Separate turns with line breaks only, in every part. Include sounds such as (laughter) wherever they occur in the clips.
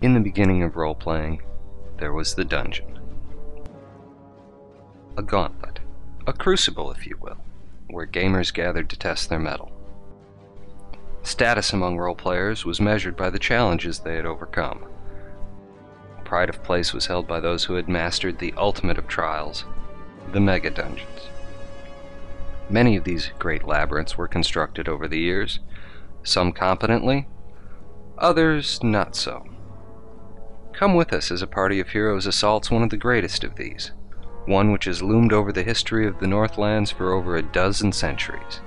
In the beginning of role playing, there was the dungeon. A gauntlet, a crucible, if you will, where gamers gathered to test their mettle. Status among role players was measured by the challenges they had overcome. Pride of place was held by those who had mastered the ultimate of trials, the mega dungeons. Many of these great labyrinths were constructed over the years, some competently, others not so. Come with us as a party of heroes assaults one of the greatest of these, one which has loomed over the history of the Northlands for over a dozen centuries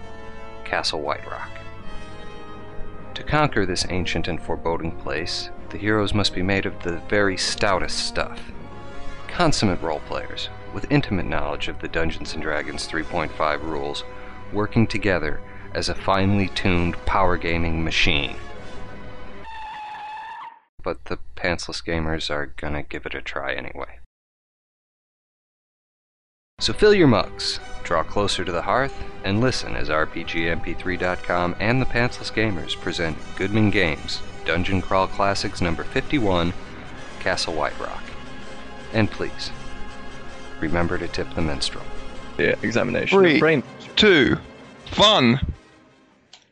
Castle White Rock. To conquer this ancient and foreboding place, the heroes must be made of the very stoutest stuff. Consummate role players, with intimate knowledge of the Dungeons and Dragons 3.5 rules, working together as a finely tuned power gaming machine. But the pantsless gamers are gonna give it a try anyway. So fill your mugs, draw closer to the hearth, and listen as RPGMP3.com and the Pantsless Gamers present Goodman Games Dungeon Crawl Classics number 51, Castle White Rock. And please, remember to tip the minstrel.
Yeah, examination.
Three.
Of brain.
Two. Fun.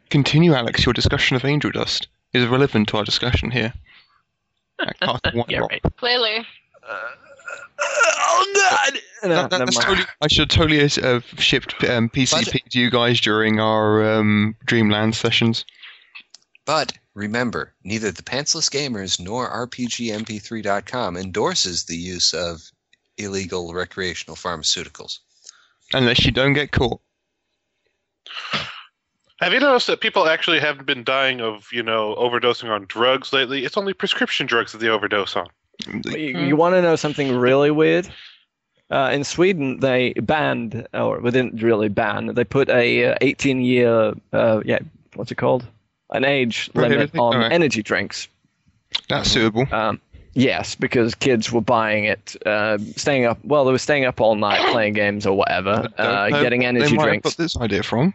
Continue, Alex. Your discussion of angel dust is relevant to our discussion
(laughs)
here. At Castle White
Yeah,
Rock.
right.
Clearly.
oh god!
That- that- that's totally, I should totally uh, shipped um, PCP to you guys during our um, Dreamland sessions.
But remember, neither the Pantsless Gamers nor RPGMP3.com endorses the use of illegal recreational pharmaceuticals.
Unless you don't get caught.
Have you noticed that people actually haven't been dying of, you know, overdosing on drugs lately? It's only prescription drugs that they overdose on.
Three.
You,
Mm.
you want to know something really weird? Uh, in Sweden, they banned, or they didn't really ban, they put a 18 year, uh, yeah, what's it called? An age limit
Prohibited?
on
Alright.
energy drinks.
That's suitable.
Um, yes, because kids were buying it, uh, staying up, well, they were staying up all night playing games or whatever,
Don't
uh,
know
getting
where they
energy
might have
drinks.
got this idea from.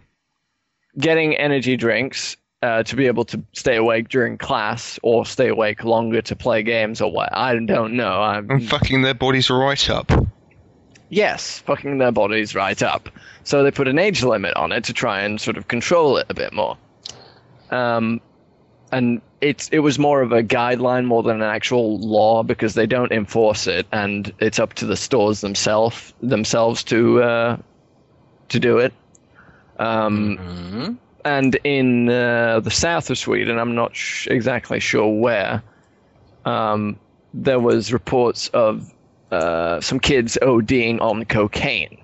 getting energy drinks uh, to be able to stay awake during class or stay awake longer to play games or what. I don't know.
And
I'm,
fucking their bodies right up. (laughs)
yes, fucking their bodies right up. So they put an age limit on it to try and sort of control it a bit more. Um, and it's it was more of a guideline more than an actual law because they don't enforce it, and it's up to the stores themselves themselves to uh, to do it. Um,
Mm-hmm.
and in uh, the south of Sweden, I'm not sh- exactly sure where, um, there was reports of uh, some kids ODing on cocaine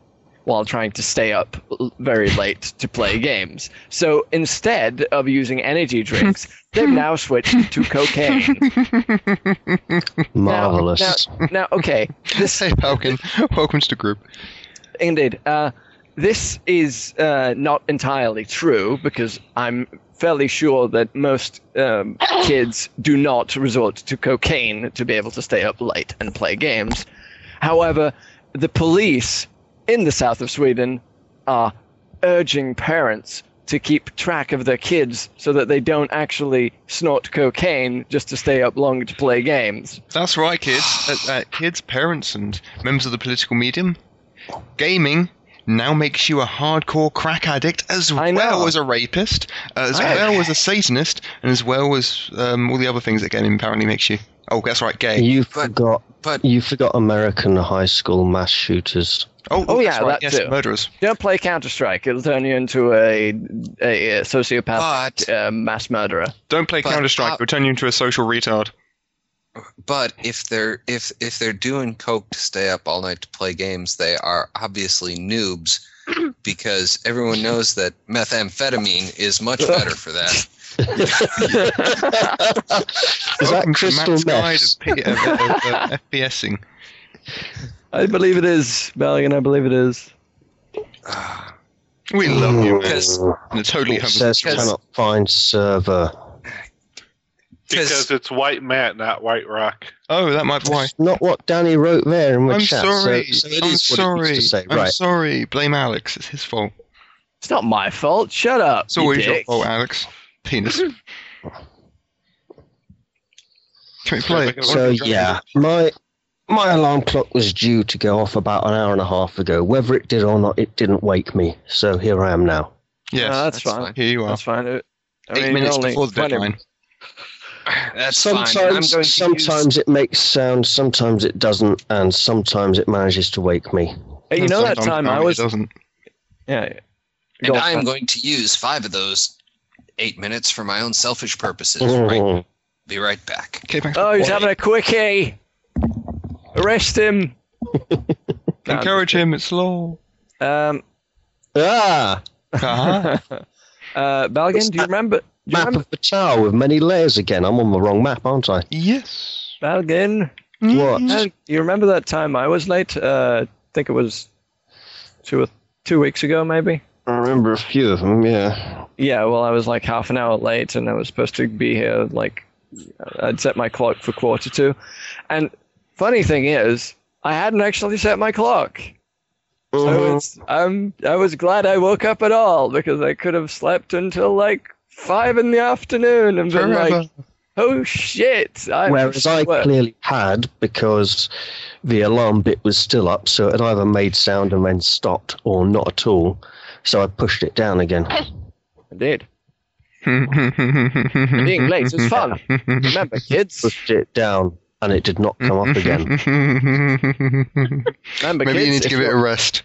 while trying to stay up l- very late to play games. So instead of using energy drinks, they've now switched to cocaine.
Marvelous.
Now, now okay, this
Hey,
(laughs)
Falcon. Welcome to the group.
Indeed. Uh, this is uh, not entirely true because I'm fairly sure that most um, (coughs) kids do not resort to cocaine to be able to stay up late and play games. However, the police in the south of Sweden are urging parents to keep track of their kids so that they don't actually snort cocaine just to stay up longer to play games.
That's right, kids. Uh, uh, kids, parents, and members of the political medium. Gaming now makes you a hardcore crack addict as
I
well
know.
as a rapist, as
I-
well as a Satanist, and as well as um, all the other things that gaming apparently makes you. Oh, that's right, gay.
You
But-
forgot.
but-
you forgot American high school mass shooters.
oh,
Oh,
that's
yeah,
right.
that
yes,
too.
murderers.
Don't play Counter Strike; it'll turn you into a, a, uh, sociopath
But
uh, mass murderer.
Don't play
But
Counter Strike.
how-
It'll turn you into a social retard.
but if they're if if they're doing coke to stay up all night to play games, they are obviously noobs because everyone knows that methamphetamine is much better for that.
Is that
Welcome to
crystal
Matt's guide
meth?
of P- of- of, uh, FPSing.
I believe it is, Belgian. I believe it is.
We
(laughs)
love you. man.
Because-
And it's totally
Mm. It says
homosexual.
cannot find server.
Because it's white Matt, not white rock.
Oh, that might be why.
It's not what Danny wrote there in the
I'm
uh,
chat.
sorry.
So, so it
I'm
is
sorry.
What it used to say.
I'm
Right.
sorry. Blame Alex. It's his fault.
It's not my fault. Shut up.
It's
you (laughs)
always your
dick.
fault, Alex. Penis. Can we play?
Like a-
So yeah, my my alarm clock was due to go off about an hour and a half ago. Whether it did or not, it didn't wake me.
So here I am now.
Yes,
No, that's,
that's
fine.
fine.
here you are.
That's fine. It- I
Eight
mean,
minutes
only
before the
20
deadline.
That's
sometimes
fine. I'm going to use,
sometimes it makes sound, sometimes it doesn't, and sometimes it manages to wake me.
Hey, you know that time
Sometimes
I
it
was.
doesn't.
Yeah.
and
Go on,
I am
Pat.
going to use five of those eight minutes for my own selfish purposes.
Oh.
Right.
Mm-hmm.
Be right back.
Okay, thanks.
Oh, he's
Wait.
having a quickie. Arrest him. No,
Encourage him. It's law.
Um,
Ah!
(laughs)
Ah,
uh, Balgin, do you remember? Do you
Map
remember
of the tower with many layers again. I'm on the wrong map, aren't I?
yes.
Balgin?
What?
Bal- You remember that time I was late? Uh, I think it was two or two weeks ago, maybe.
I remember a few of them, yeah.
Yeah, well, I was like half an hour late, and I was supposed to be here like I'd set my clock for quarter to. And funny thing is, I hadn't actually set my clock.
Um,
Mm-hmm.
So it's, I'm, I was glad I woke up at all because I could have slept until like five in the afternoon and been like,
Forever.
"Oh shit!" I
Whereas I
Well,
clearly had because the alarm bit was still up, so it either made sound and then stopped or not at all. So I pushed it down again.
Indeed,
Mm-hmm.
being late is
(laughs)
fun. Remember, kids.
Pushed it down and it did not come
Mm-hmm.
up again.
Remember,
(laughs) Maybe
kids.
you need to
if
give it
you're-
a rest.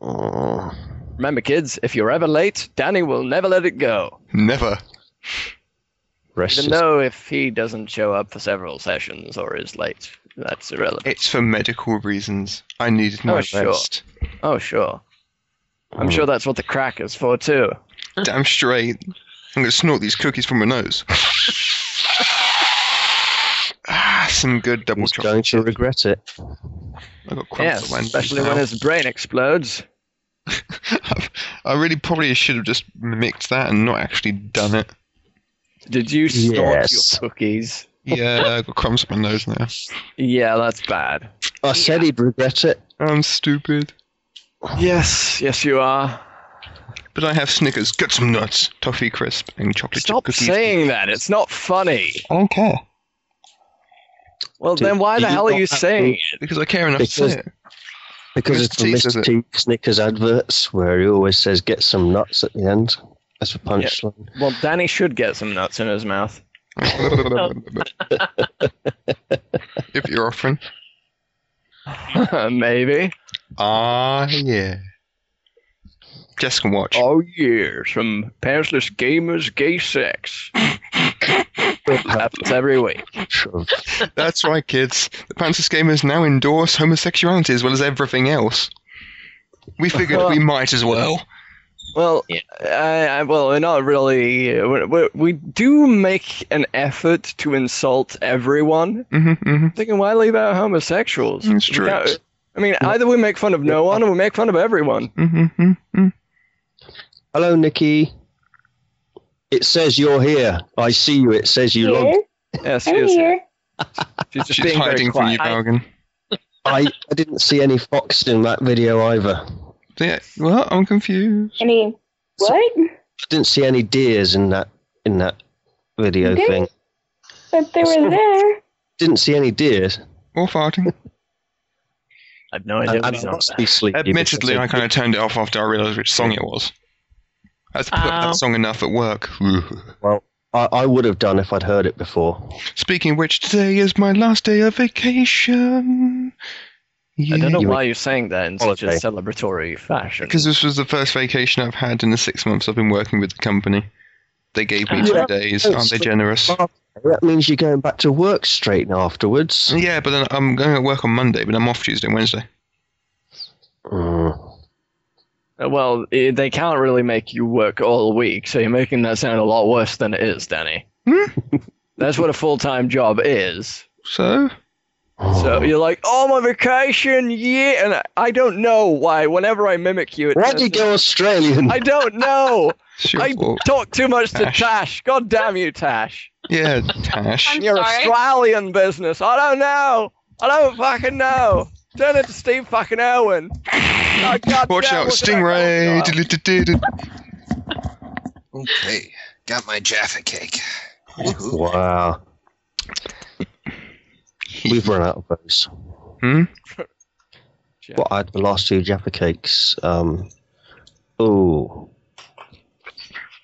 Oh.
Remember, kids. If you're ever late, Danny will never let it go.
Never.
Rest
Even
is
though if he doesn't show up for several sessions or is late, that's irrelevant.
It's for medical reasons. I needed
Oh,
my
sure.
rest.
Oh sure, I'm sure that's what the crack is for too.
Damn straight. I'm going to snort these cookies from my nose. (laughs) ah, some good double
He's
chocolate.
going to regret it.
I got
Yeah,
cramps up my knees
especially
now.
when his brain explodes.
(laughs) I really probably should have just mimicked that and not actually done it.
Did you snort
Yes.
your cookies?
Yeah, I got crumbs up my nose now.
Yeah, that's bad.
I said he'd regret it.
I'm stupid.
Yes, yes, you are.
But I have Snickers, get some nuts, toffee crisp, and chocolate chip
Stop
cookies.
saying that. It's not funny.
I don't care
Well,
Dude,
then why the
you
hell are
don't
you
have to-
saying it?
because I care enough to
Because-
say it.
Because
Mr.
it's the
T says
Mr.
it.
T Snickers adverts where he always says get some nuts at the end. That's the punchline.
Well, Danny should get some nuts in his mouth. (laughs)
(laughs) if you're offering.
(laughs) Maybe.
Ah, yeah. Jess can watch.
Oh, yeah, some pantsless gamers, gay sex. Happens every week.
Sure.
(laughs) That's right, kids. The Panthers gamers now endorse homosexuality as well as everything else. We
(laughs)
figured we might as well.
Well, I, I, well, we're not really. we we we do make an effort to insult everyone.
hmm hmm
I'm thinking, why leave out homosexuals?
It's
We
true.
can't- I mean, either we make fun of no one or we make fun of everyone.
hmm
Hello, Nikki. It says you're here. I see you. It says you logged.
Here,
Yes, she
I'm
is.
here.
She's just
She's
being very
hiding from you,
quiet.
Balgan.
I, I didn't see any fox in that video either. I
Yeah, well, I'm confused.
Any what?
didn't see any deers in that in that video
Okay.
thing.
But they were there.
Didn't see any deers.
(laughs)
Or farting.
I have no idea
And,
what
and
he's
I
on
must
about.
be sleepy.
Admittedly, I
because
kind of turned it off after I realised which song it was. I had to put up
Oh.
that song enough at work.
(laughs) I, I would have done if I'd heard it before.
Speaking of which, today is my last day of vacation. Yeah.
I don't know why you're saying that in such a
Holiday.
celebratory fashion.
Because this was the first vacation I've had in the six months I've been working with the company. They gave me
Ah.
two days.
Oh,
Aren't they
sweet.
generous?
That means you're going back to work straight now afterwards.
Yeah, but then I'm going to work on Monday, but I'm off Tuesday and Wednesday.
Mm.
Uh, well, i they can't really make you work all week, so you're making that sound a lot worse than it is, Danny.
Hmm?
That's what a full time job is.
So,
So you're like, oh, my vacation, yeah. And I, I don't know why, whenever I mimic you, it
Why do you
turns
go
(laughs)
Australian?
I don't know.
it's your
I
fault.
talk too much to
Tash.
Tash. God damn you, Tash.
Yeah, Tash.
I'm
You're
sorry.
Australian business. I don't know. I don't fucking know. Turn it to Steve fucking Irwin. Oh, God
Watch
damn,
out,
look at that crocodile.
Stingray!
(laughs)
Du-du-du-du-du.
Okay. Got my Jaffa cake. Woohoo.
Wow. We've run out of those.
Hmm?
What I had the last two Jaffa cakes. Um, oh.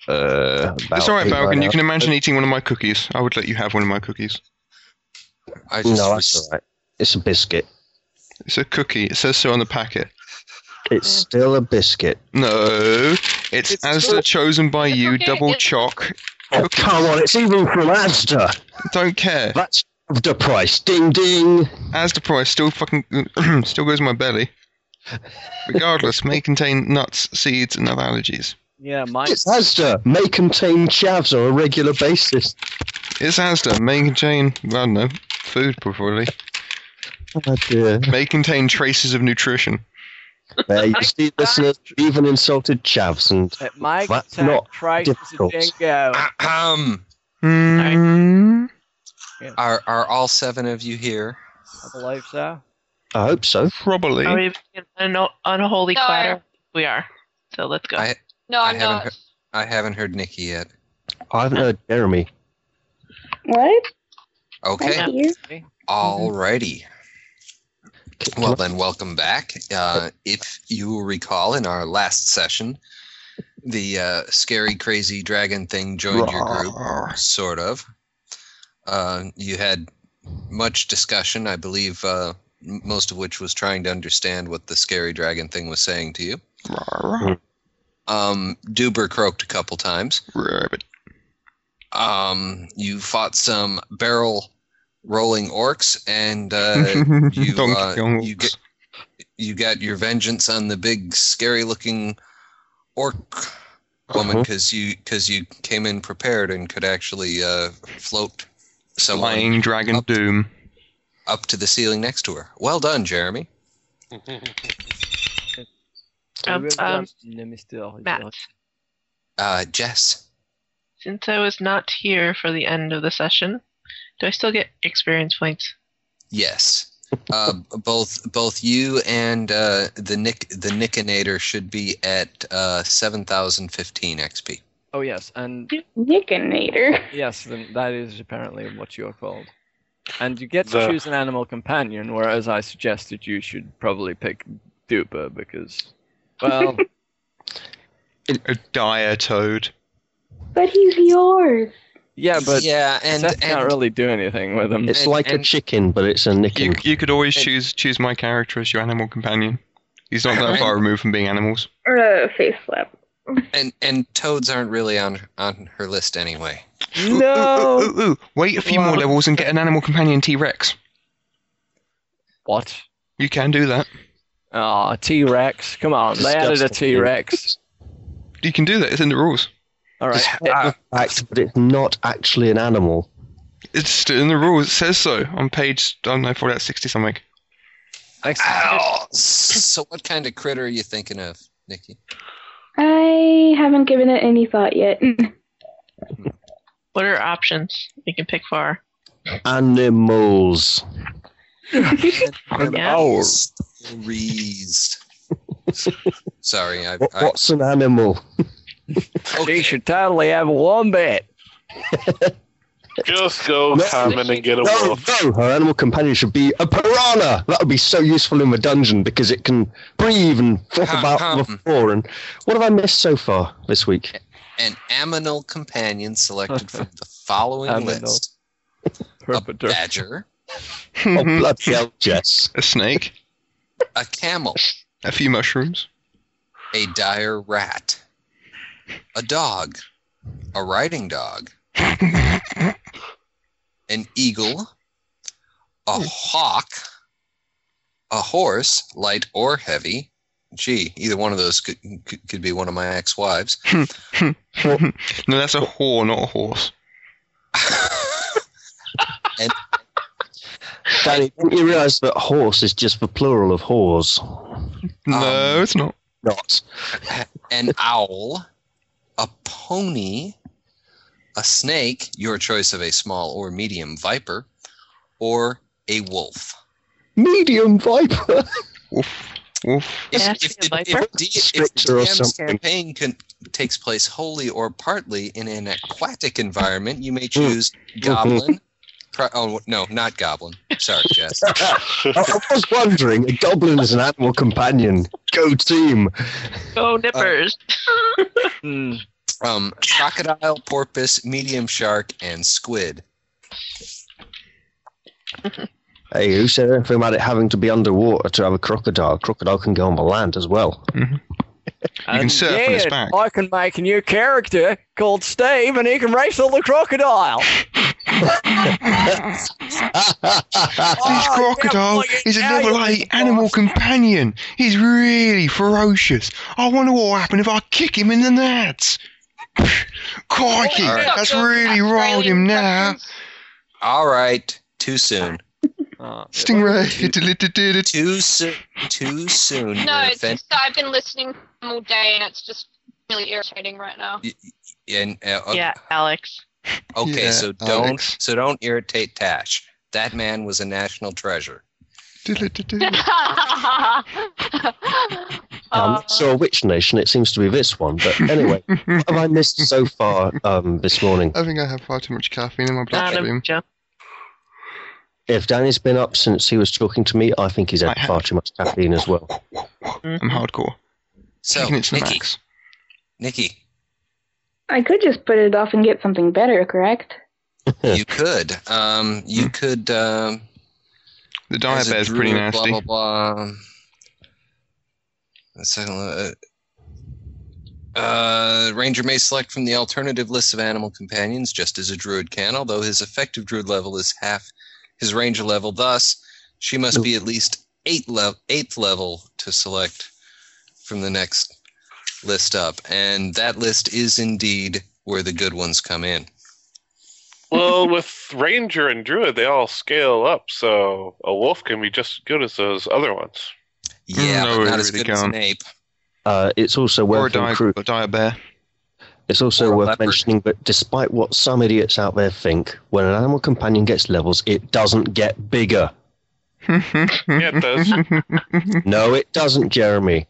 Uh,
it's all right,
eight
Balgan.
right
You
now.
can imagine eating one of my cookies. I would let you have one of my cookies.
I just
No,
was-
that's all right. It's a biscuit.
It's a cookie. It says so on the packet.
It's still a biscuit.
No, it's,
It's
Asda
cool.
chosen by you,
okay,
double
it's-
choc.
Oh, come on, it's even from Asda.
Don't care.
That's the price. Ding ding.
Asda price still fucking (clears throat) still goes in my belly. Regardless, may contain nuts, seeds, and other allergies.
Yeah, mine.
It's Asda. May contain chavs on a regular basis.
It's Asda. May contain I don't know food probably.
Oh dear.
May contain traces of nutrition.
Uh, you see, listeners, even insulted chavs and
That Mike
That's
said
not
Christ is a
difficult.
dingo.
(clears throat) Ahem.
Mm.
um, Are are all seven of you here?
I believe
(laughs)
so.
I hope so.
Probably.
Are we in an unholy
No, I-
clatter? We are. So let's go.
I-
No,
I
I'm
haven't
not.
heard- I haven't heard Nikki yet.
I haven't heard Jeremy.
What?
Okay.
Thank you.
Mm-hmm. Alrighty.
Can-
Well,
can I-
then, welcome back. Uh, if you recall, in our last session, the uh, scary, crazy dragon thing joined your group, sort of. Uh, you had much discussion, I believe, uh, m- most of which was trying to understand what the scary dragon thing was saying to you.
Rawr,
Um, Duber croaked a couple times.
rabbit.
Um, you fought some barrel rolling orcs, and
(laughs)
uh, you,
Donkey
uh,
Kong
you
orcs.
get- you got your vengeance on the big scary looking orc woman
Uh-huh.
because you because you came in prepared and could actually uh, float someone
Flying Dragon
Up.
Doom.
up to the ceiling next to her. Well done, Jeremy.
Um, um,
No, Mr.
Matt,
Uh, Jess,
since I was not here for the end of the session, do I still get experience points?
yes. Uh, (laughs) b- both both you and uh, the Nick the Nickinator should be at uh, seven thousand fifteen XP.
Oh yes, and
Nickinator.
yes, then that is apparently what you're called. And you get to
The-
choose an animal companion, whereas I suggested you should probably pick Duper because,
(laughs)
well,
A dire toad.
But he's yours.
yeah, but
yeah, and
Seth can't
and
really do anything with him.
(laughs) It's
and-
like a
and-
chicken, but it's a
You,
nicking.
you could always choose choose my character as your animal companion. He's not that far removed from being animals.
Uh, face slap.
and and toads aren't really on on her list anyway.
(laughs) No.
(laughs) Ooh, ooh, ooh, ooh. Wait a few more
Wow.
levels and get an animal companion T Rex.
What?
You can do that.
Ah, T Rex. Come on, they added a
Disgusting.
T Rex.
You can do that. It's in the rules.
All
(laughs)
right.
Ah,
Act, but it's not actually an animal.
It's still in the rules. It says so on page I don't know forty out sixty something. ah,
Ow! So, what kind of critter are you thinking of, Nikki?
I haven't given it any thought yet. (laughs)
What are options we can pick for?
Animals.
Yeah.
(laughs)
Reezed. Sorry, I,
What,
I
what's an animal?
She
okay.
should totally have one bit.
Just go
No.
common and get a
No,
wolf.
no, her animal companion should be a piranha. That would be so useful in the dungeon because it can breathe and flop
Hum,
about on the
hum.
floor. And what have I missed so far
(laughs)
this week?
an aminal companion selected from the following
Aminal.
list:
Uh,
(laughs)
a
Perpetrator.
badger,
Oh, bloody hell, Jess.
a snake,
a camel,
a few mushrooms,
a dire rat, a dog, a riding dog, an eagle, a hawk, a horse, light or heavy. Gee, either one of those could could, could be one of my ex-wives.
no, that's a whore, not a horse.
Danny, didn't you realise that horse is just the plural of whores?
No,
Um,
it's not.
Not.
an owl, a pony, a snake, your choice of a small or medium viper, or a wolf.
Medium viper. (laughs)
(laughs)
Woof, woof.
Yeah,
if, if,
a viper.
if D- if
Stricter or
DM's
something.
campaign can, takes
Hmm. Mm-hmm.
place wholly or partly in an aquatic environment, you may choose goblin, Pro- oh no, not goblin. Sorry, Jess.
(laughs)
I
(laughs)
I was wondering, a goblin is an animal companion. Go team.
Go nippers.
Hmm.
Um, crocodile, porpoise, medium shark, and squid.
Hey, who said anything about it having to be underwater to have a crocodile? Crocodile can go on the land as well. (laughs)
can
And
surf on his
yeah,
back.
I can make a new character called Steve, and he can race all the
(laughs)
crocodile.
This
Oh,
crocodile
yeah,
is a
yeah,
level
yeah,
8 animal companion. He's really ferocious. I wonder what will happen if I kick him in
(laughs)
the nuts. Crikey,
Oh,
All right.
that's really riled him now.
All right, too soon.
Oh,
(laughs) Stingray.
Too soon. Too soon.
No,
You're
it's
offend-
just I've been listening all day, and it's just really irritating right now. (laughs)
and, uh, o-
Yeah, Alex.
Okay,
Yeah,
so don't
Alex.
so don't irritate Tash. That man was a national treasure.
(laughs)
Oh.
I'm not sure which nation, it seems to be this one.
(laughs)
But anyway, what have I missed so far um, this morning?
I think I have far too much caffeine in my bloodstream.
Adam, jump.
If Danny's been up since he was talking to me, I think he's had
I have-
far too much caffeine as well.
I'm hardcore.
So
Taking it to the
Nikki,
max.
Nikki,
I could just put it off and get something better, correct?
you could, um,
Hmm.
you could. Um,
The diet
as a
bear's pretty
druid,
nasty.
Blah blah blah. The second one, uh, uh, ranger may select from the alternative list of animal companions, just as a druid can, although his effective druid level is half his ranger level. Thus, she must be at least eight level eighth level to select from the next list up, and that list is indeed where the good ones come in.
well, with ranger and druid, they all scale up, so a wolf can be just as good as those other ones.
Yeah,
no,
but
it
not as
really
good as an
can't.
ape.
Uh, it's also
Or a
worth
diet,
incru-
a diet bear.
It's also
Or a
worth
leopard.
mentioning that despite what some idiots out there think, when an animal companion gets levels, it doesn't get
(laughs)
bigger.
it (laughs) does.
no, it doesn't, Jeremy.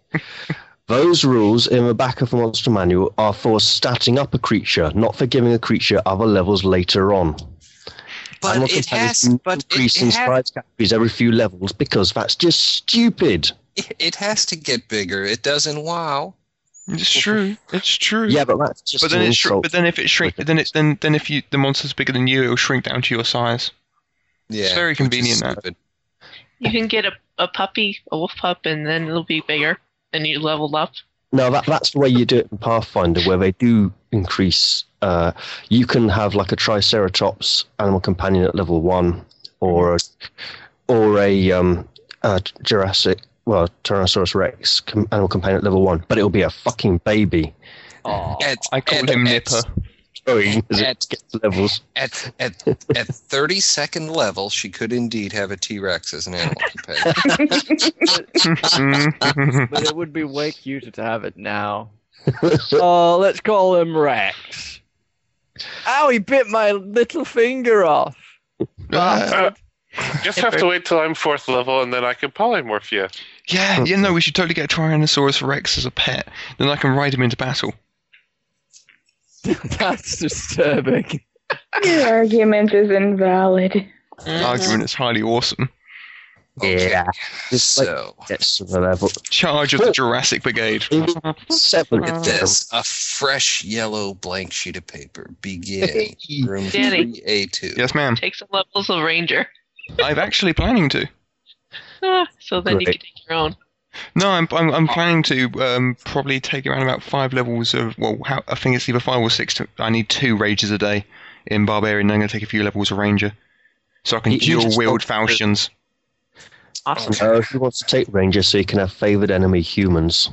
Those rules in the back of the Monster Manual are for starting up a creature, not for giving a creature other levels later on.
But
Animal
it
companions
has, but it-
increase
it
in
has
size categories every few levels because that's just stupid.
It it has to get bigger. It does in WoW.
It's true. It's true.
Yeah, but that's just
But then,
an
it shr-
insult.
but then if it shrink,
Wicked.
then it's then then if you the monster's bigger than you, it'll shrink down to your size.
Yeah,
very
which is
convenient, that.
stupid.
You can get a, a puppy, a wolf pup, and then it'll be bigger. And you level up.
No, that, that's the way you do it in Pathfinder, where they do increase. Uh, you can have like a Triceratops animal companion at level one, or a, or a, um, a Jurassic, well, Tyrannosaurus Rex com- animal companion at level one, but it'll be a fucking baby.
aw.
At,
I called
at-
him (laughs)
at-
Nipper.
Sorry, 'cause
That's-
it gets levels.
At at
(laughs)
at thirty second level, she could indeed have a T Rex as
(laughs)
an animal companion.
Mm.
but it would be way cuter to have it
(laughs)
now. Oh, let's call him Rex. Ow, he bit my little finger off.
Ah,
Uh, Just have to wait till I'm fourth level, and then I can polymorph you.
(laughs) yeah, yeah, no, we should totally get a Tyrannosaurus Rex as a pet. Then I can ride him into battle.
That's disturbing.
Your argument is invalid.
Mm-hmm.
Argument is highly awesome.
Okay,
Yeah, just like
so
gets to the level
Charge of the Jurassic Brigade.
seven.
look at this: a fresh yellow blank sheet of paper. Begin. Room
Danny.
three A two.
Yes,
(laughs)
ma'am.
Take some levels of ranger.
I'm actually planning to.
Ah, so then you
Great.
can take your own.
No, I'm I'm, I'm planning to um, probably take around about five levels of well, how, I think it's either five or six. To, I need two rages a day in barbarian. Then I'm going to take a few levels of ranger, so I can
You- you
dual
just
wield
don't-
falchions.
Awesome.
Uh, he wants to take ranger so he can have favored enemy humans.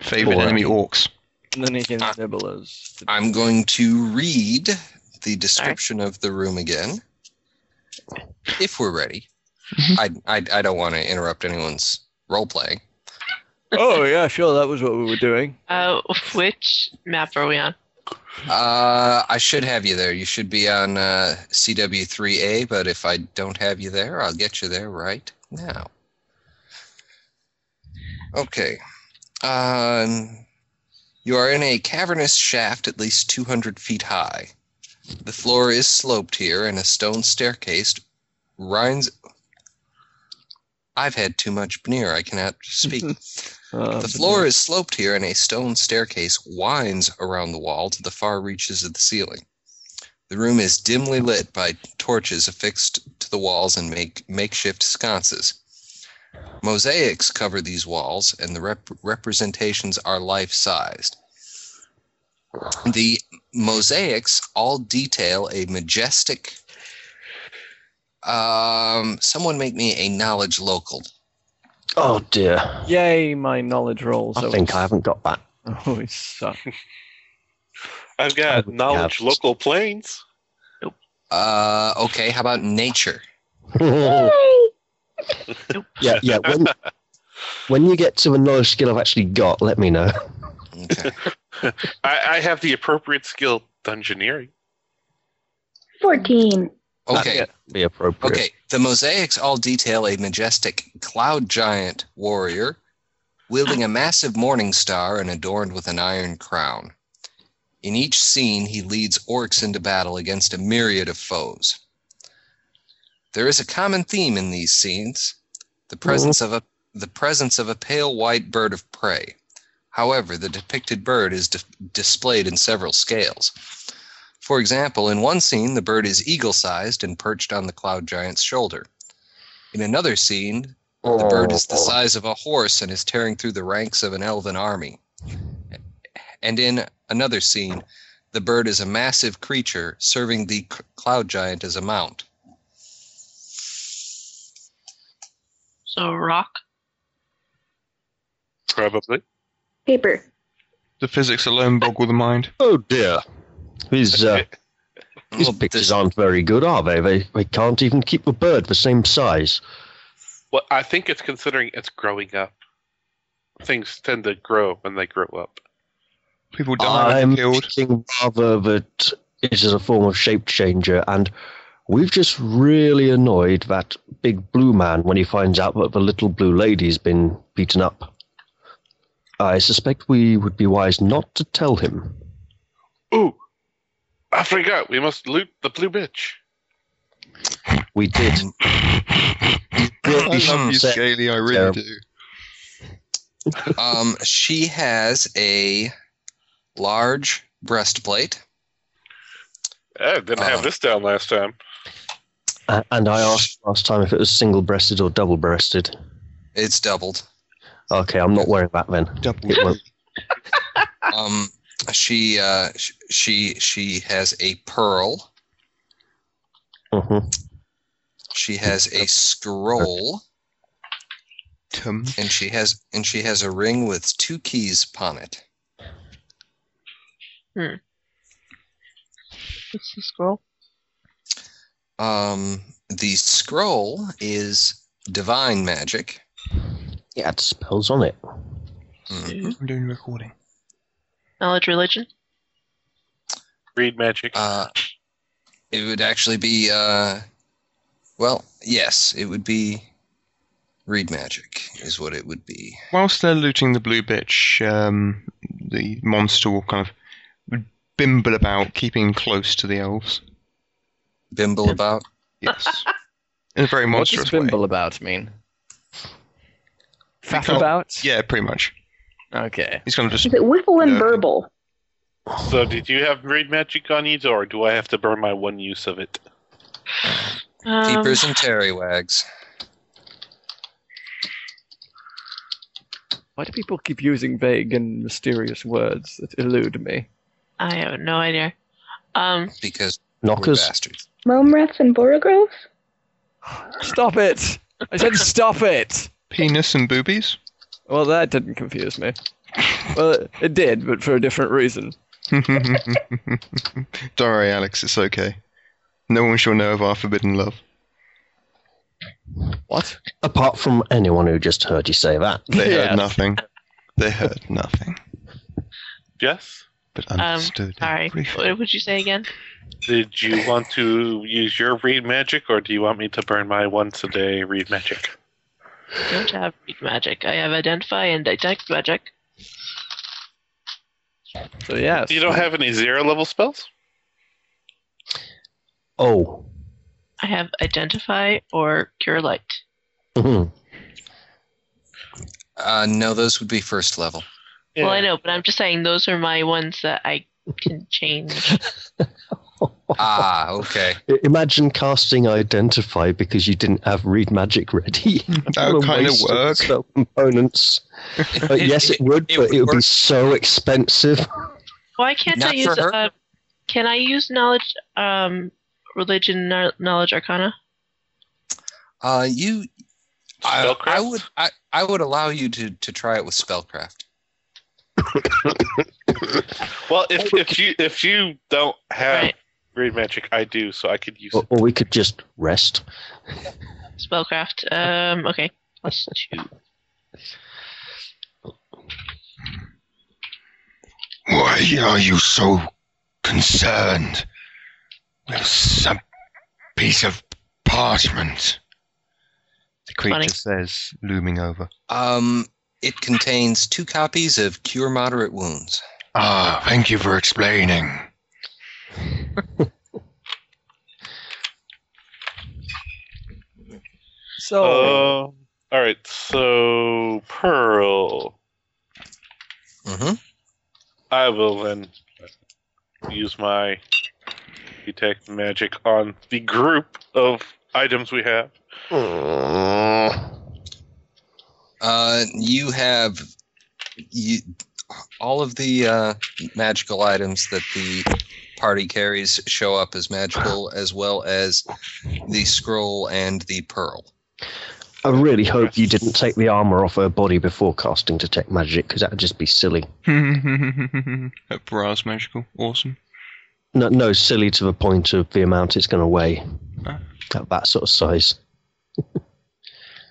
Favorite
Alright.
enemy orcs.
And then he can
Uh,
nibble us.
I'm going to read the description of the room again, if we're ready. I,
Mm-hmm.
I I don't want to interrupt anyone's role playing.
Oh, yeah, sure, that was what we were doing.
Uh, which map are we on?
Uh, I should have you there. You should be on uh, CW3A, but if I don't have you there, I'll get you there right now. Okay. Um, you are in a cavernous shaft at least 200 feet high. The floor is sloped here, and a stone staircase runs. I've had too much beer. I cannot speak.
Uh,
The floor is sloped here, and a stone staircase winds around the wall to the far reaches of the ceiling. The room is dimly lit by torches affixed to the walls and make makeshift sconces. Mosaics cover these walls, and the rep- representations are life sized. The mosaics all detail a majestic. Um, someone make me a knowledge local.
Oh dear.
Yay, my knowledge rolls.
I think I haven't got that.
(laughs) Oh, it sucks.
I've
I
got
would
knowledge
have-
local planes.
Uh, okay, how about nature?
(laughs) Oh. yeah, yeah. When, (laughs) when you get to the knowledge skill I've actually got, let me know.
Okay.
I, I have the appropriate skill dungeoneering.
14.
Okay.
Be appropriate.
Okay, the mosaics all detail a majestic cloud giant warrior wielding a massive morning star and adorned with an iron crown. In each scene, he leads orcs into battle against a myriad of foes. There is a common theme in these scenes the presence of a the presence of a pale white bird of prey. However, the depicted bird is di- displayed in several scales. For example, in one scene, the bird is eagle sized and perched on the cloud giant's shoulder. In another scene, the bird is
Oh.
the size of a horse and is tearing through the ranks of an elven army. And in another scene, the bird is a massive creature serving the c- cloud giant as a mount.
So rock.
Probably.
Paper.
The physics alone boggle the mind.
Oh dear. These uh, these
Well,
pictures
this-
aren't very good, are they? They they can't even keep a bird the same size.
Well, I think it's considering it's growing up. Things tend to grow when they grow up.
People die
I'm
killed.
thinking rather that it is a form of shape changer, and we've just really annoyed that big blue man when he finds out that the little blue lady's been beaten up. I suspect we would be wise not to tell him.
Ooh, I forgot. We must loot the blue bitch.
We did.
I
Really
love you,
upset.
Scaly. I really
Terrible.
do.
um, she has a large breastplate.
I didn't have
Uh.
this down last time.
Uh, and I asked last time if it was single breasted or double breasted.
It's doubled.
Okay, I'm not wearing that then.
Double.
It
(laughs)
won't-
um, she uh, sh- she she has a pearl.
Mhm.
She has a scroll,
Tum.
and she has and she has a ring with two keys upon it.
It's the scroll.
Um, the scroll is divine magic.
Yeah, it spells on it.
Mhm.
I'm doing recording.
Knowledge religion.
Read magic.
Uh, it would actually be uh, well, yes, it would be read magic is what it would be.
Whilst they're looting the blue bitch, um, the monster will kind of bimble about, keeping close to the elves.
Bimble about.
Yes. In a very
what does
monstrous way.
bimble about mean? Faff
Because-
about?
Yeah, pretty much.
Okay.
He's kind of just
Is it whiffle and
Yeah.
verbal?
so, did you have read magic on you, or do I have to burn my one use of it?
Um,
Peepers and tarrywags.
Why do people keep using vague and mysterious words that elude me?
I have no idea. Um,
because we're
Knockers.
bastards.
Momreth and Borogrove?
Stop it! I said stop it!
penis and boobies. (laughs)
Well, that didn't confuse me. Well, it did, but for a different reason.
Don't worry, Alex. It's okay. No one shall know of our forbidden love.
What?
Apart from anyone who just heard you say that.
They
Yes.
heard nothing. They heard nothing,
Yes.
but
Um,
understood
sorry.
everything.
What would you say again?
Did you want to use your read magic, or do you want me to burn my once a day read magic?
I don't have read magic. I have identify and detect magic.
So yes.
You don't have any zero level spells?
Oh.
I have identify or cure light.
Mhm.
Uh, no, those would be
(laughs)
first level.
Well, I know, but I'm just saying those are my ones that I can change.
Ah, okay.
I- Imagine casting identify because you didn't have read magic ready.
(laughs) That
(laughs)
would kinda
Wasted
work.
spell components. But Uh, yes, it would,
it
but
would
it would be
work.
so expensive.
Why can't Oh, I
Not
use?
for her.
Uh, can I use knowledge, um, religion, kno- knowledge, arcana?
Uh, you, I,
Spellcraft?
I would, I, I would allow you to to try it with spellcraft.
Well, if, if you if you don't have
Right.
read magic, I do, so I could use
Or,
it.
or we could just rest.
Spellcraft. Um, okay, (sighs) plus two.
Why are you so concerned with some piece of parchment? The creature
Funny.
says, looming over.
Um, it contains two copies of Cure Moderate Wounds.
Ah, thank you for explaining.
So
Uh, all right, so Pearl,
Mm-hmm.
I will then use my detect magic on the group of items we have.
Uh, you have you all of the uh, magical items that the party carries show up as magical, as well as the scroll and the pearl.
I really hope you didn't take the armor off her body before casting detect magic because that would just be silly.
That brass magical. (laughs) Awesome.
No, no, silly to the point of the amount it's going to weigh. At that sort of size.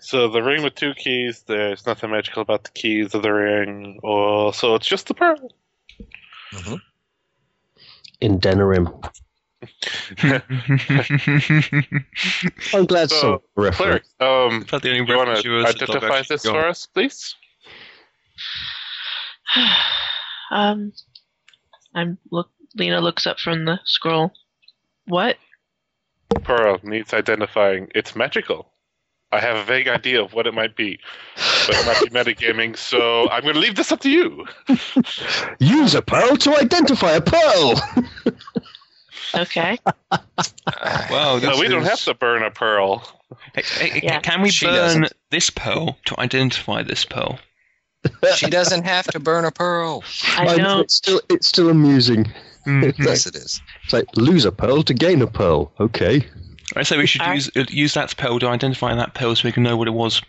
So the ring with two keys. There's nothing magical about the keys of the ring, or so it's just the pearl.
In Denarim. I'm glad
So,
so, reference.
Cleric, um,
That's the only
do you want
reference
to identify this for us, please?
um, I'm look. Lena looks up from the scroll. What?
Pearl needs identifying. It's magical. I have a vague idea of what it might be, but it might be metagaming, so I'm going to leave this up to you.
Use a pearl to identify a pearl!
(laughs)
Okay.
Wow,
No,
this
we don't
is-
have to burn a pearl.
Hey, hey, hey,
Yeah.
Can we
She
burn
doesn't.
this pearl to identify this pearl?
She doesn't have to burn a pearl.
I know.
It's still, it's still amusing.
Mm-hmm.
Yes, it is.
(laughs) It's like, lose a pearl to gain a pearl. Okay. (laughs)
I say we should
I-
use uh, use that pearl to identify that pearl so we can know what it was.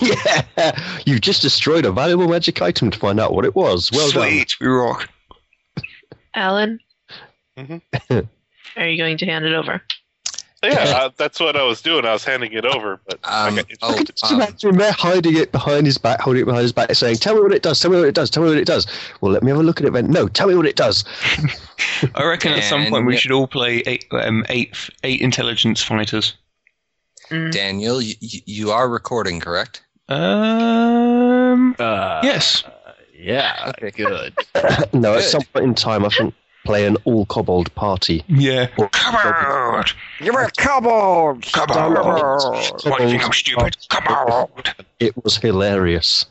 yeah! You've just destroyed a valuable magic item to find out what it was. Well done.
Sweet, we rock.
Alan.
Mhm.
Mm-hmm.
(coughs) Are you going to hand it over?
Yeah, uh, that's what I was doing. I was handing it over, but
Um,
I got
I
oh,
can just
um,
imagine they're hiding it behind his back, holding it behind his back, saying, Tell me what it does, tell me what it does, tell me what it does. Well, let me have a look at it then. No, tell me what it does. (laughs)
I reckon at some point
And-
we should all play eight, um, eight, eight intelligence fighters.
Daniel, you, you are recording, correct?
Um,
uh,
yes.
yeah, good.
no, at
Good.
some point in time, I think play an all kobold party.
Yeah. Come on!
You were cobbled.
Come on! What do you think I'm stupid? Come on!
It was hilarious.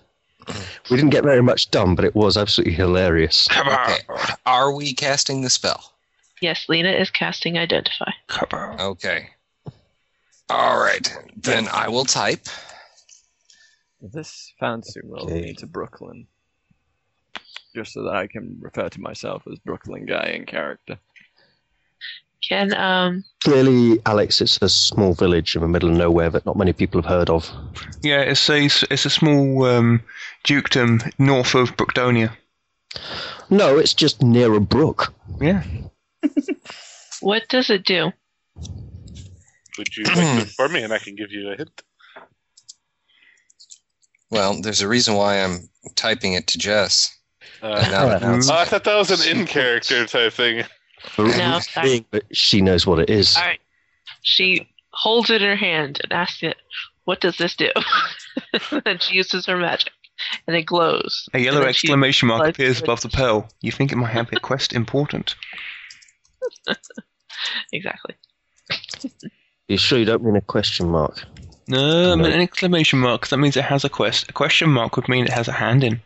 We didn't get very much done, but it was absolutely hilarious.
Come on!
Okay. Are we casting the spell?
Yes, Lena is casting identify.
Come on!
Okay. All right. Then I will type.
This fancy will
Okay.
me to Brooklyn, just so that I can refer to myself as Brooklyn guy in character.
Can um
Clearly, Alex, it's a small village in the middle of nowhere that not many people have heard of.
Yeah, it's a, it's a small um, dukedom north of Brookdonia.
No, it's just near a brook.
Yeah.
what does it do?
Would you like it for me, and I can give you a hint?
Well, there's a reason why I'm typing it to Jess.
Uh,
And
Mm-hmm.
not announcing
oh, I
it.
thought that was an in character type thing.
No, sorry.
But she knows what it is.
All right. She (laughs) holds it in her hand and asks it, "What does this do?" and she uses her magic. and it glows.
A yellow
And then she
exclamation mark
plugs
appears
it-
above the pearl. You think it might have a
(laughs)
quest important.
Exactly.
You sure you don't mean a question mark?
No, I meant
No.
an exclamation mark 'cause that means it has a quest. A question mark would mean it has a hand in.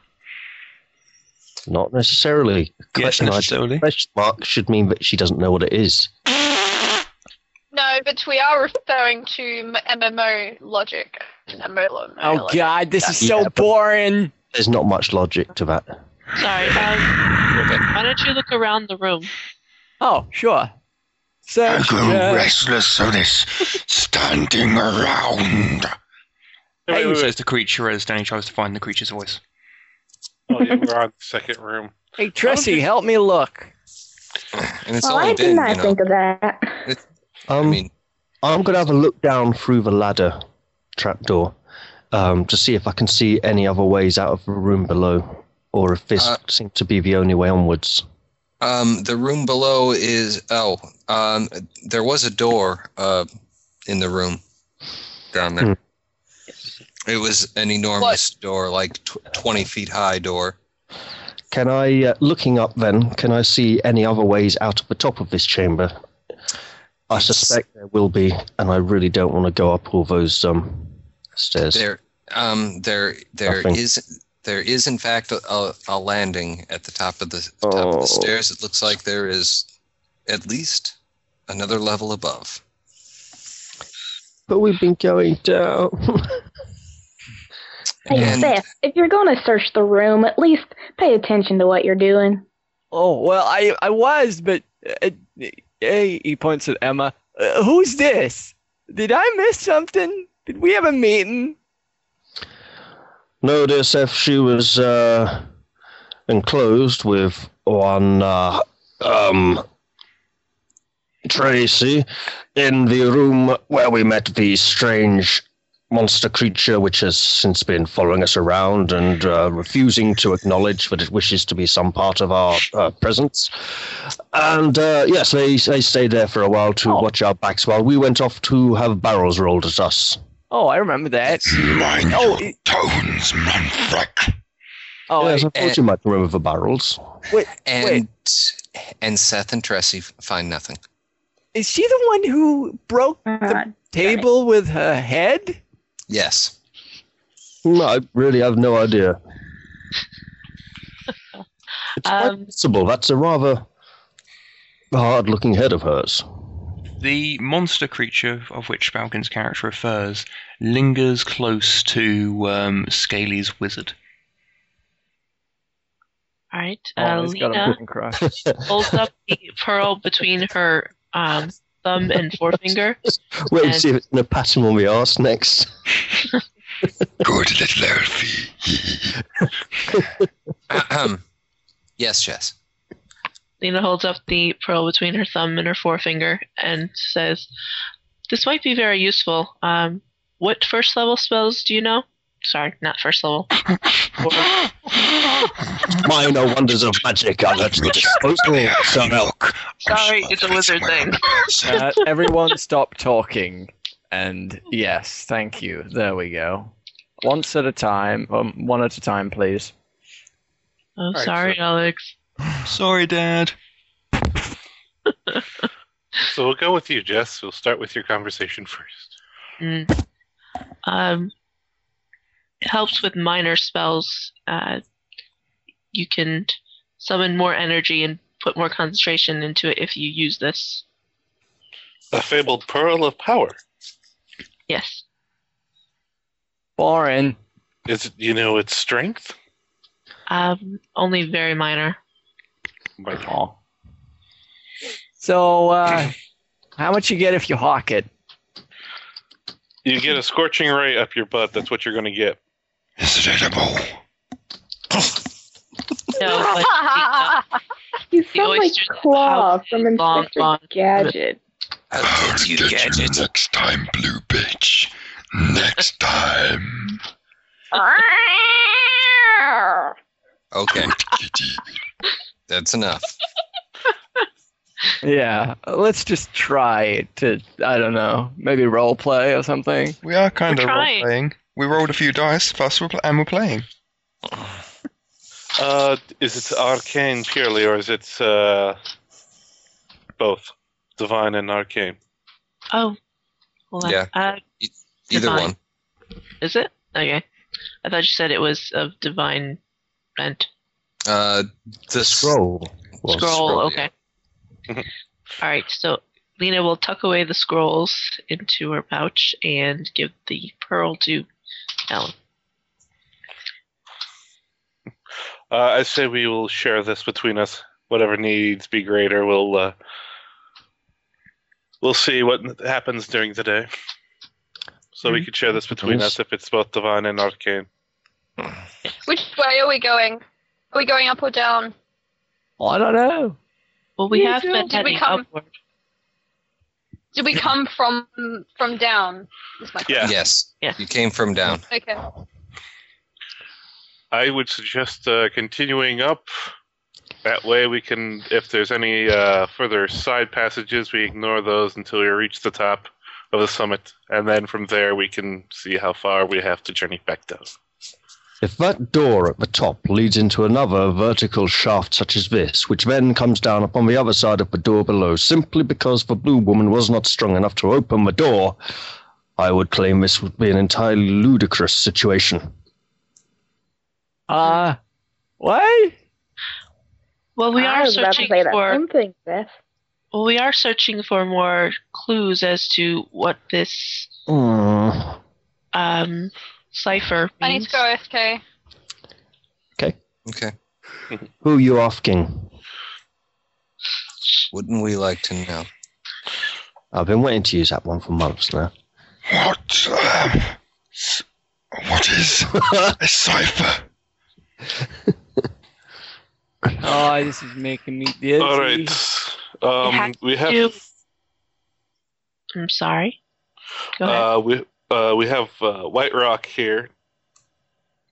Not necessarily. A
Yes,
question-
necessarily.
a question mark should mean that she doesn't know what it is.
No, but we are referring to m- MMO logic. MMO
Oh
logic.
god, this is
Yeah,
so
but-
boring.
There's not much logic to that.
Sorry. Um, why don't you look around the room?
Oh, sure. Search. uh,
restlessness standing around.
Wait, wait,
says
wait.
the creature as Danny tries to find the creature's voice.
Oh, yeah, we're on second room.
hey Tressie, help me look.
And it's
well,
only
I
been,
didn't
you
I
know,
think of that.
I
Um,
mean,
I'm going to have a look down through the ladder trapdoor um, to see if I can see any other ways out of the room below, or if this
Uh,
seems to be the only way onwards.
um, the room below is oh, um, there was a door uh, in the room down
Hmm.
there. It was an enormous door, like tw- twenty feet high door.
Can I, uh, looking up then, can I see any other ways out of the top of this chamber? I suspect there will be, and I really don't want to go up all those um, stairs.
There, um, there, there
Nothing.
is, there is in fact a, a landing at the top of the top of
Oh.
the stairs. It looks like there is at least another level above.
But we've been going down. (laughs)
Hey,
And-
Seth, if you're going to search the room, at least pay attention to what you're doing.
Oh well, I I was, but uh, uh, hey, he points at Emma. Uh, who's this? Did I miss something? Did we have a meeting?
no, this if she was uh, enclosed with one uh, um, Tracy in the room where we met the strange monster creature which has since been following us around and uh, refusing to acknowledge that it wishes to be some part of our uh, presence. And uh, yes, they, they stayed there for a while to watch our backs while we went off to have barrels rolled at us.
Oh, I remember that.
Mind
Oh, it-
tones, Manfred.
oh,
yes, I
eh.
thought you might remember the barrels.
And and Seth and Tressie find nothing.
is she the one who broke
Uh,
table with her head?
(coughs)
Yes.
No, I really have no idea. It's quite
Um,
possible. That's a rather hard-looking head of hers. (laughs)
The monster creature of which Falcon's character refers lingers close to um, Scaly's wizard.
All right.
Oh,
Uh,
he's got a (laughs)
Lena
broken cross.
holds up the pearl between her um, thumb and forefinger.
Wait and
And-
see if it's going to pat him on the arse next.
Good little elfie.
Ahem. yes, Jess.
Lena holds up the pearl between her thumb and her forefinger and says, "This might be very useful. Um, what first level spells do you know? Sorry, not first level.
My no wonders of magic are at your disposal. So
(laughs) Sorry, it's a wizard thing.
Uh, everyone stop talking. And yes, thank you. There we go. Once at a time. Um, one at a time, please.
Oh,
right,
sorry, Alex.
Sorry, Dad.
So we'll go with you, Jess. We'll start with your conversation first.
Mm. Um, it helps with minor spells. Uh, you can summon more energy and put more concentration into it if you use this.
A fabled pearl of power.
Yes.
Boring.
Is it, you know, its strength?
Um, only very (laughs) minor.
Like,
Aw. So, uh, (laughs) how much you get if you hawk it?
You get a scorching ray up your butt. That's what you're going to get.
Is it edible?
No, but
you
He
sound like
always just-
Claw from
long,
Inspector
long-
Gadget.
Uh,
I'll get Uh, you, Gadget.
next time, blue bitch.
(laughs)
Next time,
Okay, that's enough.
Yeah, let's just try to, I don't know, maybe role play or something.
We are kind
We're
of role
trying.
playing. We rolled a few dice, plus we're pl- and we're playing.
Uh, is it arcane purely, or is it uh, both divine and arcane?
Oh, hold on.
Yeah. E-,
Uh,
Either
Divine.
one.
is it okay? I thought you said it was of divine bent
Uh, the s-
Scroll. was-
scroll.
scroll,
okay. All right. So Lena will tuck away the scrolls into her pouch and give the pearl to Ellen.
Uh, I say we will share this between us. Whatever needs be greater, we'll uh, we'll see what happens during the day. So we could share this between us if it's both divine and arcane.
Which way are we going? Are we going up or down?
Oh, I don't know.
Well, we
You
have
too.
been
Did we
heading
come-
upward.
Did we come from from down? Is my
Yeah.
Yes.
Yeah.
You came from down.
Okay.
I would suggest uh, continuing up. That way, we can, if there's any uh, further side passages, we ignore those until we reach the top of the summit, and then from there we can see how far we have to journey back down.
If that door at the top leads into another vertical shaft such as this, which then comes down upon the other side of the door below, simply because the blue woman was not strong enough to open the door, I would claim this would be an entirely ludicrous situation.
Uh, why?
Well, we
I
are
was about to
searching
say that Mm-hmm.
for.
same thing, Beth.
Well, we are searching for more clues as to what this
Hmm.
um, cipher means.
I need to go SK.
Okay.
Who you asking?
Wouldn't we like to know?
I've been waiting to use that one for months now.
What? Um, s- what (laughs) is a cipher?
Oh, this is making me dizzy.
All right,
It
um,
has
we
to do-
have
I'm sorry. Go ahead.
uh, we uh, we have uh, White Rock here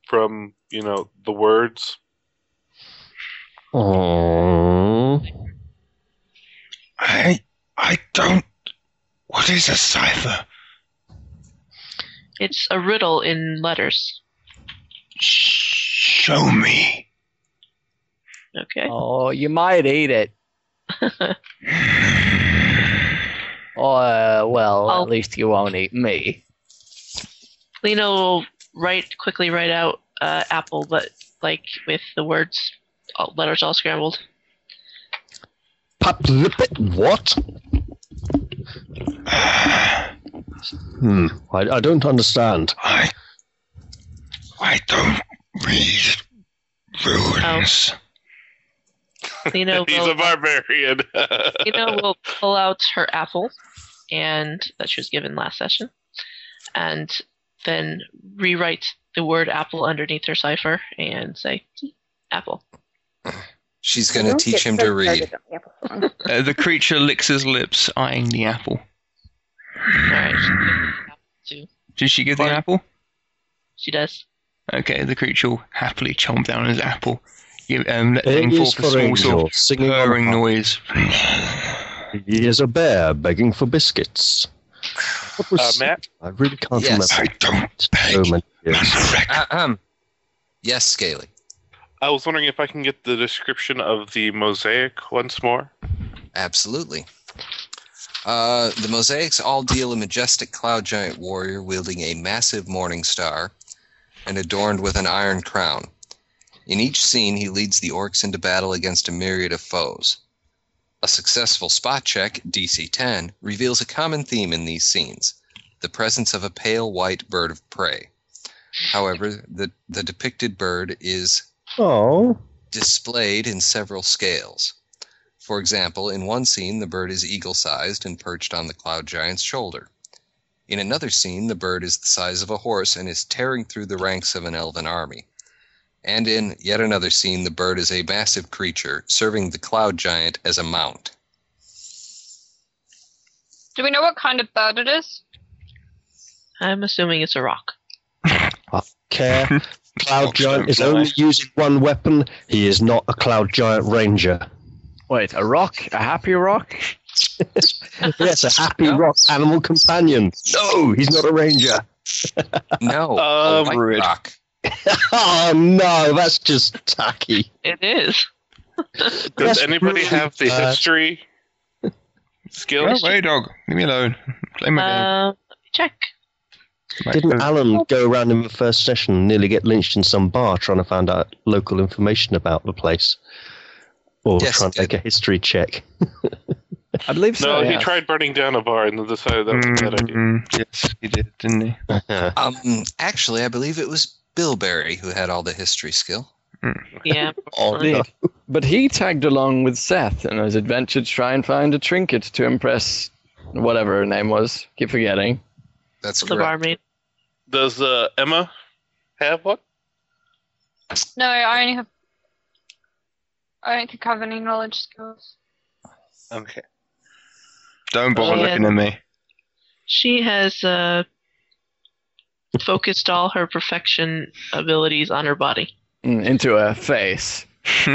from you know the words.
Oh.
I I don't. What is a cipher?
It's a riddle in letters.
Show me.
Okay.
Oh, you might eat (laughs) it. Oh, uh, well,
Oh.
at least you won't eat me.
Lena will write quickly write out uh, apple, but like with the words, all, letters all
(laughs)
scrambled.
Pap lipit, what? Hmm. I, I don't understand.
Uh, I I don't read runes.
Lena
He's
will
a barbarian. (laughs)
Lena will pull out her apple, and that she was given last session, and then rewrite the word apple underneath her cipher and say apple.
She's going to
Don't
teach
get
him
so
to read.
started on the episode.
Uh, the creature licks his lips, eyeing the apple.
All right.
Did she give the
Fine.
apple?
She does.
Okay, the creature will happily chomp down on his apple, give, um, letting
It is
forth a small
for
sort
angel,
of
singing on
purring
harp.
noise.
He is a bear begging for biscuits. What was
Uh, Matt?
I really can't
Yes.
remember.
don't
So many years.
Ahem. Uh-huh. Yes, Scaly.
I was wondering if I can get the description of the mosaic once more.
Absolutely. Uh, the mosaics all deal a majestic cloud giant warrior wielding a massive morning star and adorned with an iron crown. In each scene, he leads the orcs into battle against a myriad of foes. A successful spot check, DC 10, reveals a common theme in these scenes the presence of a pale white bird of prey. However, the, the depicted bird is
Oh,
displayed in several scales. For example, in one scene, the bird is eagle sized and perched on the cloud giant's shoulder. In another scene, the bird is the size of a horse and is tearing through the ranks of an elven army. And in yet another scene, the bird is a massive creature, serving the cloud giant as a mount.
Do we know what kind of bird it is?
I'm assuming it's a rock.
care. Cloud
Fox
Giant
don't
is
fly.
only using one weapon. He is not a Cloud Giant Ranger.
Wait, a rock? A happy rock?
yes, a happy rock animal companion. No, he's not a ranger.
No,
Um,
a white rock.
oh no, that's just tacky.
It is.
Does
That's
anybody
really
have the
bad.
history
Oh,
skills?
hey, dog. Leave me alone. Play
Oh
my
Uh, check.
game. Mate,
Didn't Alan go around in the first session and nearly get lynched in some bar trying to find out local information about the place? Or
Yes,
trying
he
to make a
did.
history check. (laughs)
I believe so.
No, he
yeah.
tried burning down a bar and then decided that was a bad idea.
Mm, yes, he did, didn't he? (laughs)
Um, actually, I believe it was Bilberry who had all the history skill. (laughs)
Yeah.
Oh,
Fine.
no.
(laughs) But he tagged along with Seth on his adventure to try and find a trinket to impress whatever her name was. Keep forgetting.
That's
the
correct.
barmaid.
Does uh, Emma have one?
No, I only have. I don't think I have any knowledge skills.
Okay.
Don't bother
Yeah.
looking at me.
She has uh, focused all her perfection abilities on her body.
Mm, Into her face.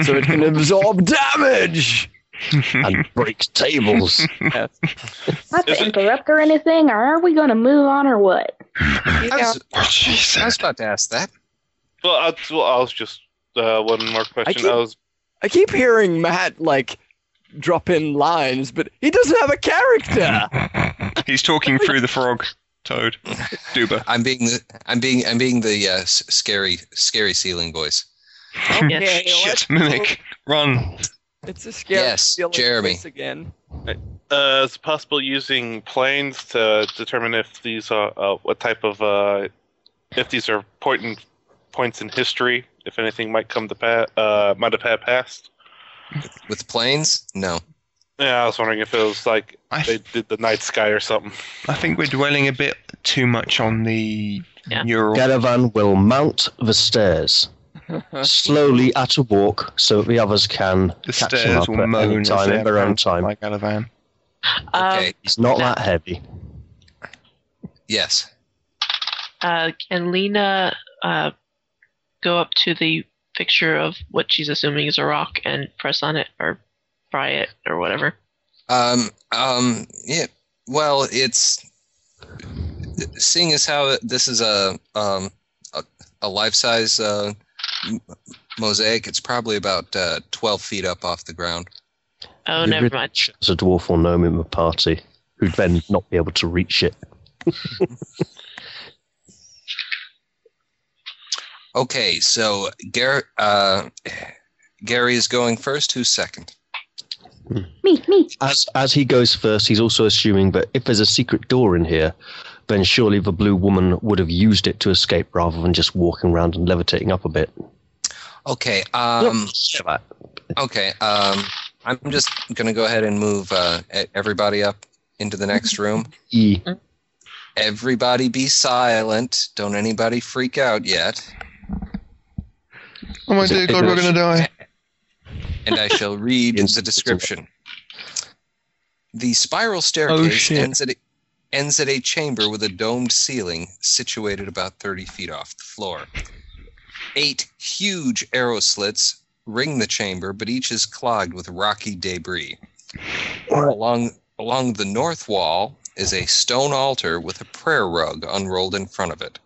So
(laughs)
it can absorb damage!
and breaks tables.
Yes.
Not
Is
to
it-
interrupt or anything. Are we going to move on or what?
I was,
Oh,
I was
Jesus.
about to ask that.
Well, I, well, I was just uh, one more question. I,
keep-
was
I keep hearing Matt, like, drop in lines, but he doesn't have
(laughs)
a character!
He's talking through the frog, Toad, Duba.
I'm being the I'm being I'm being the uh, s- scary scary ceiling voice.
Yes.
Shit, Mimic, run.
It's a scary
Yes,
feeling
Jeremy.
once (laughs) again.
uh, is it possible using planes to determine if these are uh, what type of uh, if these are important points in history? If anything might come to pa- uh, might have had passed.
With planes? No.
Yeah, I was wondering if it was like
I,
they did the night sky or something.
I think we're dwelling a bit too much on the
Yeah.
mural.
Galavan will mount
(laughs)
the stairs slowly at a walk so that the others can
The
catch him
stairs
up
will
at
moan
any
as
time
they
in their own
advance
time.
Like Galavan.
Um,
Okay.
It's not
Yeah.
that heavy.
Yes.
uh, can Lena uh, go up to the picture of what she's assuming is a rock and press on it or pry it or whatever?
Um. Um. Yeah. Well, it's seeing as how this is a um a, a life size uh, m- mosaic. It's probably about uh, twelve feet up off the ground.
Oh,
The
never
rid-
mind.
There's a dwarf or gnome in the party who'd then not be able to reach it.
Okay. So Gary uh, Gary is going first. Who's second?
Me, me.
As as he goes first, he's also assuming that if there's a secret door in here, then surely the blue woman would have used it to escape rather than just walking around and levitating up a bit.
Okay. Um.
Look,
Okay. Um, I'm just gonna go ahead and move uh, e- everybody up into the next room.
E. (sighs)
Everybody, be silent. Don't anybody freak out yet.
Oh my
Is it-
dear
is
God,
it-
we're gonna die.
And I shall read
Yes,
the
it's
description. The spiral staircase
shit.
ends at a, ends at a chamber with a domed ceiling situated about 30 feet off the floor. Eight huge arrow slits ring the chamber, but each is clogged with rocky debris. Along along the north wall is a stone altar with a prayer rug unrolled in front of it.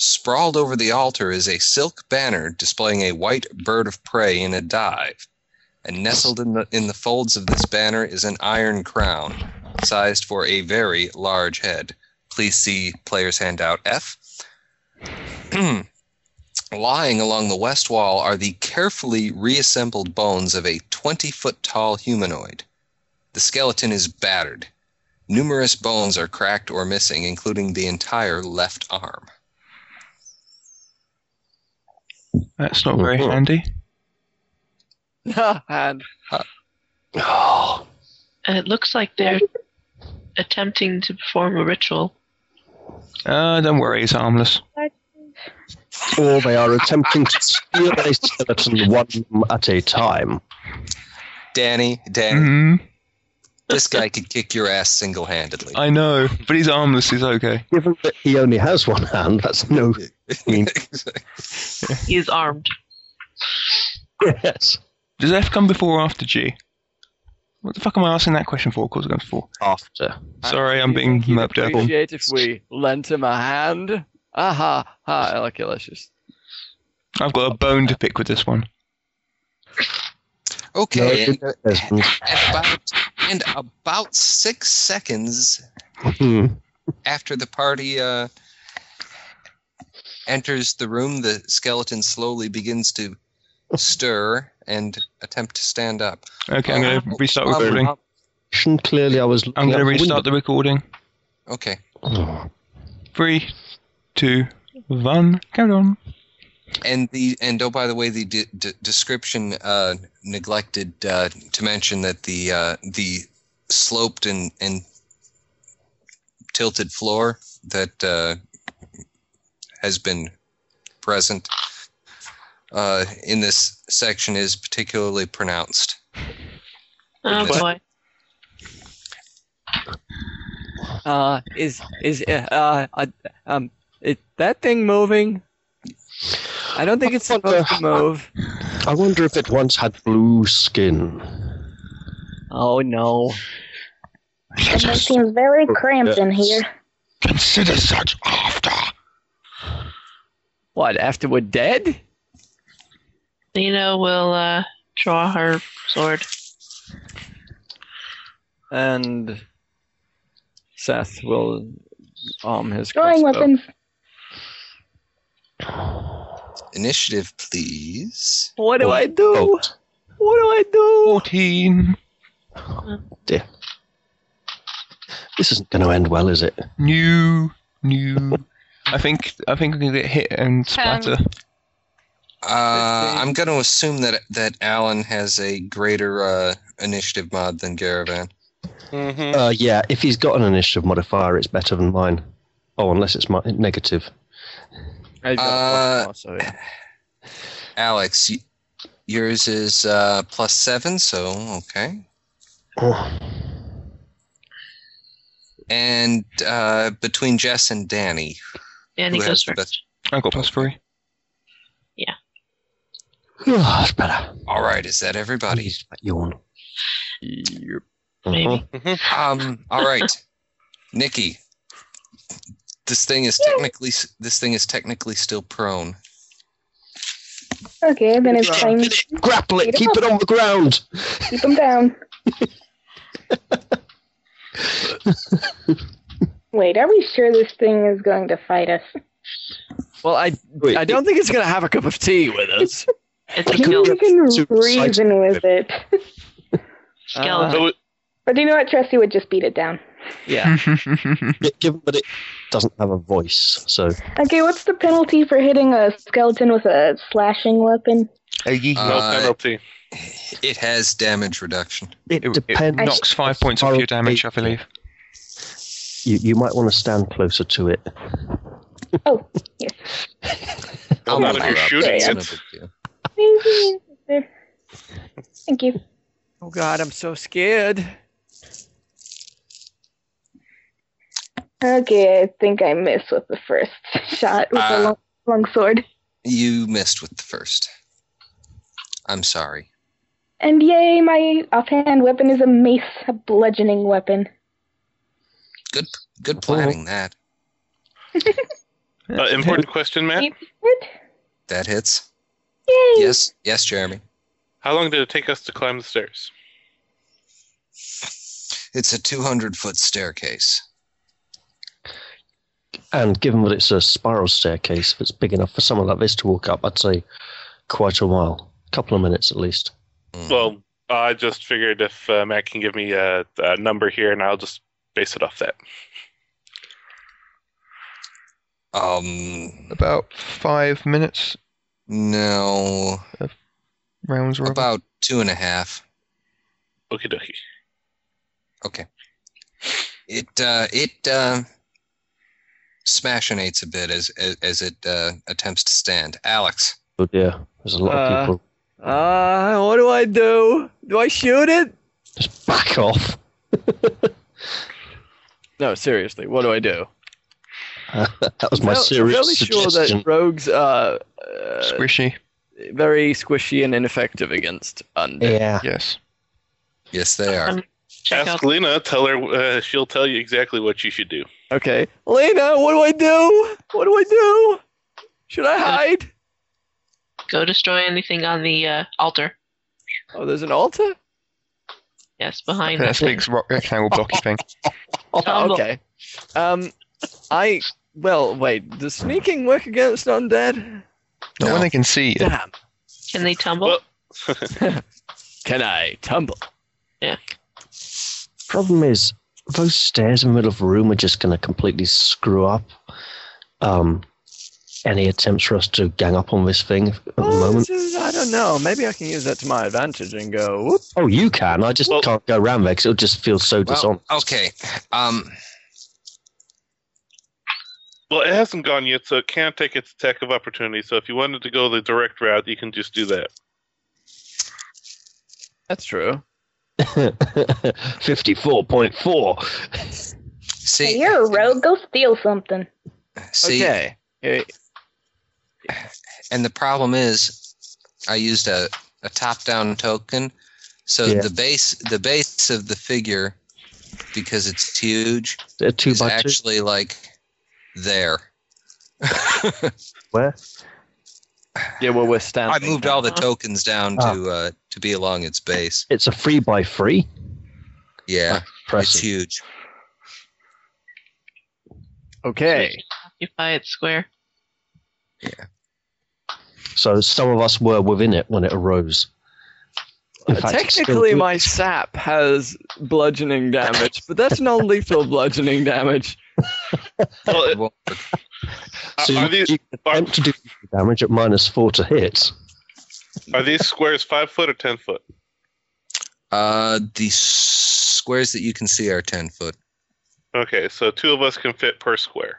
Sprawled over the altar is a silk banner displaying a white bird of prey in a dive, and nestled in the in the folds of this banner is an iron crown, sized for a very large head. Please see player's handout F. (clears throat) Lying along the west wall are the carefully reassembled bones of a 20 foot tall humanoid. The skeleton is battered. Numerous bones are cracked or missing, including the entire left arm.
That's not very handy.
and
And it looks like they're attempting to perform a ritual.
Uh, don't worry, it's harmless.
Or they are attempting to steal a skeleton one at a time.
Danny, Danny,
Mm-hmm.
hmm
this guy could kick your ass single handedly.
I know, but he's armless. He's okay.
Given that he only has one hand, that's no
He is armed.
yes.
Does F come before or after G? What the fuck am I asking that question for? Of course it comes before.
After.
Sorry, I'm
you
being
think he'd
moped up.
appreciate if we lent him a hand. Aha, Ah, ha, Alaculicious.
I've got a bone to pick with this one.
(laughs) Okay,
No,
and,
it isn't.
about, and about six seconds
Hmm.
after the party uh, enters the room, the skeleton slowly begins to stir and attempt to stand up.
Okay, I'm going to restart recording.
Hmm. Clearly, I was.
I'm
looking
going to
out
restart the
the
(sighs)
window.
recording.
Okay.
Oh.
Three, two, one. Carry on.
And the and oh by the way, the de- de- description uh, neglected uh, to mention that the uh, the sloped and and tilted floor that uh, has been present uh, in this section is particularly pronounced.
Oh
Goodness.
boy.
Uh, is is uh, uh, uh, um is that thing moving? I don't think it's supposed to move.
I wonder if it once had blue skin.
Oh no!
It seems very
Oh,
cramped in here.
Consider such after.
What? After we're dead?
Lena will uh, draw her sword.
And Seth will arm his
Drawing
crossbow.
weapons.
Initiative, please.
What do I
Oh.
do? What do I do?
Fourteen.
This isn't going to end well, is it?
New. New. I think I think I'm going to get hit and splatter.
Uh, I'm going to assume that that Alan has a greater uh, initiative mod than Garavan.
Mm-hmm.
Uh, yeah, if he's got an initiative modifier, it's better than mine. Oh, unless it's my, negative.
I got a
Uh,
crossbow, yeah.
Alex, y- yours is uh, plus seven, so okay.
Oh.
And uh, between Jess and Danny,
And he
Who
goes
has the
first.
I got plus three.
that's better.
all right, is that everybody?
Please, let you on.
Maybe.
Uh-huh.
Um, all right, (laughs) Nikki. This thing is technically s- this thing is technically still prone.
Okay, then it's trying to
Grapple it, keep it on the ground.
keep
(laughs)
them down. Wait, are we sure this thing is going to fight us?
Well, I
Wait,
I don't think it's gonna have a cup of tea with us.
It's a
Can
skill.
we even
Super
reason with it? (laughs)
Uh-huh.
Skeleton.
But you know what? Trusty would just beat it down.
Yeah.
It- Given that it doesn't have a voice, so
Okay, what's the penalty for hitting a skeleton with a slashing weapon?
No
Uh,
penalty.
It has damage reduction.
it,
It, it
depends.
knocks five points off your damage, I believe.
You, you might want to stand closer to it.
Oh, yes.
I'll
not if
allow
you're
that.
shooting
It's
it.
no big deal.
Maybe there- Thank you.
Oh God, I'm so scared.
Okay, I think I missed with the first shot with
Uh,
the long, long sword.
You missed with the first. I'm sorry.
And yay, my offhand weapon is a mace, a bludgeoning weapon.
Good planning that.
Uh, important question, Matt.
What?
That hits.
Yay!
Yes, yes, Jeremy.
How long did it take us to climb the stairs?
It's a 200 foot staircase.
And given that it's a spiral staircase, if it's big enough for someone like this to walk up, I'd say quite a while, a couple of minutes at least.
Mm.
Well, I just figured if uh, Matt can give me a, a number here, and I'll just base it off that.
um,
About five minutes
no,
rounds were
about two and a half.
Okie dokie.
It uh, it uh, smashinates a bit as as, as it uh, attempts to stand. Alex,
But yeah, there's a lot
Uh,
of people.
Uh, what do I do? Do I shoot it?
Just back off. (laughs)
No, seriously, what do I do?
that was my
Well,
serious
really sure
suggestion.
that rogues are uh,
squishy.
very squishy and ineffective against undead.
yeah.
Yes.
yes, they are.
Um, Check out
Ask Lena. Tell her. Uh, she'll tell you exactly what you should do.
Okay, Lena, what do I do? What do I do? Should I hide?
Go destroy anything on the uh, altar.
Oh, there's an altar?
Yes, behind
That
it.
speaks rock rectangle blocky thing.
Oh,
Tumble.
okay. Um, I well wait. Does sneaking work against undead?
Not when they can see you.
Damn.
Can they tumble?
Well-
Can I tumble?
Problem is, those stairs in the middle of a room are just going to completely screw up um, any attempts for us to gang up on this thing at the
Oh,
moment.
this is- I don't know. Maybe I can use that to my advantage and go. Whoop.
Oh, you can. I just
Well-
can't go around there because it'll just feel so
Well,
dishonest.
okay. Um,
Well, it hasn't gone yet, so it can't take its attack of opportunity. So if you wanted to go the direct route, you can just do that.
That's true.
(laughs) 54.4.
Hey,
see,
you're a rogue. Go steal something.
see,
Okay. Eh,
and the problem is, I used a, a top-down token, so
Yeah.
the base the base of the figure, because it's huge,
A two
is
by two.
actually like there.
Where?
Yeah, well, we're
I
standing.
moved all the tokens down
Ah.
to uh, to be along its base.
It's a three by three.
Yeah, it's
Press.
huge.
Okay.
Occupy it square.
So some of us were within it when it arose. In fact, it's still
Uh, Technically,
doing-
my sap has bludgeoning damage, but that's non-lethal bludgeoning damage.
Well,
It
it-
won't-
uh,
are,
so you,
are these
you
are,
attempt to do damage at minus four to hit.
are these squares five foot or ten foot?
Uh, the squares that you can see are ten foot.
Okay, so two of us can fit per square.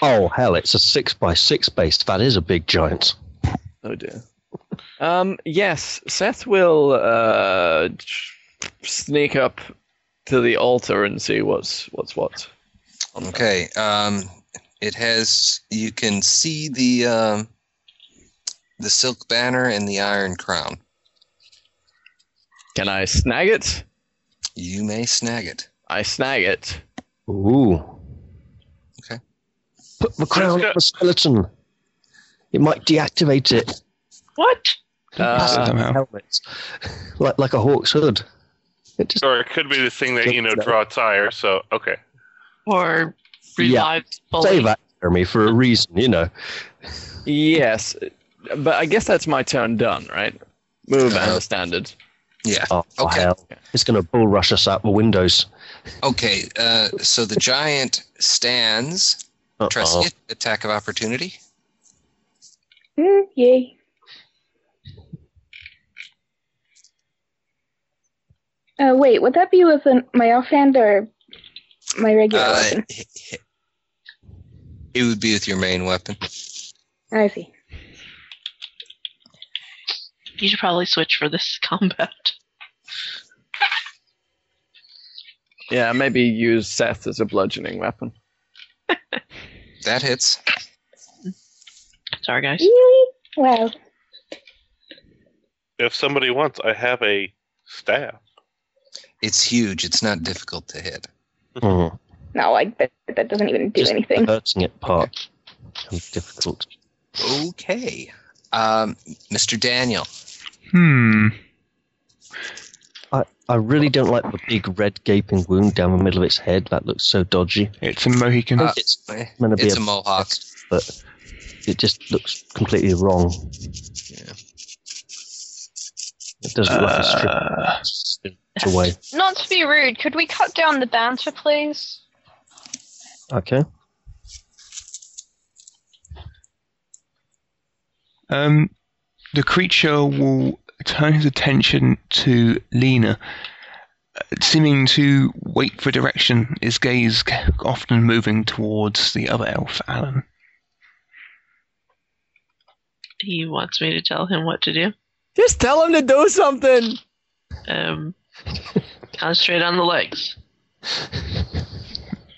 Oh hell, it's a six by six base. That is a big giant.
Oh dear. Um. Yes, Seth will uh sneak up to the altar and see what's what's what.
Okay. Um, it has. You can see the um, the silk banner and the iron crown.
Can I snag it?
You may snag it.
I snag it.
Ooh.
Okay.
Put the crown
got-
on the skeleton. It might deactivate it.
What?
Pass it
Uh,
on
somehow.
helmets. like like a hawk's hood. It just
Or it could be the thing that you know
No.
draw tire. So okay,
Or
Yeah.
revive
say
bully?
that, Jeremy, for a reason, you know.
yes, but I guess that's my turn done, right? Move and
Uh-huh.
the standard.
Yeah.
Oh
Okay.
hell. It's gonna bull rush us out the windows.
Okay. Uh, so the giant stands.
Uh-oh.
Trust it. Attack of opportunity.
Mm, yay. Uh, wait, would that be with an, my offhand or my regular
Uh,
weapon?
it would be with your main weapon.
I see.
You should probably switch for this (laughs) combat.
Yeah, maybe use Seth as a bludgeoning weapon.
That hits.
Sorry, guys.
Really? Wow.
if somebody wants, I have a staff.
It's huge. It's not difficult to hit.
Mm.
No, I, that, that doesn't even do
Just
anything.
Hurting it part. becomes difficult.
Okay. Um, Mr. Daniel.
Hmm.
I, I really don't like the big red gaping wound down the middle of its head. That looks so dodgy.
It's a Mohican.
Uh,
it's meant to be
It's
a,
a mohawk.
but it just looks completely wrong.
Yeah.
It doesn't look like a strip
Uh,
it's away.
Not to be rude, could we cut down the banter, please?
(laughs)
Okay.
um, the creature will turn his attention to Lena, uh, seeming to wait for direction. His gaze c- often moving towards the other elf, Alan.
He wants me to tell him what to do.
Just tell him to do something.
(laughs)
Um, concentrate on the legs.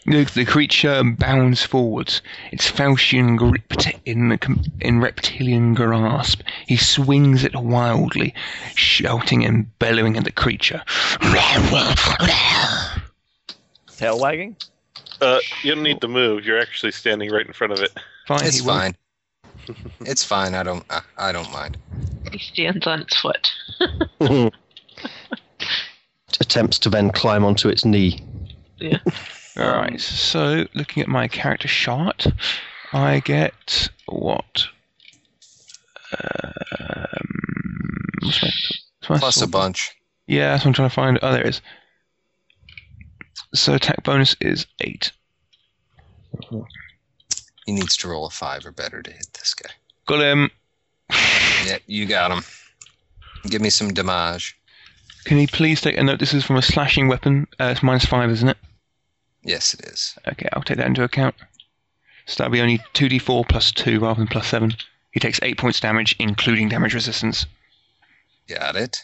The, the creature bounds forwards, its falchion gripped in the com- in reptilian grasp. He swings it wildly, shouting and bellowing at the creature.
Tail wagging.
Uh, you don't need to move. You're actually standing right in front of it.
Fine,
It's
he will.
fine. It's fine. I don't. I, I don't mind.
He stands on its foot.
Attempts to then climb onto its knee.
Yeah.
Um,
All right. So looking at my character chart, I get what? Um, what's my- what's my
Plus a
sword?
bunch.
Yeah, that's what I'm trying to find. Oh, there it is. So attack bonus is eight.
He needs to roll a five or better to hit this guy.
Got him.
Yeah, you got him. Give me some damage.
Can you please take a note? This is from a slashing weapon. Uh, it's minus five, isn't it?
Yes, it is.
Okay, I'll take that into account. So that'll be only 2d4 plus 2 rather than plus 7. He takes 8 points damage, including damage resistance.
Got it.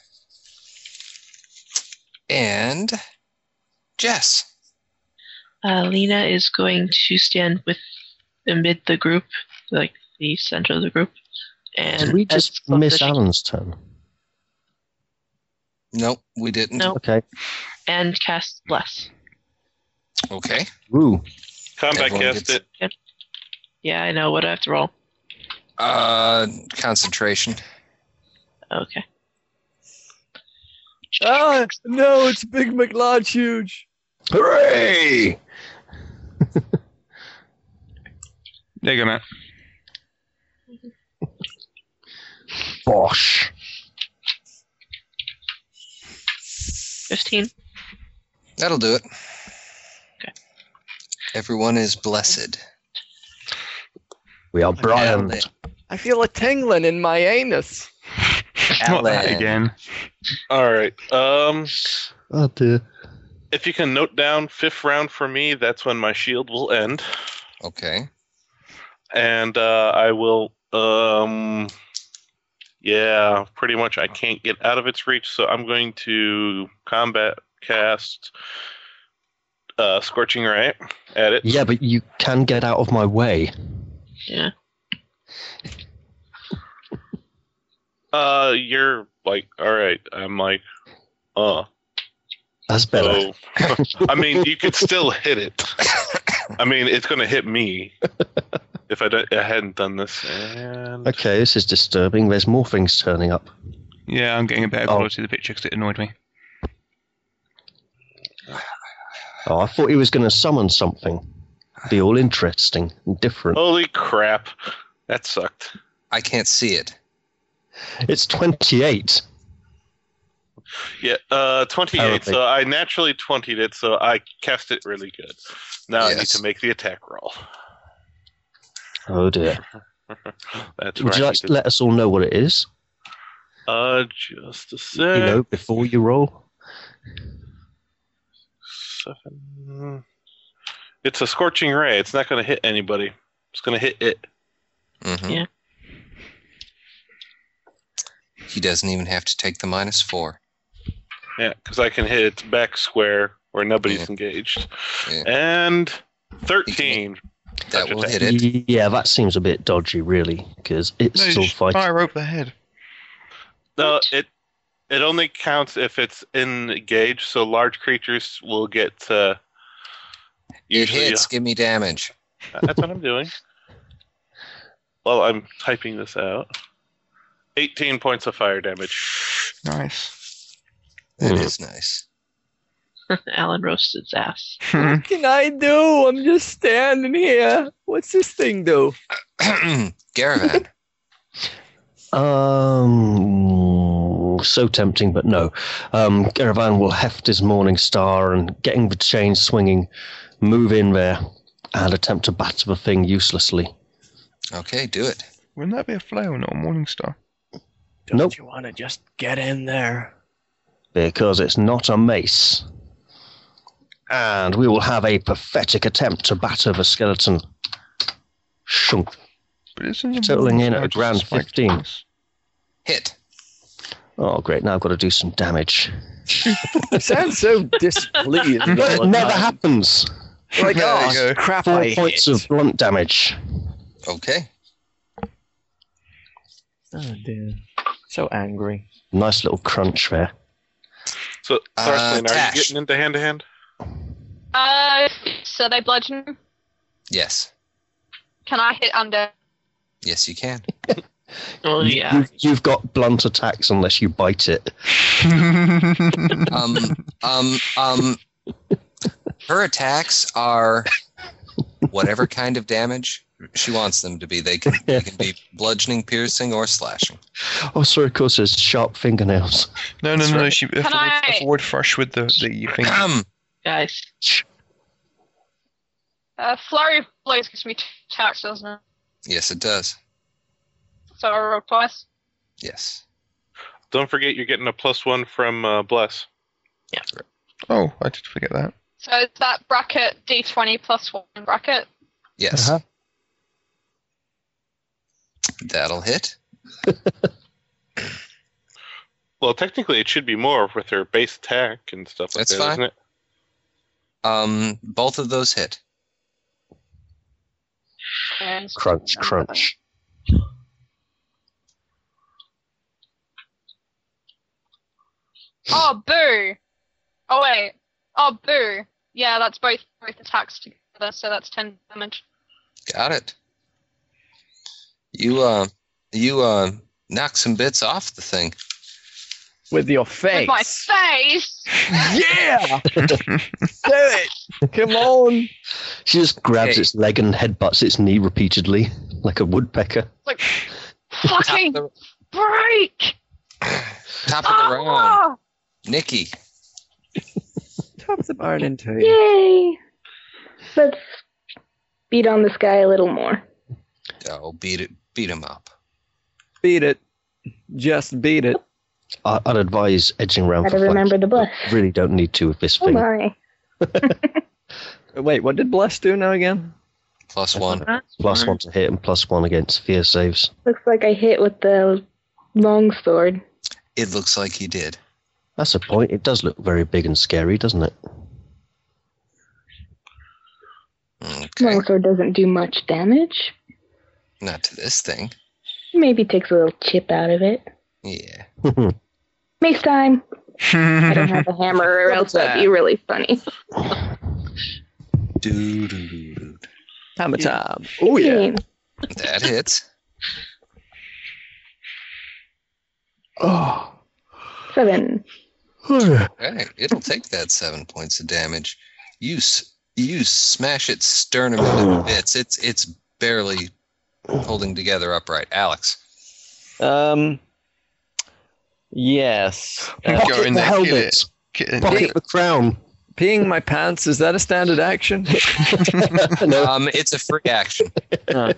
And Jess.
Uh, Lena is going to stand with amid the group, like the center of the group. And
Did we
as
just
close as
miss
she-
Alan's turn?
Nope, we didn't.
No.
Okay.
and cast bless.
Okay.
Woo.
Combat
Everyone
cast
gets-
it.
Yeah, I know. What do I have to roll?
Uh, concentration.
Okay.
Ah, no, it's Big McLarge huge.
Hooray!
There you go, Matt.
Bosh.
Fifteen. (laughs)
That'll do it.
Okay.
Everyone is blessed.
We are Brian.
Alan.
I feel a tingling in my anus.
Not that
Alan.
again.
All right. Um,
Oh dear.
if you can note down fifth round for me, that's when my shield will end,
Okay.
and uh, I will. Um, yeah, pretty much. I can't get out of its reach, so I'm going to combat cast uh, scorching ray at it.
Yeah, but you can get out of my way.
Yeah.
Uh, you're like, all right. I'm like, uh.
That's better.
So, I mean, you could still hit it. I mean, it's going to hit me if I, don't- I hadn't done this. And
Okay, this is disturbing. There's more things turning up.
Yeah, I'm getting a better
Oh.
quality of the picture because it annoyed me.
Oh, I thought he was going to summon something. Be all interesting and different.
holy crap, that sucked.
I can't see it.
It's 28.
Yeah, uh, twenty-eight.
Terrific.
So I naturally twentyed it, so I cast it really good. Now I need
Yes.
to make the attack roll. (laughs)
Oh dear.
That's
Would
right.
you like to let us all know what it is?
uh, just a sec.
You know, before you roll?
Seven. It's a scorching ray. It's not going to hit anybody. It's going to hit it.
hmm
Yeah.
He doesn't even have to take the minus four.
Yeah, because I can hit its back square where nobody's
Yeah.
engaged.
Yeah.
And 13.
That will hit it.
Yeah, that seems a bit dodgy, really, because it's still fighting.
fire rope ahead.
No, Uh, it it only counts if it's engaged, so large creatures will get uh,
It
usually.
hits. Give me damage.
That's what I'm doing. Well, I'm typing this out. 18 points of fire damage.
(laughs) Nice.
That
Mhm.
is nice. (clears throat)
Alan roasts its ass.
Mm-hmm.
What can I do? I'm just standing here. What's this thing do?
Garavan.
Um, so tempting, but no. Um, Garavan will heft his Morning Star and, getting the chain swinging, move in there and attempt to batter the thing uselessly.
okay, do it.
Wouldn't that be a flail, not a morning star?
Don't
Nope.
you want to just get in there?
because it's not a mace. And we will have a pathetic attempt to batter the skeleton. Shunk.
But isn't a
Totaling
morning
in at
star
a
just
grand
spiked
15.
(laughs)
twice?
Hit.
Oh, great. Now I've got to do some damage.
You sound (laughs) so displeased. all
That
the
(laughs) never
time.
happens.
Like,
There you
oh,
go.
crap,
Four
I
points
hit.
of blunt damage.
Okay.
Oh, dear. So angry.
Nice little crunch there.
So,
Uh,
Sarslane, are
Tash.
you getting into hand to hand?
Uh, so they bludgeon.
Yes.
Can I hit undead?
Yes, you can.
Oh
You-
yeah.
You've, you've got blunt attacks unless you bite it. (laughs)
um, um, um, her attacks are whatever kind of damage she wants them to be. They can, they can be bludgeoning, piercing, or slashing. (clears throat)
Oh, sorry, of course, it's sharp fingernails.
No, no,
That's
no, no.
right.
She a
Can
forward,
I-
a forward thrush with the the thing.
Um,
Guys.
Uh, flurry of blows gives me two attacks, doesn't it?
yes, it does.
So I roll twice.
Yes.
Don't forget, you're getting a plus one from uh, Bless.
Oh, I did forget
(laughs)
that.
So it's that bracket d20 plus one bracket.
Yes. That'll hit.
Well, technically, it should be more with her base attack and stuff like
That's
that,
fine.
isn't it?
Um, both of those hit.
And
Crunch, crunch.
Oh, boo! Oh, wait. Oh, boo! Yeah, that's both both attacks together, so that's 10 damage.
Got it. You uh, you uh, knock some bits off the thing.
with your
With
face.
my face! (laughs)
yeah, do it. Come on.
She just grabs
Okay.
its leg and headbutts its knee repeatedly, like a woodpecker.
Like,
(laughs) Top
fucking
of the, (clears throat)
break!
top of the round.
Ah!
Nikki.
Top the barn and two.
Yay! Let's beat on this guy a little more.
Oh, beat it. Beat him up.
Beat it. Just beat it.
I, I'd advise edging around
Gotta
for flank.
remember the bus.
Really don't need to with this
Oh
thing.
my.
Wait, what did Bless do now again?
Plus one.
Plus one to hit and plus one against fear saves.
Looks like I hit with the long sword.
It looks like he did.
That's a point. It does look very big and scary, doesn't (laughs) it?
Okay.
Long sword doesn't do much damage.
Not to this thing.
Maybe takes a little chip out of it.
Yeah.
Next time. I
Mm-hmm.
don't have a hammer or else that'd be really funny.
Doo doo doo doo.
Time of time. Oh yeah.
Okay.
That hits.
Oh.
Seven.
Okay. It'll take that seven points of damage. You s- you smash its sternum into bits. It's it's barely holding together upright. Alex.
Um. Yes. Uh,
Go in
the
there, kill
helmet.
it. Get it.
Pocket the crown.
peeing my pants is that a standard action?
no,
Um, it's a free action.
Can
Well-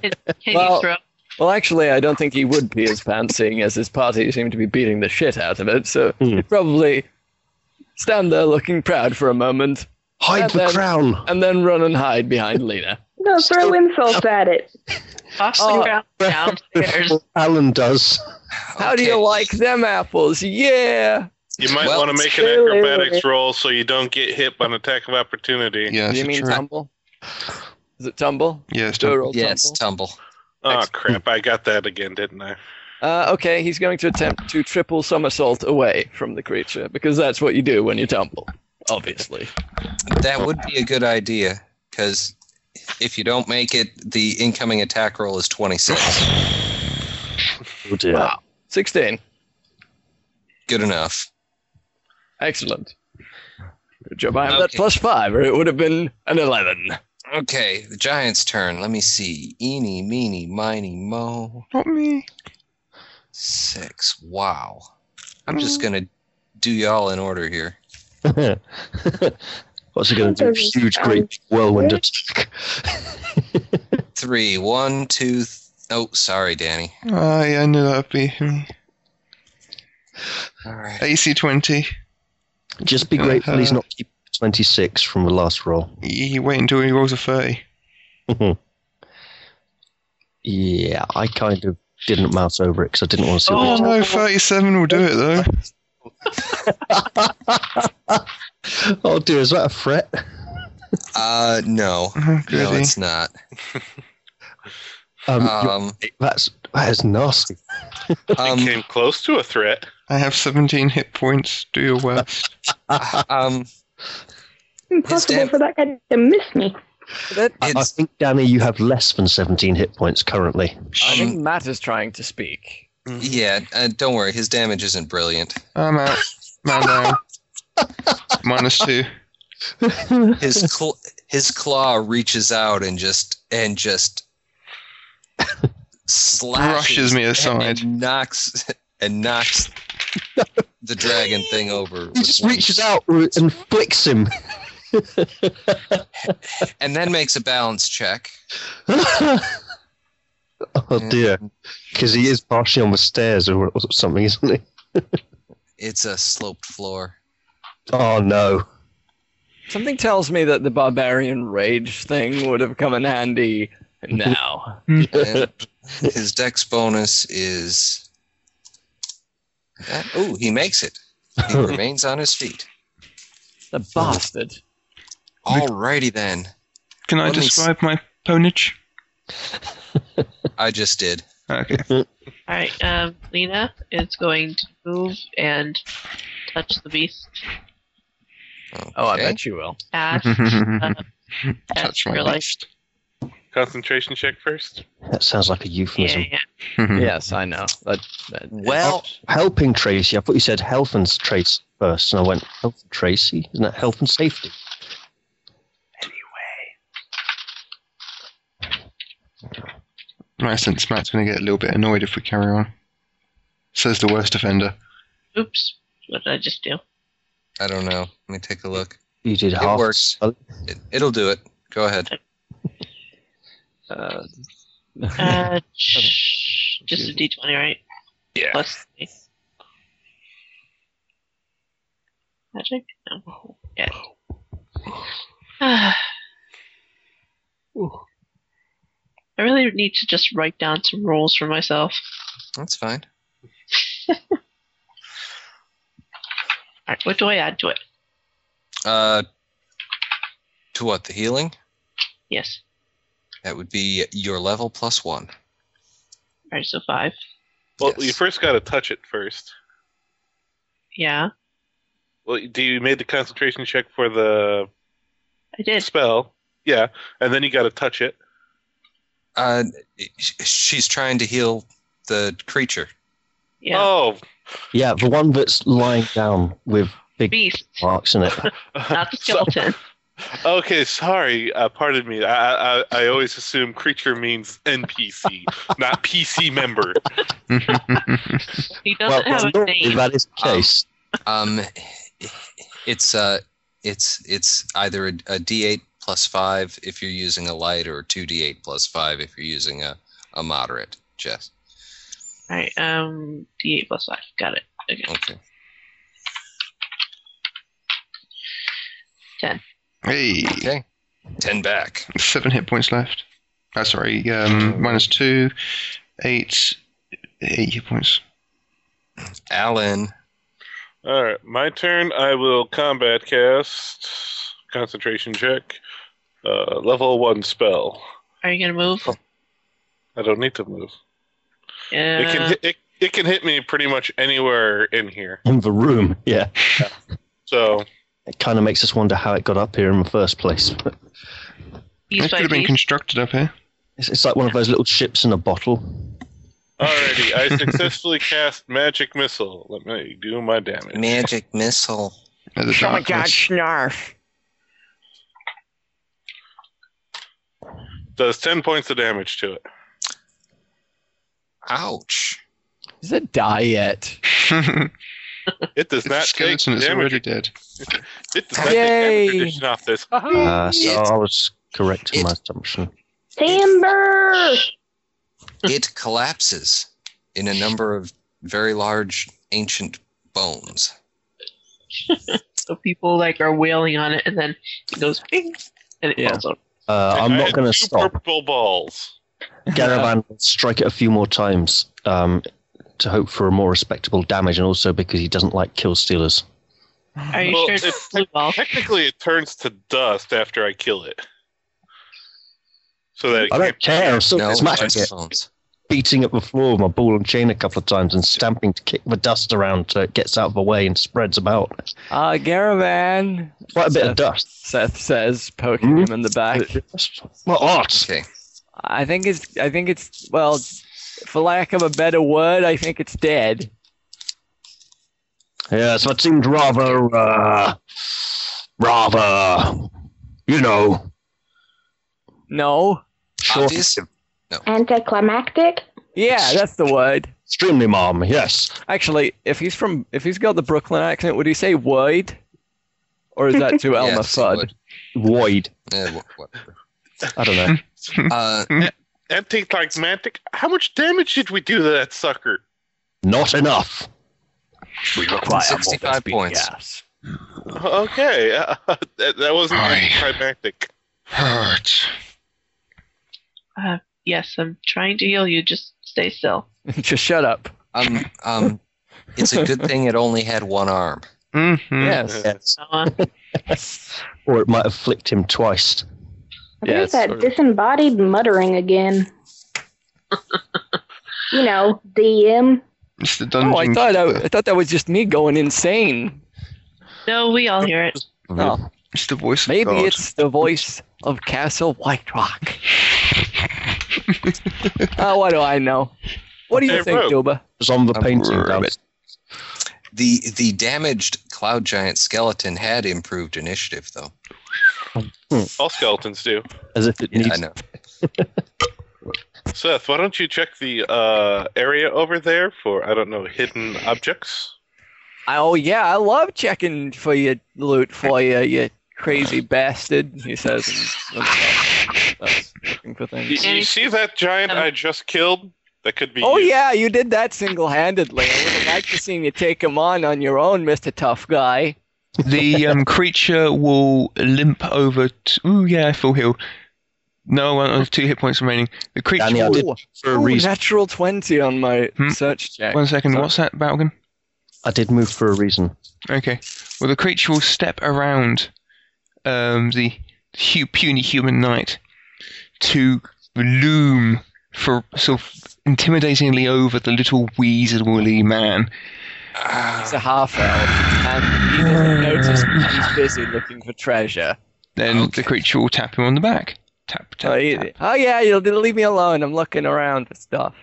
you throw
well, actually, I don't think he would pee his pants, seeing as his party seemed to be beating the shit out of it. So
Hmm.
he'd probably stand there looking proud for a moment,
(laughs) hide the
then-
crown.
and then run and hide behind Lena.
No, throw insults at it.
off the
Oh.
uh,
ground
(laughs)
downstairs?
Alan does. (laughs)
How do you
Okay.
like them apples? Yeah.
You might
Well,
want to make an
really,
acrobatics
really-
roll so you don't get hit by an attack of opportunity.
Yeah,
Do you
it's
mean
true.
tumble? Is it tumble?
Yeah, it's
Do a
true.
roll
Yes,
tumble?
tumble.
Oh crap! I got that again, didn't
(laughs)
I?
Uh, okay, he's going to attempt to triple somersault away from the creature because that's what you do when you tumble, obviously.
That would be a good idea because if you don't make it, the incoming attack roll is twenty-six.
Oh dear.
Wow. 16.
Good enough.
Excellent. Good job. I have that
Okay.
plus 5, or it would have been an 11.
Okay, the giant's turn. Let me see. Eeny, meeny, miny, mo.
Not me.
Six. Wow. I'm just gonna do y'all in order here.
What's he going to do? A Huge, great big whirlwind attack.
Three. One, two. Th- oh, sorry, Danny.
I, I knew that'd be me.
All right.
AC twenty.
(laughs) Just be grateful he's not keeping 26 from the last roll.
You you wait until he rolls a thirty.
(laughs) Yeah, I kind of didn't mouse over it because I didn't want to see
Oh
what
no, thirty-seven will do it though.
it (laughs) Oh dear, is that a threat?
Uh, no. No,
Goody.
it's not.
Um, you're-
Um,
that's, that is nasty.
(laughs) um,
Came close to a threat.
I have seventeen hit points. Do your worst.
um,
Impossible
damn-
for that guy to miss me.
That,
I, I think, Danny, you have less than 17 hit points currently.
I think Matt is trying to speak.
Yeah, uh, don't worry. His damage isn't brilliant.
I'm out. Man down. Minus two.
(laughs)
His cl- his claw reaches out and just and just slashes
Brushes me
and
aside.
knocks (laughs)
(laughs)
and knocks the dragon thing over.
He
with
just
one-
reaches out and flicks him. (laughs)
and then makes a balance check.
oh dear, because he is partially on the stairs or, or something, isn't he?
It's a sloped floor.
Oh no.
Something tells me that the barbarian rage thing would have come in handy now.
And his dex bonus is. Oh, he makes it. He remains on his feet.
the bastard.
Alrighty then.
Can I
Let me s-
describe my ponage?
I just did.
Okay.
All right, um, Lena is going to move and touch the beast
Oh, I
Okay.
bet you will.
(laughs)
ash. uh,
(laughs) Touch my
realized.
Concentration check first.
(laughs) That sounds like a
Yeah,
euphemism.
yeah.
Yes, I know. That, that is-
Well,
Helping Tracy. I thought you said health and s- trace first, and I went health and Tracy. Isn't that health and safety?
Right, since Matt's going to get a little bit annoyed if we carry on. Says the worst offender. (laughs)
Oops, what did I just do?
I don't know. Let me take a look.
You did
It
half.
works. It, it'll do it. Go ahead.
uh,
Uh, sh- just a d20, right? Yeah. Plus three. Magic? No. Yeah. (sighs) I really need to just write down some rules for myself.
That's fine.
All right, what do I add to it?
Uh, to what? The healing?
Yes.
That would be your level plus one.
All right, so five.
Well,
Yes.
you first got to touch it first.
Yeah,
Well, do you made the concentration check for the
I did.
spell? Yeah, and then you got to touch it.
Uh, sh- she's trying to heal the creature.
Yeah.
Oh,
Yeah, the one that's lying down with big
Beast,
marks in it.
not
(laughs)
the (laughs) skeleton.
So- okay, sorry. Uh, pardon me. I, I I always assume creature means
(laughs)
NPC, not PC member.
he doesn't have a
normally
name.
that is
Oh.
the case.
Um, it's uh, it's it's either a, a D8 plus five if you're using a light, or two D8 plus five if you're using a, a moderate. Jess.
All right, um, D8 plus five. Got it. Okay.
Okay.
Hey,
Okay. Ten back.
seven hit points left. Oh, sorry, um, minus two, eight, eight hit points.
Alan.
All right, my turn. I will combat cast concentration check. Uh, level one spell.
Are you gonna move?
I don't need to move.
Yeah.
It can hit, it, it can hit me pretty much anywhere in here.
In the room, yeah.
So
It kind of makes us wonder how it got up here in the first place.
Beast
It could
by
have been
beast.
constructed up here.
It's, it's like one of those little ships in a bottle.
Alrighty,
(laughs)
I successfully cast Magic Missile. Let me do my damage.
Magic missile.
At
Oh
the (laughs) darkness.
snarf.
Does 10 points of damage to it.
Ouch.
Is it die yet? (laughs)
It does
It's a
not take
skeleton is
damage.
already dead.
It does not take damage reduction off this.
Uh, so
It-
I was correct in my assumption.
Amber!
It collapses in a number of very large ancient bones.
So people like are wailing on it, and then it goes ping, and it
Yeah.
falls over.
Uh,
I
I'm not
have
going to
two
stop.
Purple balls.
Garavan will strike it a few more times um, to hope for a more respectable damage, and also because he doesn't like kill stealers.
Are you
Well,
sure it's
it's-
blue ball?
Technically, it turns to dust after I kill it. So that it
I
can't
don't care. I'm still
no,
it's magic.
bones.
beating up the floor with my ball and chain a couple of times and stamping to kick the dust around so it gets out of the way and spreads about.
Ah, Garavan.
Quite a bit of dust.
Seth says, poking him in the back.
Mm-hmm. What art?
Okay.
I think it's. I think it's. Well, for lack of a better word, I think it's dead.
Yes, that seemed rather, uh, rather, you know,
No.
short,
Obvious?
Anticlimactic?
Yeah, that's the word.
extremely mom. Yes,
Actually, if he's from, if he's got the Brooklyn accent, would he say wide? Or is that too Elmer
Yes, it
Fudd?
would.
void.
Eh, wh- whatever.
I don't know.
Uh,
Anticlimactic. How much damage did we do to that sucker?
Not enough.
We require
65
speed
points.
gas.
Okay, (laughs) uh, that, that wasn't
Aye.
anticlimactic.
Hurt.
Yes, I'm trying to heal you. Just stay still.
(laughs) Just shut up.
um, um, it's a good thing it only had one arm.
Mm-hmm.
Yes.
Yes.
Uh,
Or it might have flicked him twice.
Yeah, it's
There's that
sort of-
disembodied muttering again. you know, DM.
It's the dungeon.
Oh, I thought I, I thought that was just me going insane.
no, we all hear it.
Oh,
It's the voice of
maybe
God.
it's the voice of Castle White Rock. oh, what do I know? What do you
Hey,
think,
Rogue.
Duba?
It was on the
Um,
painting. down-
ribbit.
The the damaged cloud giant skeleton had improved initiative though.
All skeletons do.
As if it
Yeah, I
needs.
know.
Seth, why don't you check the uh, area over there for I don't know hidden objects?
Oh yeah, I love checking for your loot for you, you crazy bastard. He says. and looks up. That's looking for
You,
things.
you see that giant I just killed? That could be.
Um, Oh
you.
yeah, you did that single-handedly. I would have liked to see you take him on on your own, Mister Tough Guy. (laughs)
The um, creature will limp over. To, ooh, yeah, I full heal. No, I have two hit points remaining. The creature.
Danny, I
will-
did
Ooh,
for a
Oh,
ooh,
reason.
natural twenty on my
Hmm.
search check.
One second. What's that, Balgan?
I did move for a reason. (laughs)
Okay. Well, the creature will step around um, the hu- puny human knight to loom for sort of intimidatingly over the little weaselly man.
He's a half elf, and he doesn't notice he's busy looking for treasure.
Then the creature will tap him on the back. Tap, tap,
Oh, he-
tap.
oh yeah, you'll leave me alone. I'm looking around for stuff.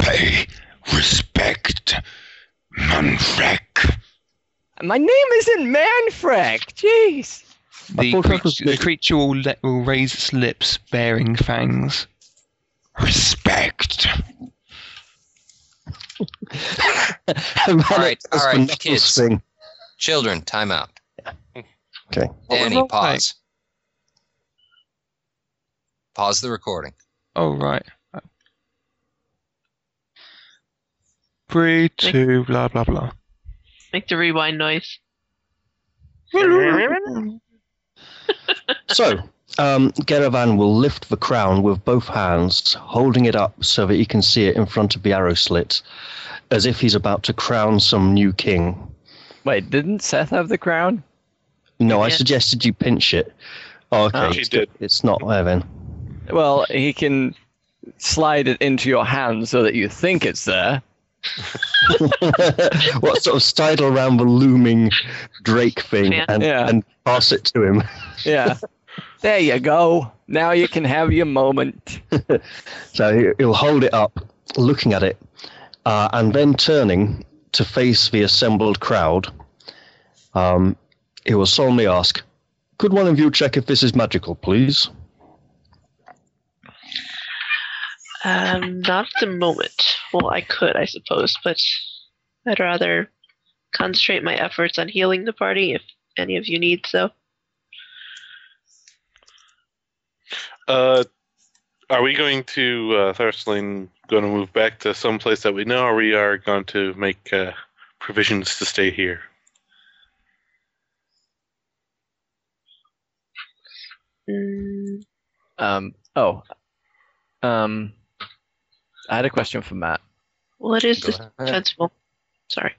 Pay respect, Manfrek.
My name isn't Manfrek. Jeez.
The,
thought that
creat-
was
the creature will, let, will raise its lips, bearing fangs. Respect.
All right, all
That's
right,
the knuckles
kids.
thing.
Children, time out.
Okay.
Danny,
Well,
pause. Pause the recording.
Oh, right. Three, two, blah, blah, blah.
Make the rewind noise. Um,
So, um, Geravan will lift the crown with both hands, holding it up so that he can see it in front of the arrow slit, as if he's about to crown some new king.
Wait, didn't Seth have the crown?
No, I
Yeah. Ah.
suggested you pinch it. Oh, okay.
Oh.
She
It's-
did.
It's not there then. (laughs)
Well, he can slide it into your hand so that you think it's there.
what sort of sidle around the looming Drake thing
Yeah.
and,
Yeah.
and pass it to him.
(laughs) Yeah. there you go. Now you can have your moment.
So he- he'll hold it up, looking at it, uh, and then turning to face the assembled crowd, um, he will solemnly ask, "Could one of you check if this is magical, please?"
Um, not at the moment. Well, I could, I suppose, but I'd rather concentrate my efforts on healing the party if any of you need so.
Uh, are we going to uh, Tharsaline? Going to move back to some place that we know, or we are going to make uh, provisions to stay here?
Mm,
Um, oh. Um, I had a question for Matt.
what is
Go
this
ahead.
defensible? Sorry.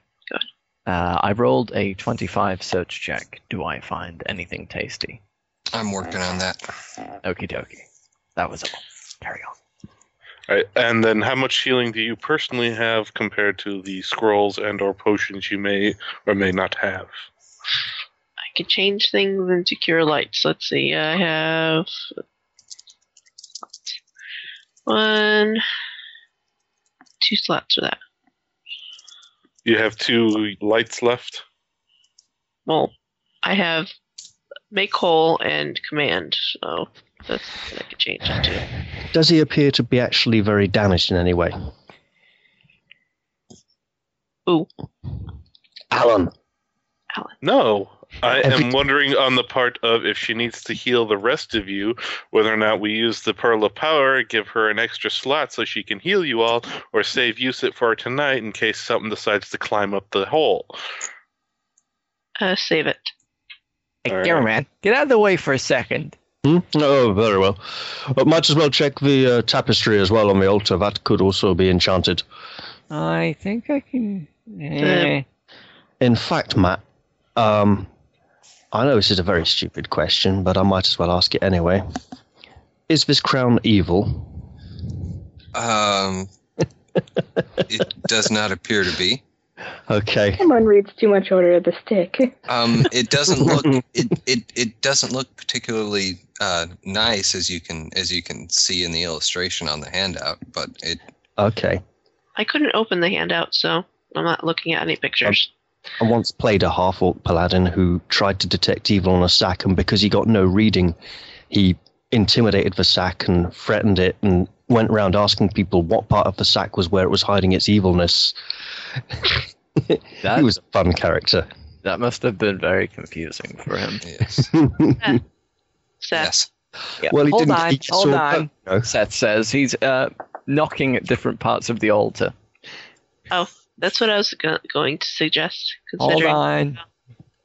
Uh, I rolled a 25 search check. Do I find anything tasty?
I'm working on that.
Okie dokie. That was all. Carry on.
All right, and then how much healing do you personally have compared to the scrolls and or potions you may or may not have?
I can change things into cure lights. Let's see. I have one, two slots for that.
You have two lights left.
Well, I have make whole and command. So that's what I could change it to.
Does he appear to be actually very damaged in any way?
Ooh,
Alan.
Alan.
No, I
Every-
am wondering on the part of if she needs to heal the rest of you, whether or not we use the Pearl of Power, give her an extra slot so she can heal you all, or save use it for tonight in case something decides to climb up the hole.
Uh, save it.
Hey,
All
Gamer
right.
Man, get out of the way for a second.
Hmm? Oh, very well. Uh, might as well check the uh, tapestry as well on the altar. That could also be enchanted.
I think I can. Eh.
In fact, Matt, um, I know this is a very stupid question, but I might as well ask it anyway. Is this crown evil?
Um, it does not appear to be.
Okay.
Someone reads too much Order of the Stick.
Um, it doesn't look it, it, it doesn't look particularly uh, nice as you can as you can see in the illustration on the handout, but it
Okay.
I couldn't open the handout, so I'm not looking at any pictures.
Um,
I once played a half orc paladin who tried to detect evil on a sack, and because he got no reading, he intimidated the sack and threatened it and went around asking people what part of the sack was where it was hiding its evilness. (laughs)
That,
He was a fun character. (laughs)
that must have been very confusing for him.
yes
Mm-hmm.
Seth,
yes
Yeah.
Well, he
hold
didn't-
on,
he
hold
saw-
on.
No.
Seth says he's uh, knocking at different parts of the altar.
that's what I was go- going to suggest.
Hold
Considering
on.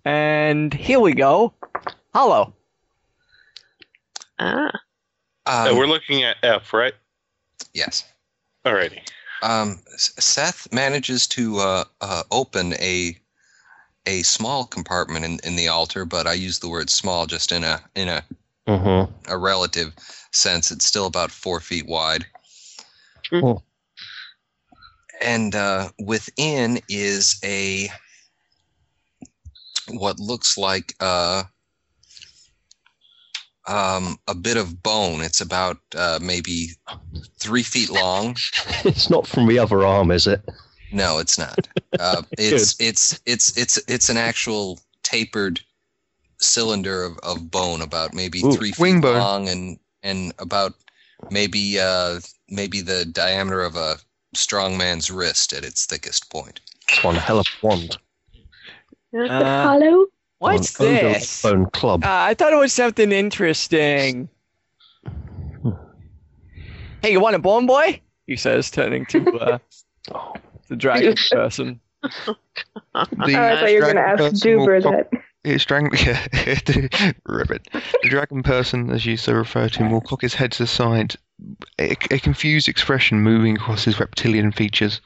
And here we go. Hollow.
ah,
Uh, we're
um,
looking at F, right?
yes.
Alrighty.
Um, S- Seth manages to uh, uh, open a a small compartment in, in the altar, but I use the word small just in a in a,
hmm
a relative sense. It's still about four feet wide.
Cool.
And uh, within is a what looks like uh, um, a bit of bone. It's about uh, maybe three feet long.
(laughs) It's not from the other arm, is it?
No, it's not.
(laughs)
Uh, it's it's it's it's it's an actual tapered cylinder of, of bone, about maybe
Ooh,
three feet
wing bone.
long, and and about maybe uh, maybe the diameter of a strongman's wrist at its thickest point.
It's one hell of a wand.
Uh,
(laughs) Hello?
what's
One odorless
this? Uh,
Bone club.
I thought it was something interesting. Hey, you want a bone boy? He says, turning to uh, the
(laughs)
dragon person.
The
Oh, I thought you were going to
dragon
ask
person will
Duber
prob-
that.
It's (laughs) dragon. Yeah, ribbit. The dragon person, as you so refer to him, will cock his head to the side, a, a confused expression moving across his reptilian features.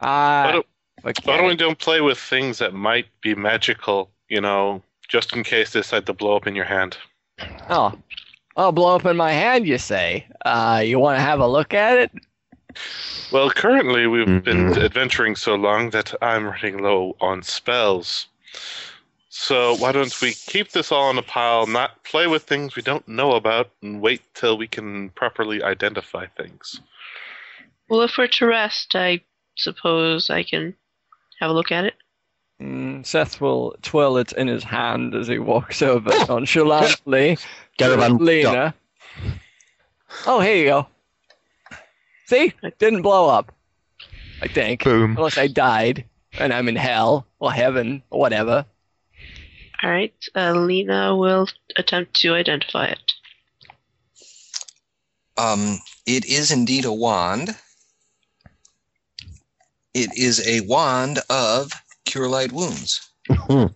Ah,
Why Why don't we
okay.
don't play with things that might be magical, you know, just in case they decide to blow up in your hand?
Oh, oh, blow up in my hand, you say? Uh, you want to have a look at it?
Well, currently we've been
Mhm.
adventuring so long that I'm running low on spells. So why don't we keep this all in a pile, not play with things we don't know about, and wait till we can properly identify things?
well, if we're to rest, I suppose I can have a look at it.
Mm, Seth will twirl it in his hand as he walks over
Oh! (laughs)
nonchalantly.
Garavan. duck.
Lena. Oh, here you go. See? It didn't blow up. I think.
Boom.
Unless I died and I'm in hell or heaven or whatever.
All right, uh, Lena will attempt to identify it.
Um, it is indeed a wand. It is a wand of cure light wounds.
Hmm.
Mm-hmm.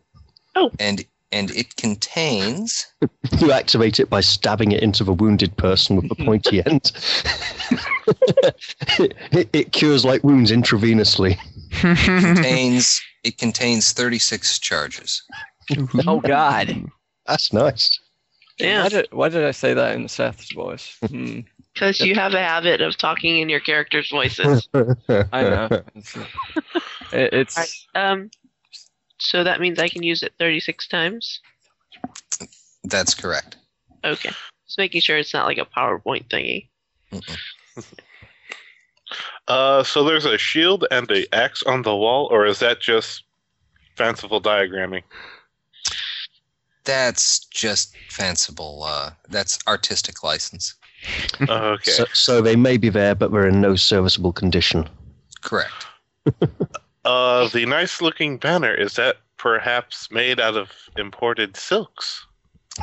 Oh.
And and it contains
You activate it by stabbing it into the wounded person with the
(laughs)
pointy end. (laughs) it, it cures like wounds intravenously.
contains it contains 36 charges.
(laughs)
Oh, God.
That's nice.
Yeah.
Why did, why did I say that in Seth's voice? Hmm.
Because you have a habit of talking in your characters'
(laughs)
voices.
I know. It's, it- it's
Right, um, so that means I can use it 36 times.
That's correct.
Okay. Just making sure it's not like a PowerPoint thingy.
Uh, so there's a shield and a axe on the wall, or is that just fanciful diagramming?
That's just fanciful. Uh, that's artistic license.
Oh, okay.
So, so they may be there, but they're in no serviceable condition.
Correct.
Uh, the nice looking banner is that perhaps made out of imported silks?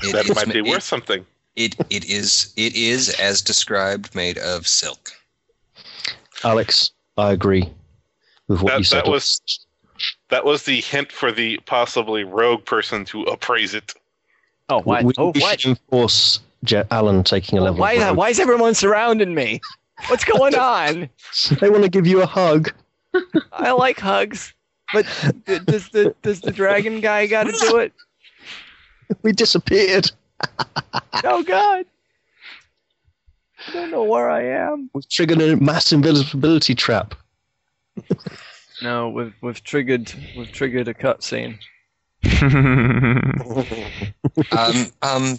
It
that
is
might be
ma-
worth
it-
something.
It it is it is as described, made of silk.
Alex, I agree with what
That-
you said.
that was- That was the hint for the possibly rogue person to appraise it.
oh
We-
why
we,
oh
we
why Oh,
should enforce Je- Alan taking a level.
why,
of
the-
rogue.
why is everyone surrounding me? What's
(laughs)
going on?
They want to give you a hug. (laughs)
I like hugs, but d- does the does the dragon guy got to do it?
We disappeared.
Oh God! I don't know where I am.
We've triggered a mass invisibility trap.
No, we've we've triggered we've triggered a cutscene.
(laughs)
Um um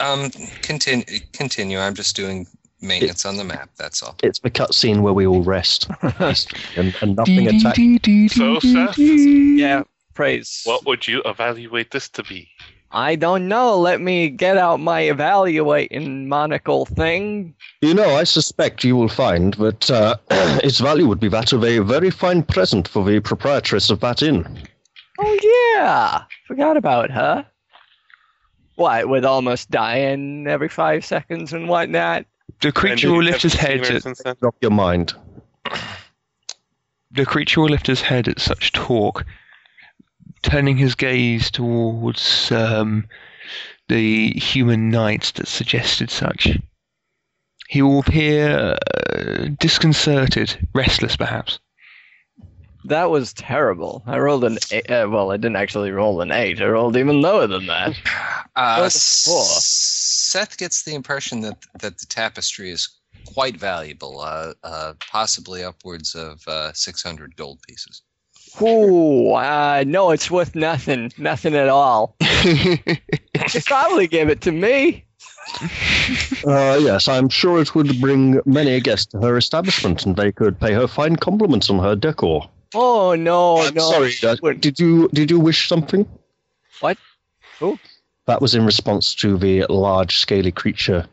um. Continue continue. I'm just doing maintenance on the map. That's all.
It's the cutscene where we all rest and, and nothing attacks.
(laughs)
So, Seth,
Yeah, praise.
what would you evaluate this to be?
I don't know. Let me get out my evaluating monocle thing.
You know, I suspect you will find that uh, (clears throat) its value would be that of a very fine present for the proprietress of that inn.
Oh yeah, forgot about her. What with almost dying every five seconds and whatnot.
The creature
And
will
you
lift his
haven't
head.
seen her
At,
since then?
Drop your mind.
the creature will lift his head at such talk, turning his gaze towards um, the human knight that suggested such. He will appear uh, disconcerted, restless, perhaps.
That was terrible. I rolled an eight. Uh, well, I didn't actually roll an eight. I rolled even lower than
(laughs)
that.
Oh,
Uh,
Well,
S-
four.
Seth gets the impression that that the tapestry is quite valuable, uh, uh, possibly upwards of uh, 600 gold pieces.
Ooh, uh, no, it's worth nothing. Nothing at all. They probably gave it to me.
Uh, yes, I'm sure it would bring many a guest to her establishment, and they could pay her fine compliments on her decor.
Oh no,
I'm
no.
sorry. uh,
Wait.
did you did you wish something?
What? Who?
That was in response to the large, scaly creature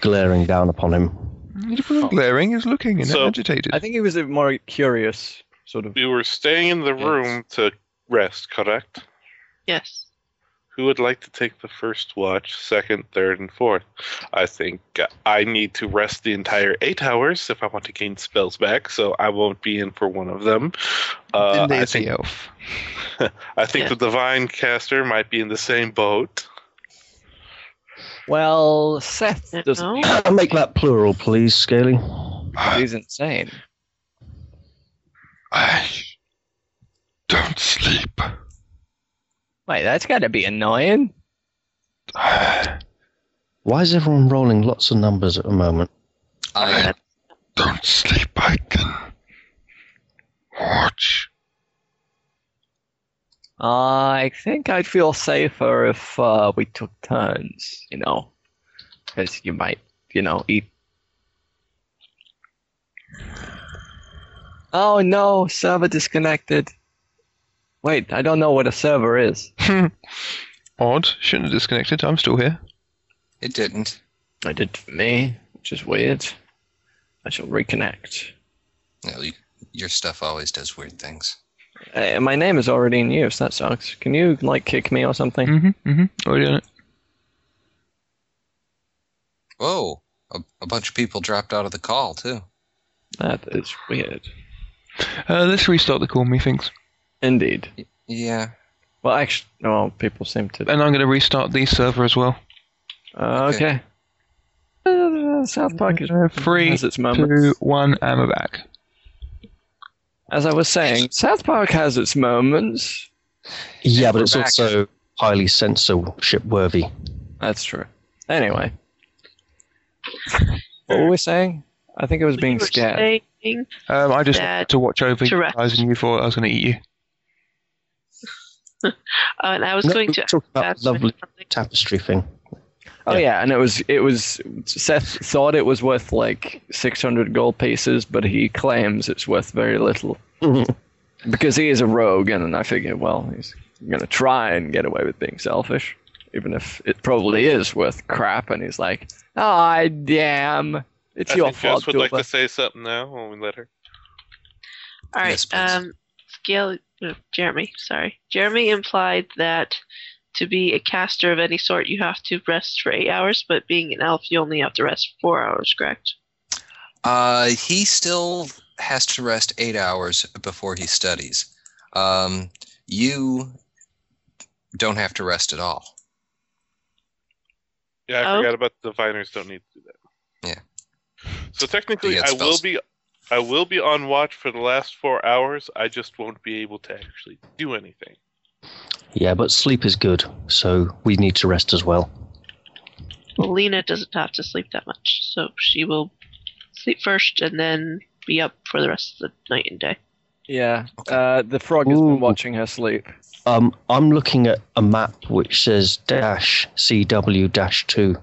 glaring down upon him. (clears throat)
He wasn't glaring, he was looking and
So-
agitated.
I think he was a more curious sort of.
We were staying in the room to rest, correct?
Yes.
Who would like to take the first watch, second, third, and fourth? I think uh, I need to rest the entire eight hours if I want to gain spells back, so I won't be in for one of them. Uh,
Then
I
there's the
think,
elf.
(laughs) I think
Yeah.
the divine caster might be in the same boat.
Well, Seth
No.
doesn't. need
Make that plural, please, Scaly.
it.
(sighs)
He's insane.
I don't sleep.
Wait, that's got to be annoying.
I
Why is everyone rolling lots of numbers at the moment?
I am
don't sleep. I can watch.
I think I'd feel safer if uh, we took turns, you know, because you might, you know, eat. Oh no, server disconnected. Wait, I don't know what a server is.
Odd. Shouldn't have disconnected. I'm still here.
(laughs) It didn't.
I did for me, which is weird. I shall reconnect.
No, you, your stuff always does weird things.
Uh, my name is already in use. That sucks. Can you like kick me or something?
Mm-hmm. Mm-hmm. Already on it.
Whoa, a, a bunch of people dropped out of the call, too.
That is weird.
Uh, let's restart the call, methinks.
Indeed.
Yeah.
Well, actually, no. People seem to.
And I'm going to restart the server as well.
Uh, okay. Uh, South Park is
Three,
has its
Um,
moments.
Two, one, and we're back.
As I was saying, South Park has its moments.
Yeah, but it's
back.
also highly censorship worthy.
That's true. Anyway, what were we saying? I think it was being scared.
Um, I just wanted to watch over you
Tourette's.
guys and you thought I was going to eat you.
Uh, and I was
No,
going
we
to
talked about
ask
lovely tapestry thing. (laughs)
Oh yeah, and it was it was Seth thought it was worth like 600 gold pieces, but he claims it's worth very little because he is a rogue, and I figure well he's gonna try and get away with being selfish, even if it probably is worth crap, and he's like, ah, damn, it's
I
your
think Jess
fault,
would like
Dupa."
to say something now when we let her.
All right.
Yes, please.
um, Gail, uh, Jeremy, sorry. Jeremy implied that to be a caster of any sort, you have to rest for eight hours, but being an elf, you only have to rest four hours, correct?
Uh, he still has to rest eight hours before he studies. Um, you don't have to rest at all.
Yeah, I
Oh.
forgot about the diviners don't need to do that. So technically,
They get
I will
spells.
be, I will be on watch for the last four hours. I just won't be able to actually do anything.
Yeah, but sleep is good, so we need to rest as well.
Well, Lena doesn't have to sleep that much, so she will sleep first and then be up for the rest of the night and day.
Yeah, uh, the frog has
Ooh.
been watching her sleep.
Um, I'm looking at a map which says dash CW dash two.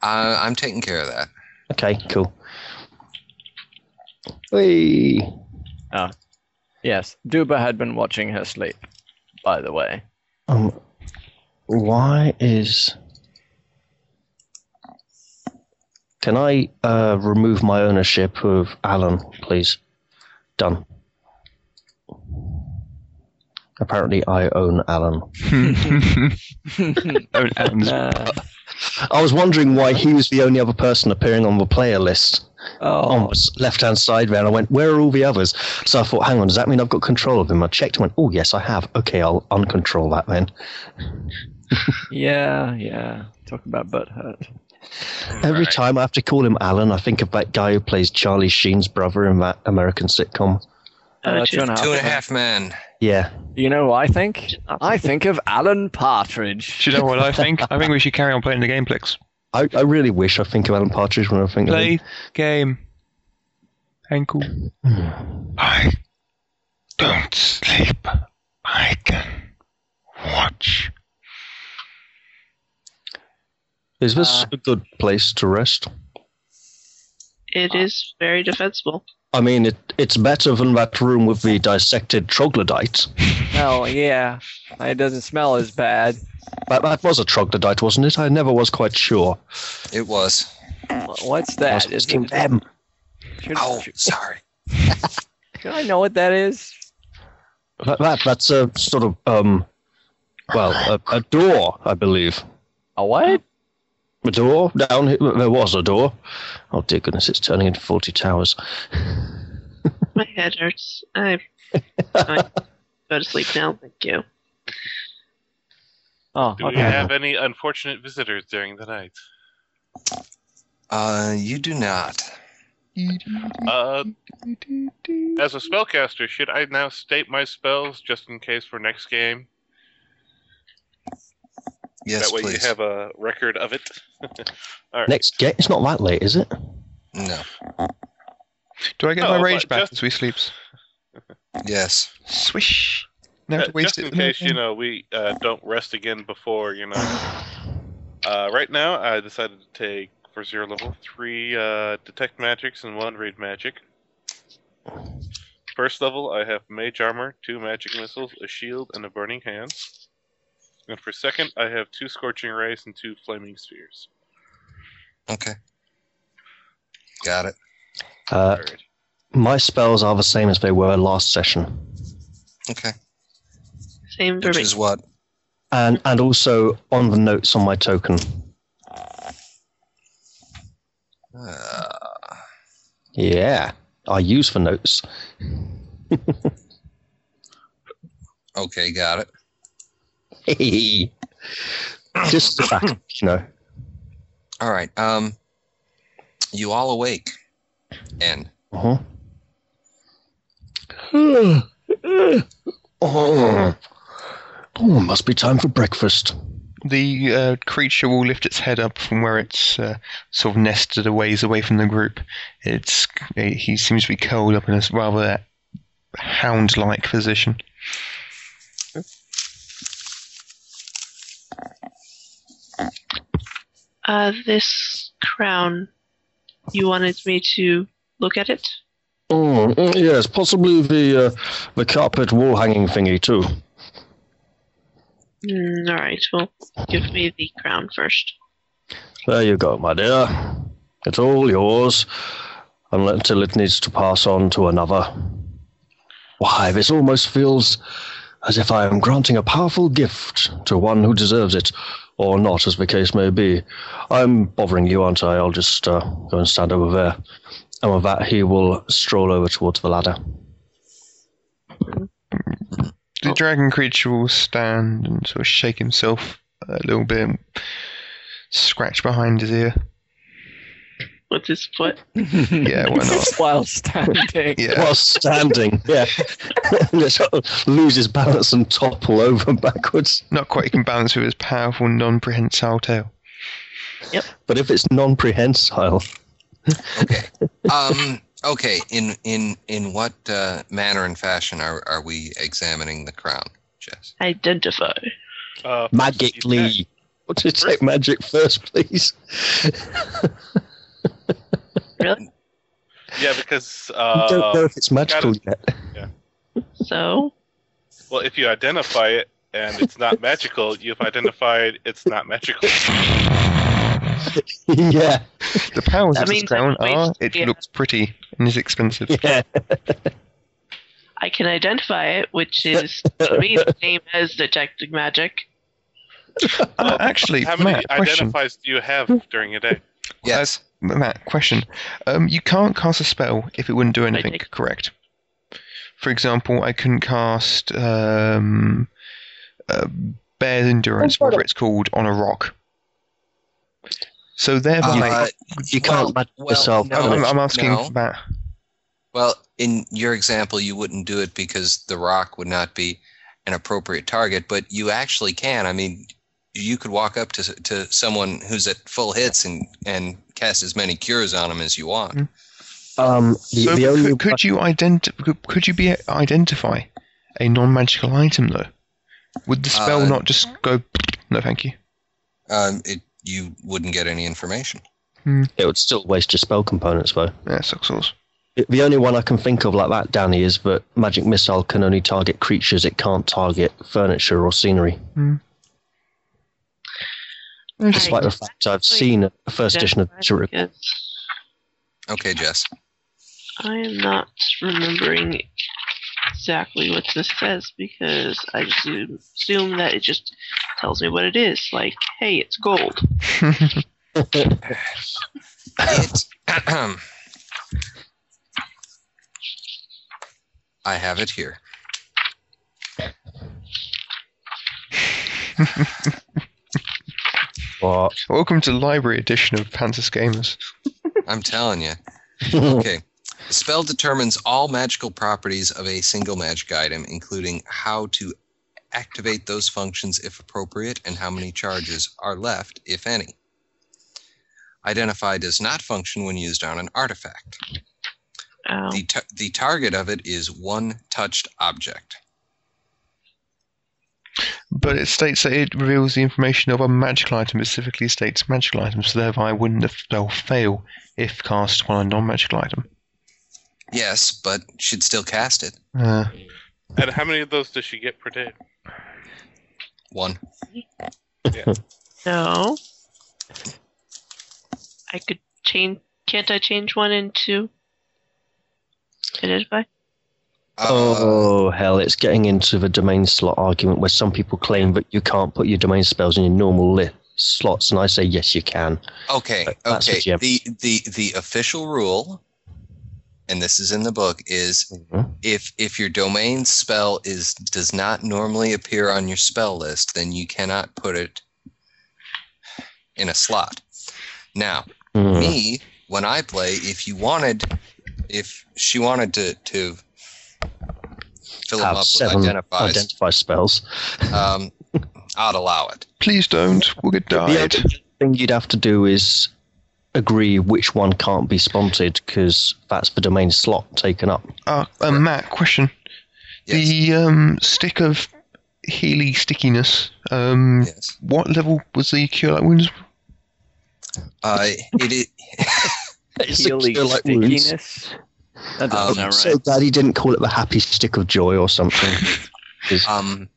I, I'm taking care of that.
Okay, cool. Hey,
Yes, Duba had been watching her sleep. By the way,
um, why is? Can I uh, remove my ownership of Alan, please? Done. Apparently, I own Alan.
(laughs)
Oh, Alan's-
Uh,
I was wondering why he was the only other person appearing on the player list on
oh,
the left hand side there. And I went, Where are all the others? So I thought, Hang on, does that mean I've got control of him? I checked and went, Oh, yes, I have. Okay, I'll uncontrol that then.
yeah, yeah. Talk about butt hurt.
Every time I have to call him Alan, I think of that guy who plays Charlie Sheen's brother in that American sitcom.
Uh, two and a half.
Two and a
men.
half men.
Yeah.
You know what I think? I think of Alan Partridge.
(laughs)
Do you know what I think? I think we should carry on playing the game, Plex.
I, I really wish I think of Alan Partridge when I think of him.
Play game. Ankle.
Hmm.
I don't sleep. I can watch.
Is
Uh,
this a good place to rest?
It is very defensible.
I mean, it, it's better than that room with the dissected troglodyte.
Oh yeah, it doesn't smell as bad.
That, that was a troglodyte, wasn't it? I never was quite sure.
It was.
Wh- What's
I
that?
was
Is
asking
it,
them.
should,
Oh, sorry.
should I know what that is?
That, that that's a sort of um, well, a, a door, I believe.
A what?
A door down here. There was a door. Oh dear goodness, it's turning into forty towers.
My head hurts. I, I go to sleep now. Thank you.
Oh,
Do we
okay.
have any unfortunate visitors during the night?
Uh, you do not.
Uh, as a spellcaster, should I now state my spells just in case for next game?
Yes,
that way
please.
you have a record of it.
Next gate. It's not that late, is it?
No.
Do I get
No,
my
but
rage back
Oh, just-
as we sleeps?
Yes.
Swish. Never
Uh,
to waste
just in
it. (laughs)
case you know we uh, don't rest again before you know. Uh, right now, I decided to take for zero level three uh, detect magics and one read magic. First level, I have mage armor, two magic missiles, a shield, and a burning hand. And for second, I have two scorching rays and two flaming spheres.
Okay. Got it.
Uh,
Alright.
my spells are the same as they were last session,
Okay.
Same for
Which
me.
is what?
and and also on the notes on my token.
Uh,
Yeah, I use the notes. (laughs)
okay, got it.
Just the back, you know.
All right. Um, you all awake, and
Uh-huh. oh, oh, must be time for breakfast.
the uh, creature will lift its head up from where it's uh, sort of nested a ways away from the group. It's it, he seems to be curled up in a rather hound-like position.
Uh, this crown, you wanted me to look at it?
Oh, yes, possibly the uh, the carpet wall hanging thingy too.
Mm, all right, well, give me the crown first.
There you go, my dear. It's all yours until it needs to pass on to another. Why, this almost feels as if I am granting a powerful gift to one who deserves it, or not, as the case may be. I'm bothering you, aren't I? I'll just uh, go and stand over there. And with that, he will stroll over towards the ladder.
The
Oh.
dragon creature will stand and sort of shake himself a little bit, and scratch behind his ear.
With his foot?
(laughs)
yeah, why not?
While
(laughs)
standing.
Yeah. While standing, yeah. (laughs) lose his balance and topple over backwards.
Not quite, he can balance with his powerful non prehensile tail.
Yep.
But if it's non prehensile.
okay.
(laughs)
Um, okay. In in in what uh, manner and fashion are, are we examining the crown, Jess?
Identify.
Uh, Magically. What did you take magic first, please?
really?
Yeah, because uh,
I
(laughs)
don't know if it's magical
gotta,
yet.
Yeah.
So.
Well, if you identify it and it's not magical, you've identified it's not magical.
(laughs) yeah.
The powers that of this crown are it yeah. looks pretty and is expensive.
Yeah.
I can identify it, which is to me the same as detecting magic.
Uh, well, actually,
how many
Matt,
identifies
question.
do you have during a day?
Yes,
uh, Matt. Question: um, You can't cast a spell if it wouldn't do anything. Correct. For example, I couldn't cast um, uh, Bear's Endurance, whatever it's called, on a rock. So thereby, uh, like,
you can't well, well yourself.
No, I'm, I'm, asking no. Matt.
Well, in your example, you wouldn't do it because the rock would not be an appropriate target, but you actually can. I mean, you could walk up to to someone who's at full hits and and cast as many cures on them as you want.
Um, the,
so
the only
could, could you identi- could, could you be identify a non-magical item though? Would the spell uh, not just go? No, thank you.
Um, it you wouldn't get any information.
Hmm.
It would still waste your spell components, though.
Yeah, sucks sauce.
The only one I can think of like that, Danny, is that magic missile can only target creatures; it can't target furniture or scenery.
Hmm.
Despite the fact I've seen a first edition of Jericho.
Okay, Jess.
I am not remembering exactly what this says because I assume, assume that it just tells me what it is. Like, hey, it's gold.
it, (clears throat) I have it here.
what?
(laughs) Welcome to library edition of Panthers Gamers.
I'm telling you. Okay. The spell determines all magical properties of a single magic item, including how to activate those functions if appropriate and how many charges are left, if any. Identify does not function when used on an artifact.
Oh.
The, ta- the target of it is one touched object.
But it states that it reveals the information of a magical item, it specifically states magical items, so thereby wouldn't the spell fail if cast on a non magical item?
Yes, but she'd still cast it.
Uh,
and how many of those does she get per day?
One.
Yeah.
No. I could change. Can't I change one into identify?
Uh, (laughs) oh hell! It's getting into the domain slot argument where some people claim that you can't put your domain spells in your normal list slots, and I say yes, you can.
Okay.
That's
okay.
What
the the the official rule and this is in the book is mm-hmm. if if your domain spell is does not normally appear on your spell list then you cannot put it in a slot now
Hmm.
mm. me when i play if you wanted if she wanted to to fill
Have
them up
seven (laughs)
with identifies
identify spells
um, I'd allow it.
Please don't. We'll get died.
The thing you'd have to do is agree which one can't be sponsored because that's the domain slot taken up.
Uh, uh Matt, question. Yes. The um, stick of Healy stickiness. Um, yes. What level was the cure light wounds? (laughs)
Uh, it is.
Healy stickiness. That um, right.
So glad he didn't call it the happy stick of joy or something.
(laughs)
um,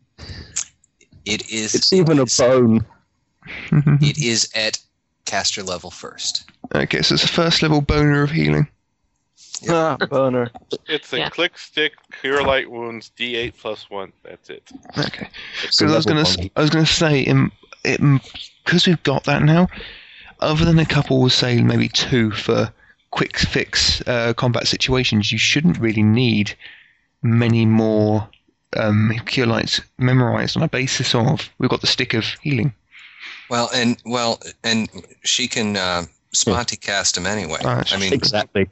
it is.
It's even it's, a bone.
it is at caster level first.
Okay, so it's the first level boner of healing.
(laughs) Yeah. Ah, boner.
It's a yeah. click stick cure light wounds D8 plus one. That's it.
Okay. Because I was gonna, one. I was gonna say, um, because we've got that now. Other than a couple, we'll say maybe two for quick fix uh, combat situations. You shouldn't really need many more um, cure lights memorized on a basis of we've got the stick of healing.
Well, and well, and she can uh, sponty cast him anyway.
Oh,
I mean,
exactly.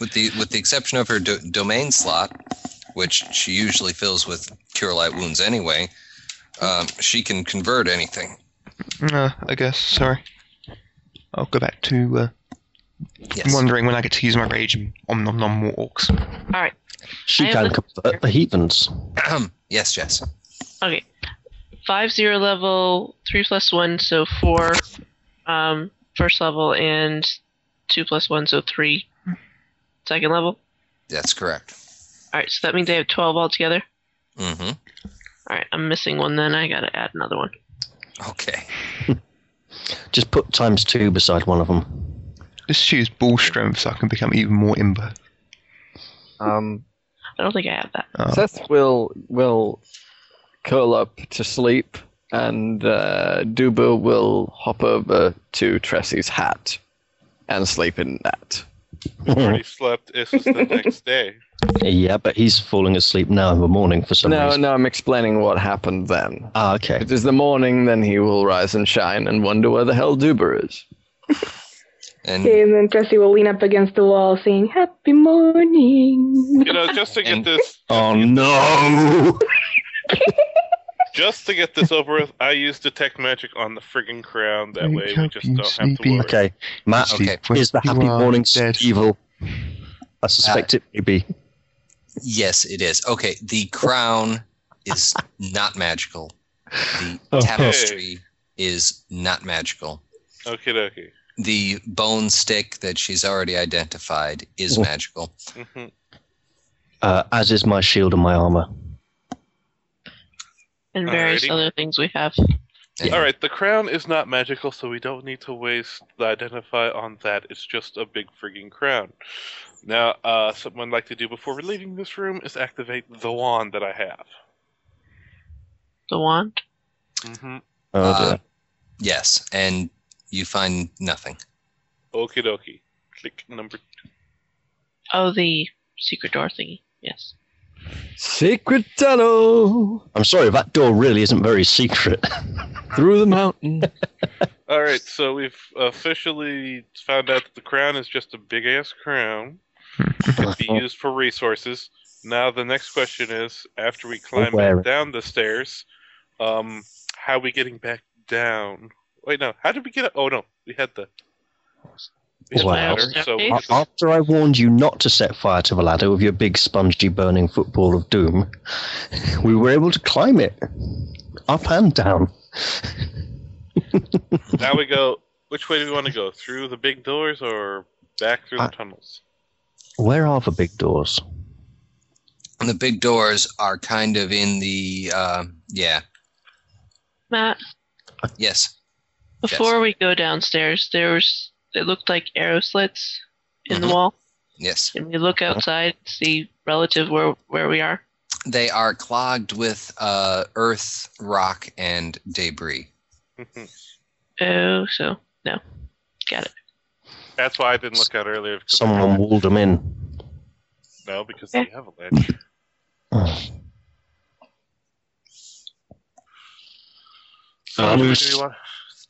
with the with the exception of her do- domain slot, which she usually fills with cure light wounds anyway, um, she can convert anything.
Uh, I guess. Sorry, I'll go back to. Uh, yes. Wondering when I get to use my rage and om nom nom more orcs.
All right.
She I can convert the heathens.
(clears throat) yes, Jess.
Okay five zero level, three plus one, so four um, first level, and two plus one, so three second level.
That's correct.
All right, so that means they have twelve altogether.
Mm-hmm. All
right, I'm missing one. Then I gotta add another one.
Okay.
Just put times two beside one of them.
Just choose ball strength so I can become even more imber.
Um,
I don't think I have that.
Uh,
Oh. Seth will will curl up to sleep, and uh, Duba will hop over to Tressie's hat and sleep in that.
He already slept. It's just the next day.
Yeah, but he's falling asleep now in the morning for some
no,
reason.
No, I'm explaining what happened then.
Ah, okay.
If it is the morning, then he will rise and shine and wonder where the hell Duba is.
And, okay, and then Jesse will lean up against the wall saying, Happy morning.
You know, just to get
and,
this.
Oh, no!
just to get this over with, I use detect magic on the friggin' crown. That Wake way we just don't sleepy.
have to worry. Okay, Matt, okay. is the happy morning dead. evil? I suspect uh, it may be.
Yes, it is. Okay, the crown is not magical. The tapestry okay. is not magical.
Okay, dokie.
The bone stick that she's already identified is magical.
Mm-hmm. Uh, as is my shield and my armor
and various Alrighty. other things we have.
Yeah. All right, the crown is not magical, so we don't need to waste the identify on that. It's just a big frigging crown. Now, uh, something I'd like to do before leaving this room is activate the wand that I have.
The wand?
Mm-hmm.
Oh, uh,
yes, and you find nothing.
Okie dokie. Click number two.
Oh, the secret door thingy. Yes.
Secret tunnel.
I'm sorry, that door really isn't very secret.
Through the mountain.
All right, so we've officially found out that the crown is just a big ass crown. It can
Uh-huh.
be used for resources. Now the next question is: After we climb Where? down the stairs, um, how are we getting back down? Wait, no. How did we get up? Oh no, we had the
Wow. So (laughs) After I warned you not to set fire to the ladder with your big spongy burning football of doom, we were able to climb it up and down.
now we go. Which way do we want to go? Through the big doors or back through the I, tunnels? (laughs)
Where are the big doors?
The big doors are kind of in the uh, yeah.
Matt.
Yes.
Before yes. we go downstairs, there's it looked like arrow slits in mm-hmm. the wall.
Yes.
And we look outside, see relative where where we are.
They are clogged with uh, earth, rock, and debris.
oh, so no, got it.
That's why I didn't look out earlier.
Someone walled them in.
No, because yeah. they have a ledge.
Oh.
So,
Uh,
um, do we want?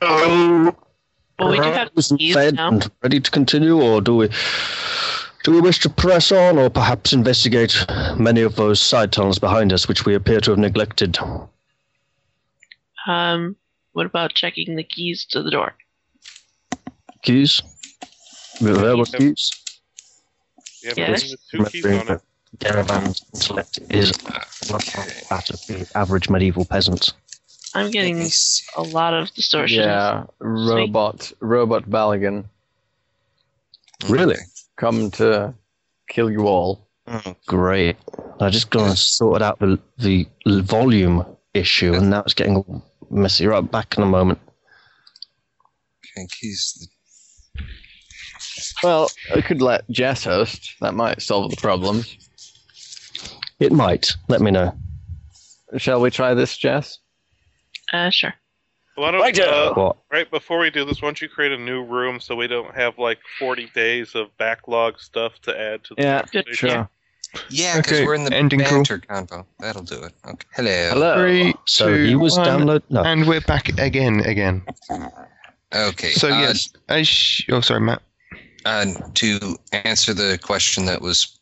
Oh.
Um,
Well, we do have keys now.
Ready to continue, or do we? Do we wish to press on, or perhaps investigate many of those side tunnels behind us, which we appear to have neglected?
Um, what about checking the keys to the door?
Keys? Available keys?
Yeah, yes. two keys on it.
Derivan's intellect is not that average medieval peasant.
I'm getting a lot of distortions.
Yeah, robot, Sweet. robot Balogun.
Mm-hmm.
Really?
Come to kill you all.
Oh, great. I just gonna sort out the the volume issue, and now it's getting messy. Right back in a moment.
Okay, keys.
Well, I could let Jess host. That might solve the problem.
It might. Let me know.
Shall we try this, Jess?
Uh, sure.
Why don't, right, uh, right before we do this, why don't you create a new room so we don't have like 40 days of backlog stuff to add to the
Yeah, sure.
Yeah, because okay, we're in the ending banter cool. combo. That'll do it. Okay. Hello.
Hello.
Three,
Oh, so two, he was
one,
download. No.
And we're back again, again.
Okay.
So, uh, yes. I sh- oh, sorry, Matt.
Uh, to answer the question that was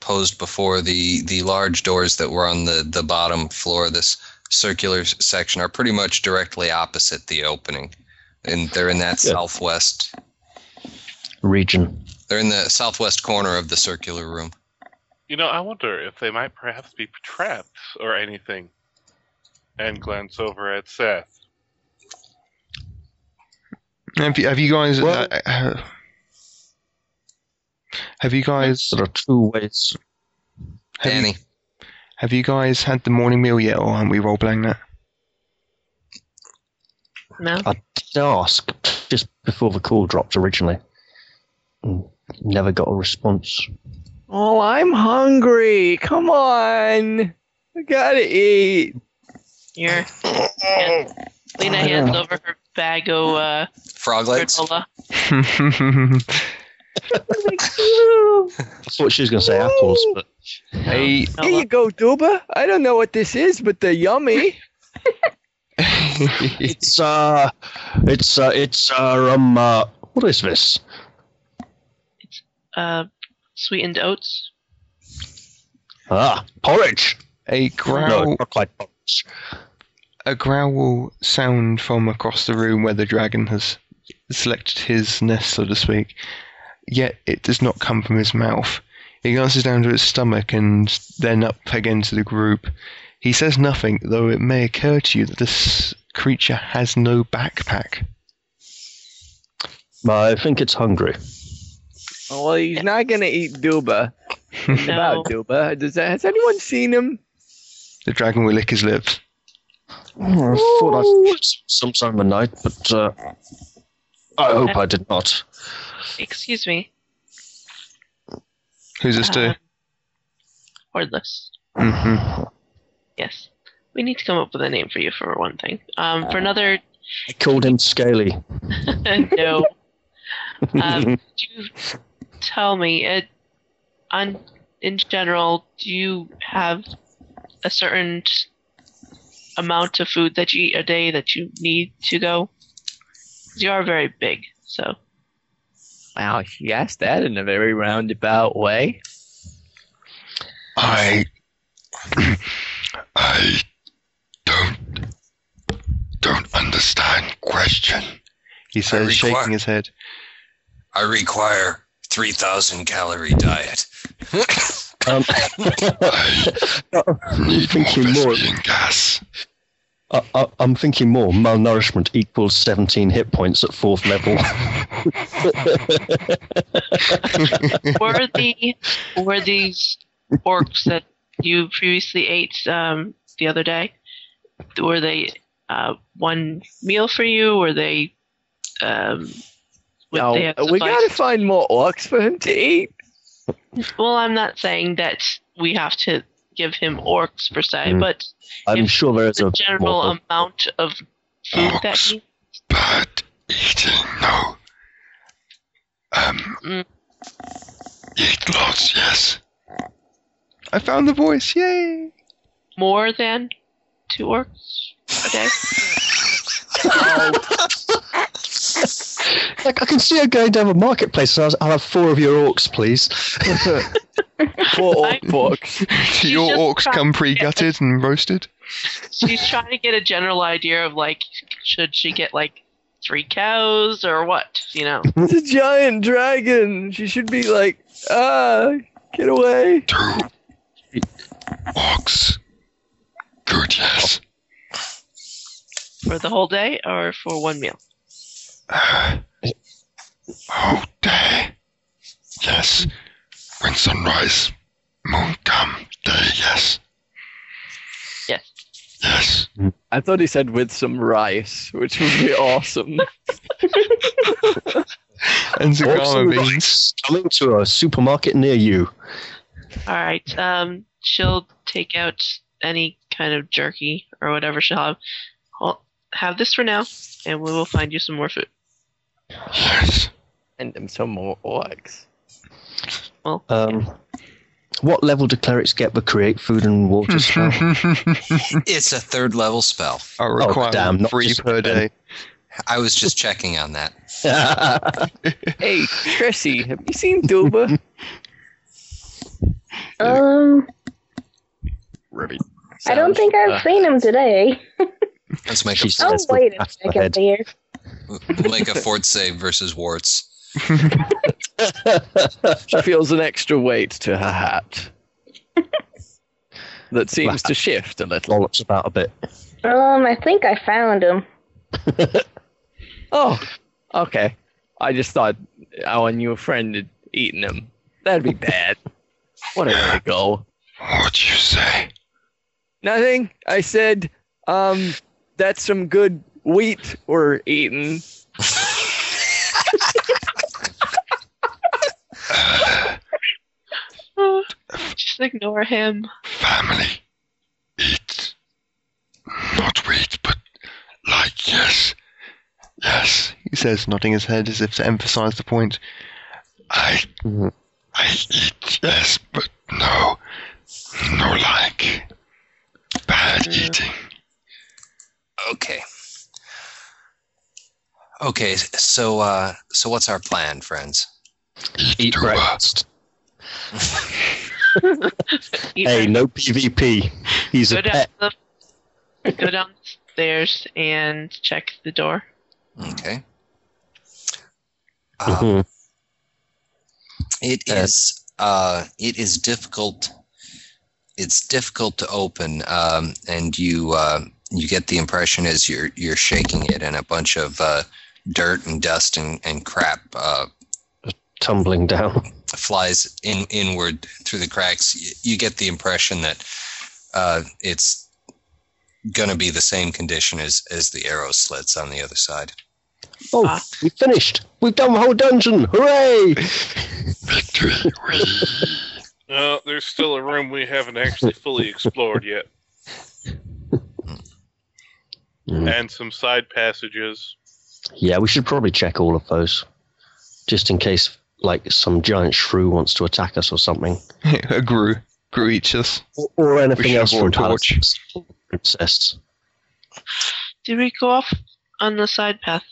posed before, the, the large doors that were on the, the bottom floor of this circular section are pretty much directly opposite the opening, and they're in that yeah. southwest
region.
They're in the southwest corner of the circular room.
You know, I wonder if they might perhaps be trapped or anything. And glance over at Seth.
Have you, have you guys? Well, uh, have you guys?
There are two ways.
Have Danny. You, have you guys had the morning meal yet, or aren't we role playing that?
No.
I did ask just before the call dropped originally. Never got a response.
Oh, I'm hungry. Come on. I gotta eat.
Here. Yeah. Lena hands over her bag of uh,
frog legs.
(laughs) That's what she was going to say, apples. But
hey,
here you go, Duba. I don't know what this is, but they're yummy.
(laughs) it's uh, it's uh, it's uh, um, uh, what is this?
It's uh, sweetened oats.
Ah, porridge.
A growl.
No, not quite porridge.
A growl sound from across the room where the dragon has selected his nest, so to speak yet it does not come from his mouth. He glances down to his stomach and then up again to the group. He says nothing, though it may occur to you that this creature has no backpack.
I think it's hungry.
Well, he's not going to eat Duba. no. About Duba, Does that, has anyone seen him?
The dragon will lick his lips.
Oh, I thought I sometime of the night, but uh, I hope I did not.
Excuse me. Um,
Who's this to? Uh,
wordless.
Mm-hmm.
Yes. We need to come up with a name for you for one thing. Um, for another. uh,
I called him Scaly.
no. um, you tell me, it, on, in general, do you have a certain amount of food that you eat a day that you need to go? You are very big, so.
Wow, she asked that in a very roundabout way.
I. I don't. Don't understand question. He says, require, shaking his head.
I require 3,000 calorie diet. (laughs)
um, (laughs)
need thinking more gas.
I, I, I'm thinking more. Malnourishment equals 17 hit points at fourth level.
(laughs) were the were these orcs that you previously ate um, the other day? Were they uh, one meal for you? Were they? Um,
no, they we gotta find more orcs for him to eat.
Well, I'm not saying that we have to give him orcs per se, mm. but
I'm sure there is
a general um,
orcs.
amount of food orcs, that he
but eating no. Um, mm. eat lots, yes. I found the voice, yay!
More than (laughs) two orcs a day.
oh.
Like, I can see her going down a marketplace. So I'll have four of your orcs, please.
four orc orcs.
Do your orcs come pre-gutted and roasted?
She's trying to get a general idea of like, should she get like three cows or what? You know,
it's a giant dragon. She should be like, ah, get away.
Two orcs. Good, yes.
For the whole day or for one meal?
Uh, whole day. Yes. When sunrise, moon come, day, yes.
Yes.
Yes.
I thought he said with some rice, which would be awesome.
and Zagama beans.
Coming to a supermarket near you.
All right. Um, she'll take out any kind of jerky or whatever she'll have. I'll have this for now, and we will find you some more food. (sighs)
Yes.
And them some more orcs.
Well,
Um, what level do clerics get for create food and
Hmm, (laughs)
water spell?
Oh,
it's a third level spell.
I require
damn, not
three
just
per day.
I was just checking on that.
hey, Chrissy, have you seen
(laughs)
Duba?
Um,
Ruby.
I don't think
uh,
I've seen him today.
Let's
(laughs)
make
She
a,
Oh,
says with
wait a
half her
second
head.
there.
make a fort save versus warts.
She feels an extra weight to her
(laughs)
hat that seems to shift a little.
Lollops about a bit.
Um, I think I found him.
Oh, okay. I just thought oh, our new friend had eaten him. That'd be bad. what a way to go.
What'd you say?
Nothing. I said, um, that's some good wheat we're eating.
just ignore him.
Family. Eat. Not wheat, but like, yes. Yes, he says, nodding his head as if to emphasize the point. I.
Mm-hmm.
I eat, yes, but no. No like. Bad eating.
Okay. Okay, so uh so what's our plan, friends?
Eat
Duba.
breakfast.
Eat
Hey, no PvP. He's
go
a
down (laughs)
pet.
the go downstairs and check the door.
Okay. Uh,
Mhm.
It
Uh,
is uh, it is difficult. It's difficult to open, um, and you uh, you get the impression as you're you're shaking it, and a bunch of uh, dirt and dust and and crap uh,
Tumbling down.
flies in inward through the cracks. You, you get the impression that uh, it's going to be the same condition as as the arrow slits on the other side.
Oh,
Ah.
we finished. We've done the whole dungeon. Hooray!
Victory. whee.
No, there's still a room we haven't actually fully explored yet,
Mm.
and some side passages.
Yeah, we should probably check all of those, just in case like some giant shrew wants to attack us or something,
a (laughs) grew. Grew eats us.
or, or anything
should
else
have
from
brought a torch.
Palace. Princess.
Did we go off on the side path?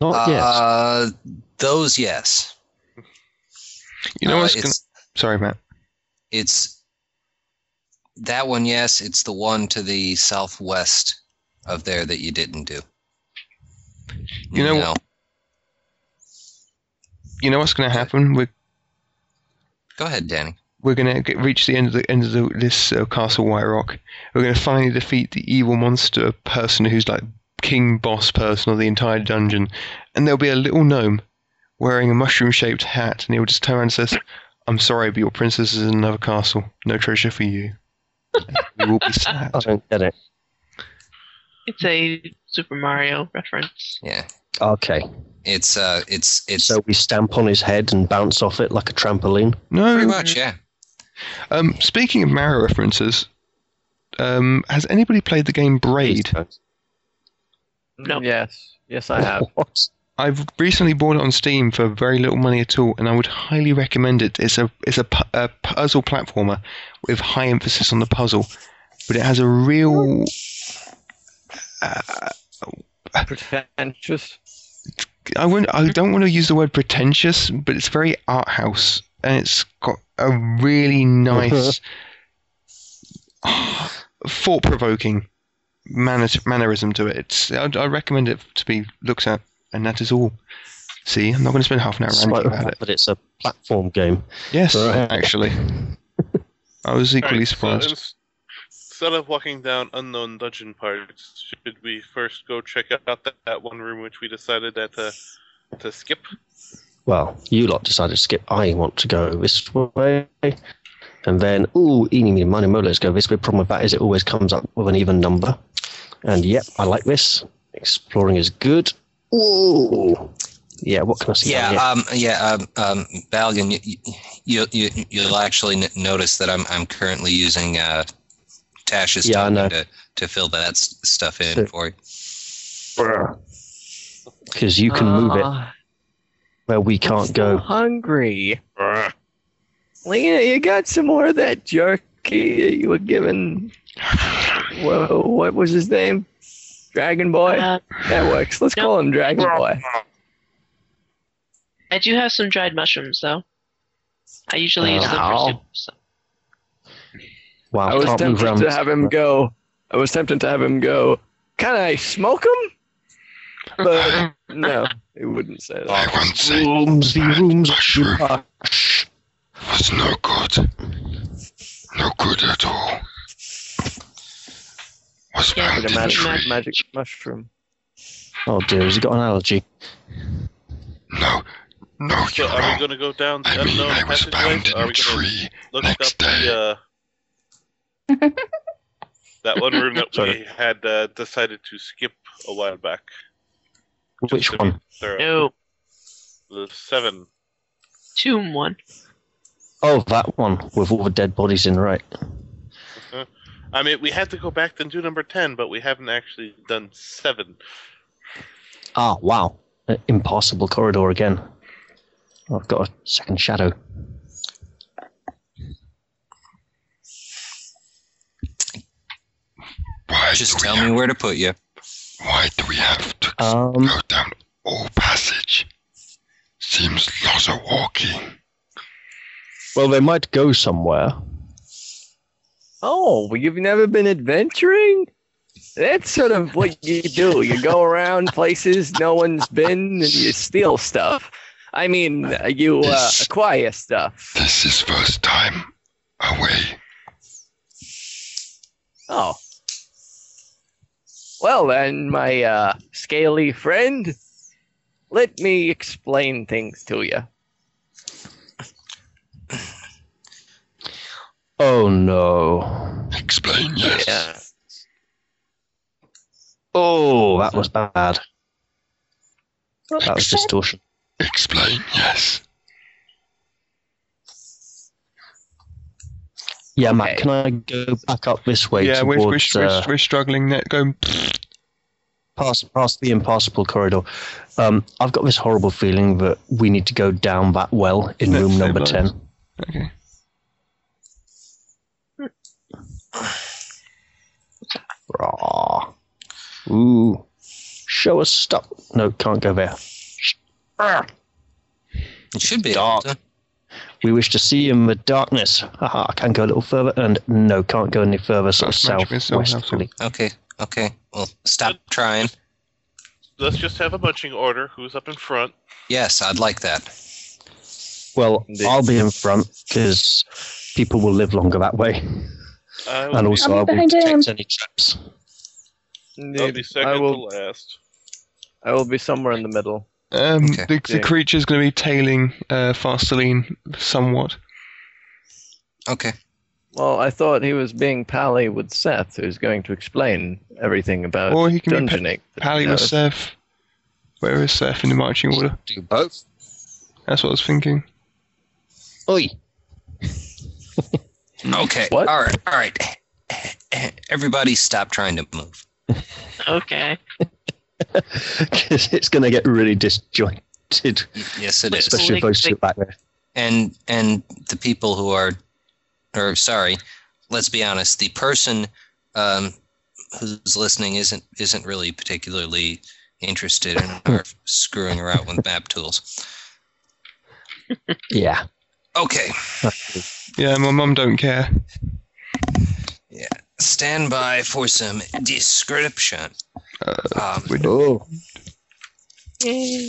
Not yet.
Uh, those yes.
You know
Uh,
what's
it's,
gonna. Sorry, Matt.
it's that one. Yes, it's the one to the southwest of there that you didn't do.
You know- You know what's gonna happen? We're
Go ahead, Danny.
we're gonna get, reach the end of the end of the, this uh, castle White Rock. We're gonna finally defeat the evil monster person who's like king boss person of the entire dungeon, and there'll be a little gnome wearing a mushroom shaped hat, and he'll just turn around and says, "I'm sorry, but your princess is in another castle. No treasure for you." (laughs) you will be sad.
I don't get it.
It's a Super Mario reference.
Yeah,
Okay,
it's uh, it's it's
so we stamp on his head and bounce off it like a trampoline.
pretty
No.
much yeah.
Um, speaking of Mario references, um, has anybody played the game Braid?
No.
Yes. Yes, I have.
(laughs) What?
I've recently bought it on Steam for very little money at all, and I would highly recommend it. It's a it's a, pu- a puzzle platformer with high emphasis on the puzzle, but it has a real
Pretentious.
I wouldn't. I don't want to use the word pretentious, but it's very art house, and it's got a really nice, thought-provoking manner, mannerism to it. It's. I, I, recommend it to be looked at, and that is all. See, I'm not going to spend half an hour ranting about it.
But it's a platform game.
Yes, right. actually, I was equally right, surprised.
So instead of walking down unknown dungeon parts, should we first go check out that, that one room which we decided that to, to skip?
Well, you lot decided to skip. I want to go this way. And then, ooh, eeny, meeny, miny, mo, let's go this way. Problem with that is it always comes up with an even number. And yep, I like this. Exploring is good. Ooh. Yeah, what can I see?
Yeah, um, yeah, um, um, Balgan, you, you, you, you'll actually n- notice that I'm, I'm currently using uh, Tash is yeah, telling you to, to fill that stuff in so, for
you. Because you can uh, move it where we can't go.
Ah, Hungry. Uh, Lena, you got some more of that jerky you were given. Whoa, what was his name? Dragon Boy?
Um,
Uh, that works. Let's no. call him Dragon Boy.
I do have some dried mushrooms, though. I usually use them for soup. So.
Wow, I was tempted to have him go. I was tempted to have him go. Can I smoke him?
(laughs)
But no, he wouldn't say that. I
want say rooms, the rooms are It's no good. No good at all.
What's yeah, the magic, tree? magic mushroom?
Oh dear, has he got an allergy?
No, no,
so
you're
are wrong. we going to go down the I unknown mean, I was bound in a tree next day. The, uh, that one room that Sorry. we had uh, decided to skip a while back.
Which one?
No.
The seven.
Tomb one.
Oh, that one with all the dead bodies in, right?
Uh-huh. I mean, we had to go back and do number ten, but we haven't actually done seven.
Ah, oh, wow! An impossible corridor again. I've got a second shadow.
Why
Just tell have, me where to put you.
Why do we have to um, go down all passage? Seems lots of walking.
Well, they might go somewhere.
Oh, well, you've never been adventuring? That's sort of what you do. You go around places no one's been and you steal stuff. I mean, you this, uh, acquire stuff.
This is first time away.
Oh, well, then, my uh, scaly friend, let me explain things to you.
Oh no.
Explain, yes. Yeah.
Oh, that was bad. That was distortion.
Explain, yes.
Yeah, okay. Matt, can I go back up this way?
Yeah,
towards,
we're, we're, uh, we're struggling. Net, going
past past the impassable corridor. Um, I've got this horrible feeling that we need to go down that well in That's room number ten.
Okay.
Raw. Ooh. Show us stop. No, can't go there.
It should be dark.
We wish to see in the darkness. Haha, I can go a little further, and no, can't go any further. Sort of south, south
Okay, okay. Well, stop Let's trying.
Let's just have a bunching order. Who's up in front?
Yes, I'd like that.
Well, I'll be in front because people will live longer that way, and also I'll be I'll detect any traps.
I'll be second I will, to last.
I will be somewhere in the middle.
Um, okay. the, the creature's going to be tailing uh, Fasteline somewhat.
Okay.
Well, I thought he was being pally with Seth, who's going to explain everything about
or he can
dungeoning.
Be pally with Seth. Where is Seth in the marching order?
Do both.
That's what I was thinking.
(laughs)
Oi. okay. What? All right. All right. Everybody, stop trying to move.
okay.
because it's going to get really disjointed.
Yes, it is.
Especially those two back there.
And and the people who are, or sorry, let's be honest, the person um, who's listening isn't isn't really particularly interested in are screwing around with map tools.
Yeah.
Okay.
Yeah, my mum don't (laughs) care.
Yeah. Stand by for some description.
Uh, um, oh.
Yay.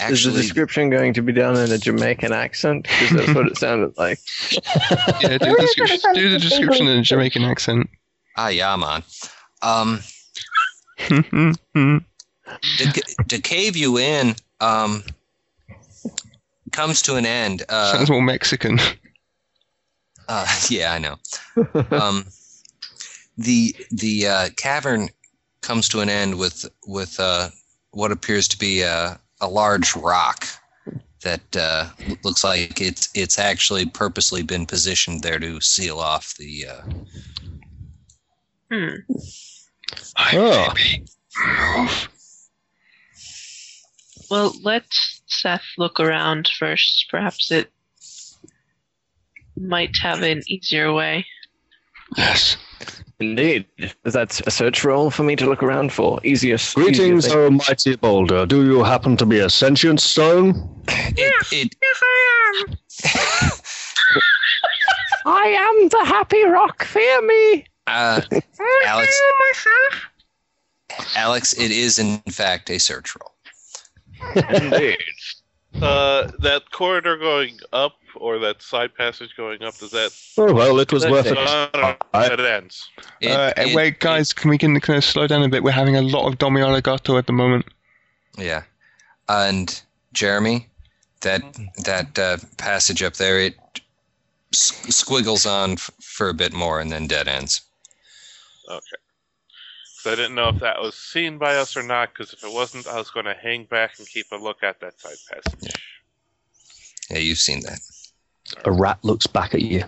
Actually, is the description going to be done in a Jamaican accent? Because that's what it sounded like.
yeah, do, the do the description in a Jamaican accent. (laughs)
Ah, yeah, man. Um,
Uh,
the, the cave you in um, comes to an end. Uh,
Sounds more Mexican.
Uh, (laughs) yeah, I know. Um, the the uh, cavern comes to an end with with uh, what appears to be a, a large rock that uh, looks like it's it's actually purposely been positioned there to seal off the. Uh...
Hmm.
Oh.
Well, let Seth look around first. Perhaps it might have an easier way.
Yes.
(laughs) Indeed. That's a search role for me to look around for. Easiest.
Greetings,
easier
almighty boulder. Do you happen to be a sentient stone?
Yes, it, it...
yes I am.
I am the happy rock. Fear me.
(laughs) Uh, Alex,
myself.
Alex, it is in fact a search roll.
Indeed.
Uh, that corridor going up or that side passage going up, does that?
(laughs) Oh well, it was that worth it.
No, no, no, I, it ends.
It, uh, it, wait, guys, can we can, can I slow down a bit? We're having a lot of Domi Allegato at the moment.
Yeah, and Jeremy, that that uh, passage up there, it squiggles on f- for a bit more and then dead ends.
Okay. So I didn't know if that was seen by us or not, because if it wasn't, I was going to hang back and keep a look at that side passage.
Yeah. Yeah, you've seen that.
A rat looks back at you.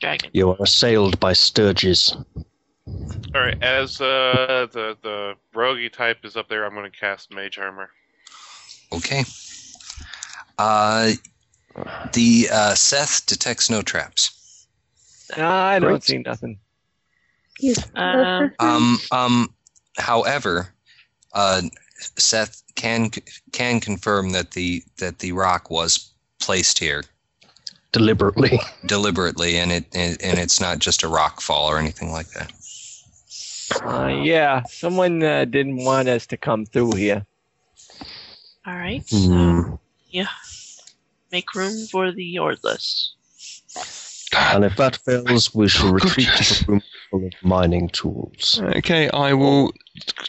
Dragon.
You are assailed by sturges.
All right, as uh, the the rogue type is up there, I'm going to cast mage armor.
Okay. Uh, the uh, Seth detects no traps.
I don't Great. see nothing.
Uh,
um, um, however, uh, Seth can can confirm that the that the rock was placed here
deliberately.
Deliberately, and it and, and it's not just a rock fall or anything like that.
Uh, yeah, someone uh, didn't want us to come through here.
All right.
Mm.
So, yeah, make room for the yardless.
And if that fails, we shall retreat to the room full of mining tools.
Okay, I will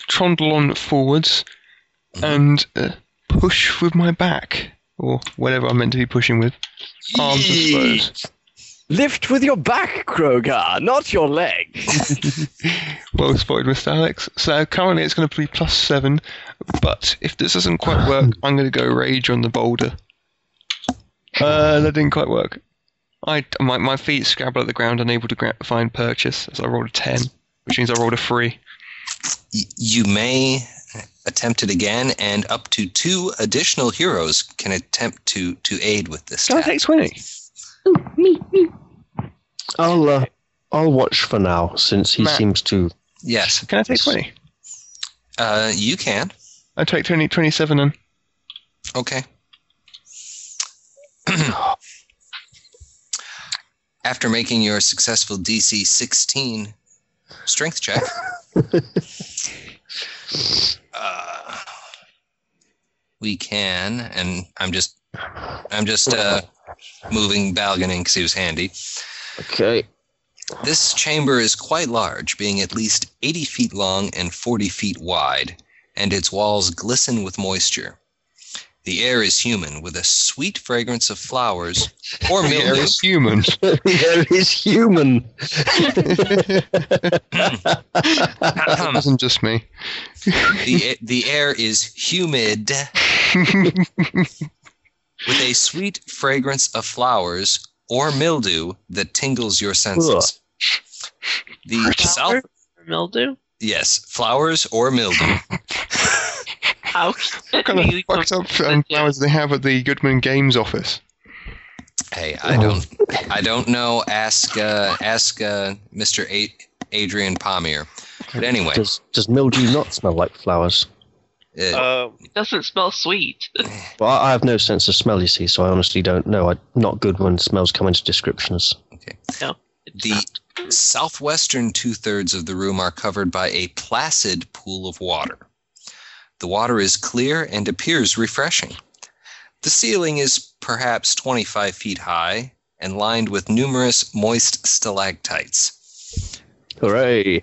trundle on forwards and uh, push with my back, or whatever I'm meant to be pushing with. Arms, I suppose.
Lift with your back, Krogar, not your leg.
well spotted, Mr. Alex. So currently it's going to be plus seven, but if this doesn't quite work, I'm going to go rage on the boulder. Uh, that didn't quite work. I my, my feet scrabble at the ground, unable to gra- find purchase. As so I rolled a ten, which means I rolled a three.
You may attempt it again, and up to two additional heroes can attempt to to aid with this.
Can I take twenty?
Ooh, me, me.
I'll uh, I'll watch for now since he Matt. seems to.
Yes.
Can I take twenty?
Uh, you can.
I take 20, 27 then.
Okay. (clears throat) after making your successful DC 16 strength check. uh, we can, and I'm just, I'm just uh, moving Balganing because he was handy.
(laughs) Okay.
This chamber is quite large, being at least 80 feet long and 40 feet wide, and its walls glisten with moisture. The air is human with a sweet fragrance of flowers or mildew.
(laughs) the air is human.
the air is (laughs) human.
that wasn't just me. (laughs)
the, the air is humid with a sweet fragrance of flowers or mildew that tingles your senses.
Ugh. The south mildew.
Yes, flowers or mildew.
How (laughs)
kind of fucked up um, flowers they have at the Goodman Games office?
Hey, I don't, I don't know. Ask, uh, ask uh, Mr. A- Adrian Palmier. But anyway,
does, does mildew not smell like flowers?
It,
Uh,
Um,
it doesn't smell sweet.
Well, I I have no sense of smell, you see, so I honestly don't know. I'm not good when smells come into descriptions.
Okay.
No.
the southwestern two thirds of the room are covered by a placid pool of water. The water is clear and appears refreshing. The ceiling is perhaps 25 feet high and lined with numerous moist stalactites.
Hooray!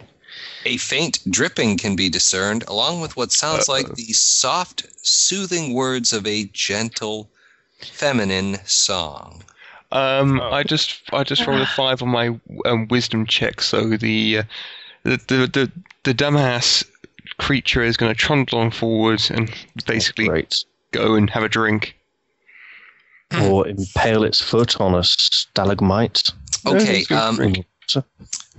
A faint dripping can be discerned, along with what sounds like the soft, soothing words of a gentle, feminine song.
Um, I just I just rolled a five on my um, wisdom check, so the, uh, the the the the dumbass creature is going to trundle on forward and basically
Great.
go and have a drink.
Or impale its foot on a stalagmite.
Okay, um,
um,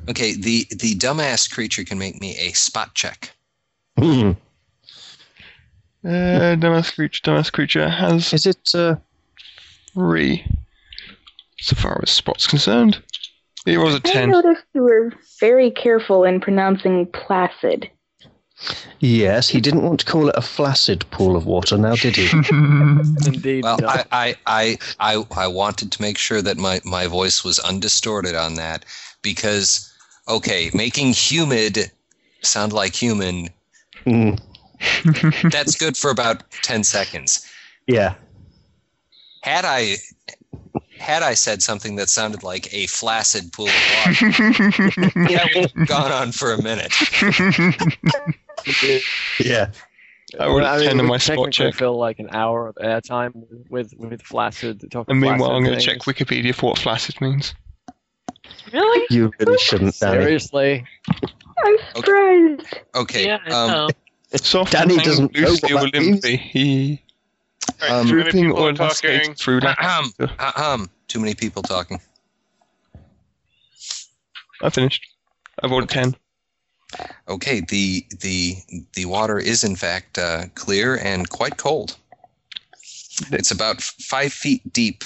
Okay, the the dumbass creature can make me a spot check.
Hmm.
Uh, dumbass creature, dumbass creature has
Is it? Uh,
three. So far as spot's concerned, it was a
I
ten.
noticed you were very careful in pronouncing placid.
yes, he didn't want to call it a flaccid pool of water, now did (laughs) he?
Indeed.
Well,
no.
I, I, I, I, I wanted to make sure that my, my voice was undistorted on that because, okay, making humid sound like human,
Mm,
that's good for about 10 seconds.
yeah.
Had I had I said something that sounded like a flaccid
(laughs)
pool of water, that would have gone on for a minute.
Yeah.
(laughs) I rolled a ten on my spot
technically
check.
fill like an hour of airtime with with flaccid. Talking
And meanwhile, I'm going to
flaccid
check
things.
Wikipedia for what flaccid means.
(laughs) Really?
You really shouldn't, Danny.
Seriously,
I'm surprised.
Okay.
Yeah. I
um, (laughs)
know.
Soft
Danny
and
doesn't know
loosely
what
or
that means.
limply. He
All right,
Um,
too many
drooping
people
or
are talking.
elasticated through
Ahem.
that.
ahem, too many people talking.
I finished. I've rolled a ten.
Okay, the the the water is in fact uh, clear and quite cold. It's about f- five feet deep.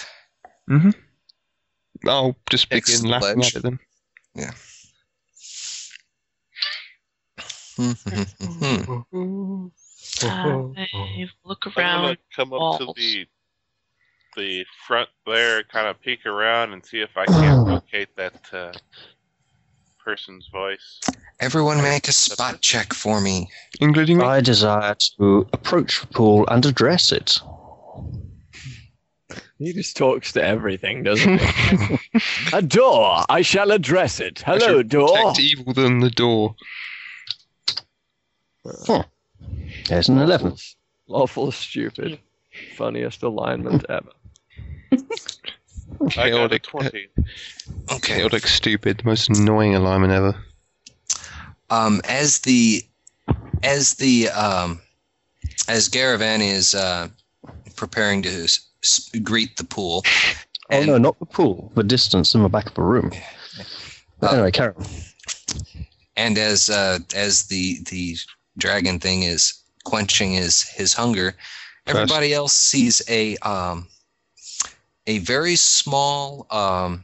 I'll just
Next
begin laughing
ledge.
at it then.
Hmm, Mhm.
Oh.
I Uh, look
I'm gonna
(laughs)
around.
come up to
walls.
the the front there, kind of peek around and see if I can locate that uh, person's voice.
Everyone make a spot check for me.
Including (laughs) me?
I desire to approach the pool and address it.
he just talks to everything, doesn't he?
(laughs)
a door. I shall address it. Hello, door.
Protect evil than the door.
There's an 11.
Lawful stupid. Funniest
(laughs)
alignment ever.
I got a
Chaotic,
twenty.
Okay.
chaotic, stupid, the most annoying alignment ever.
Um, as the as the um, as Garavan is uh, preparing to s- s- greet the pool,
Oh
and
no, not the pool, the distance in the back of a room. But
Uh,
anyway, Karen.
and as uh, as the the dragon thing is quenching his his hunger, everybody else sees a um, a very small um,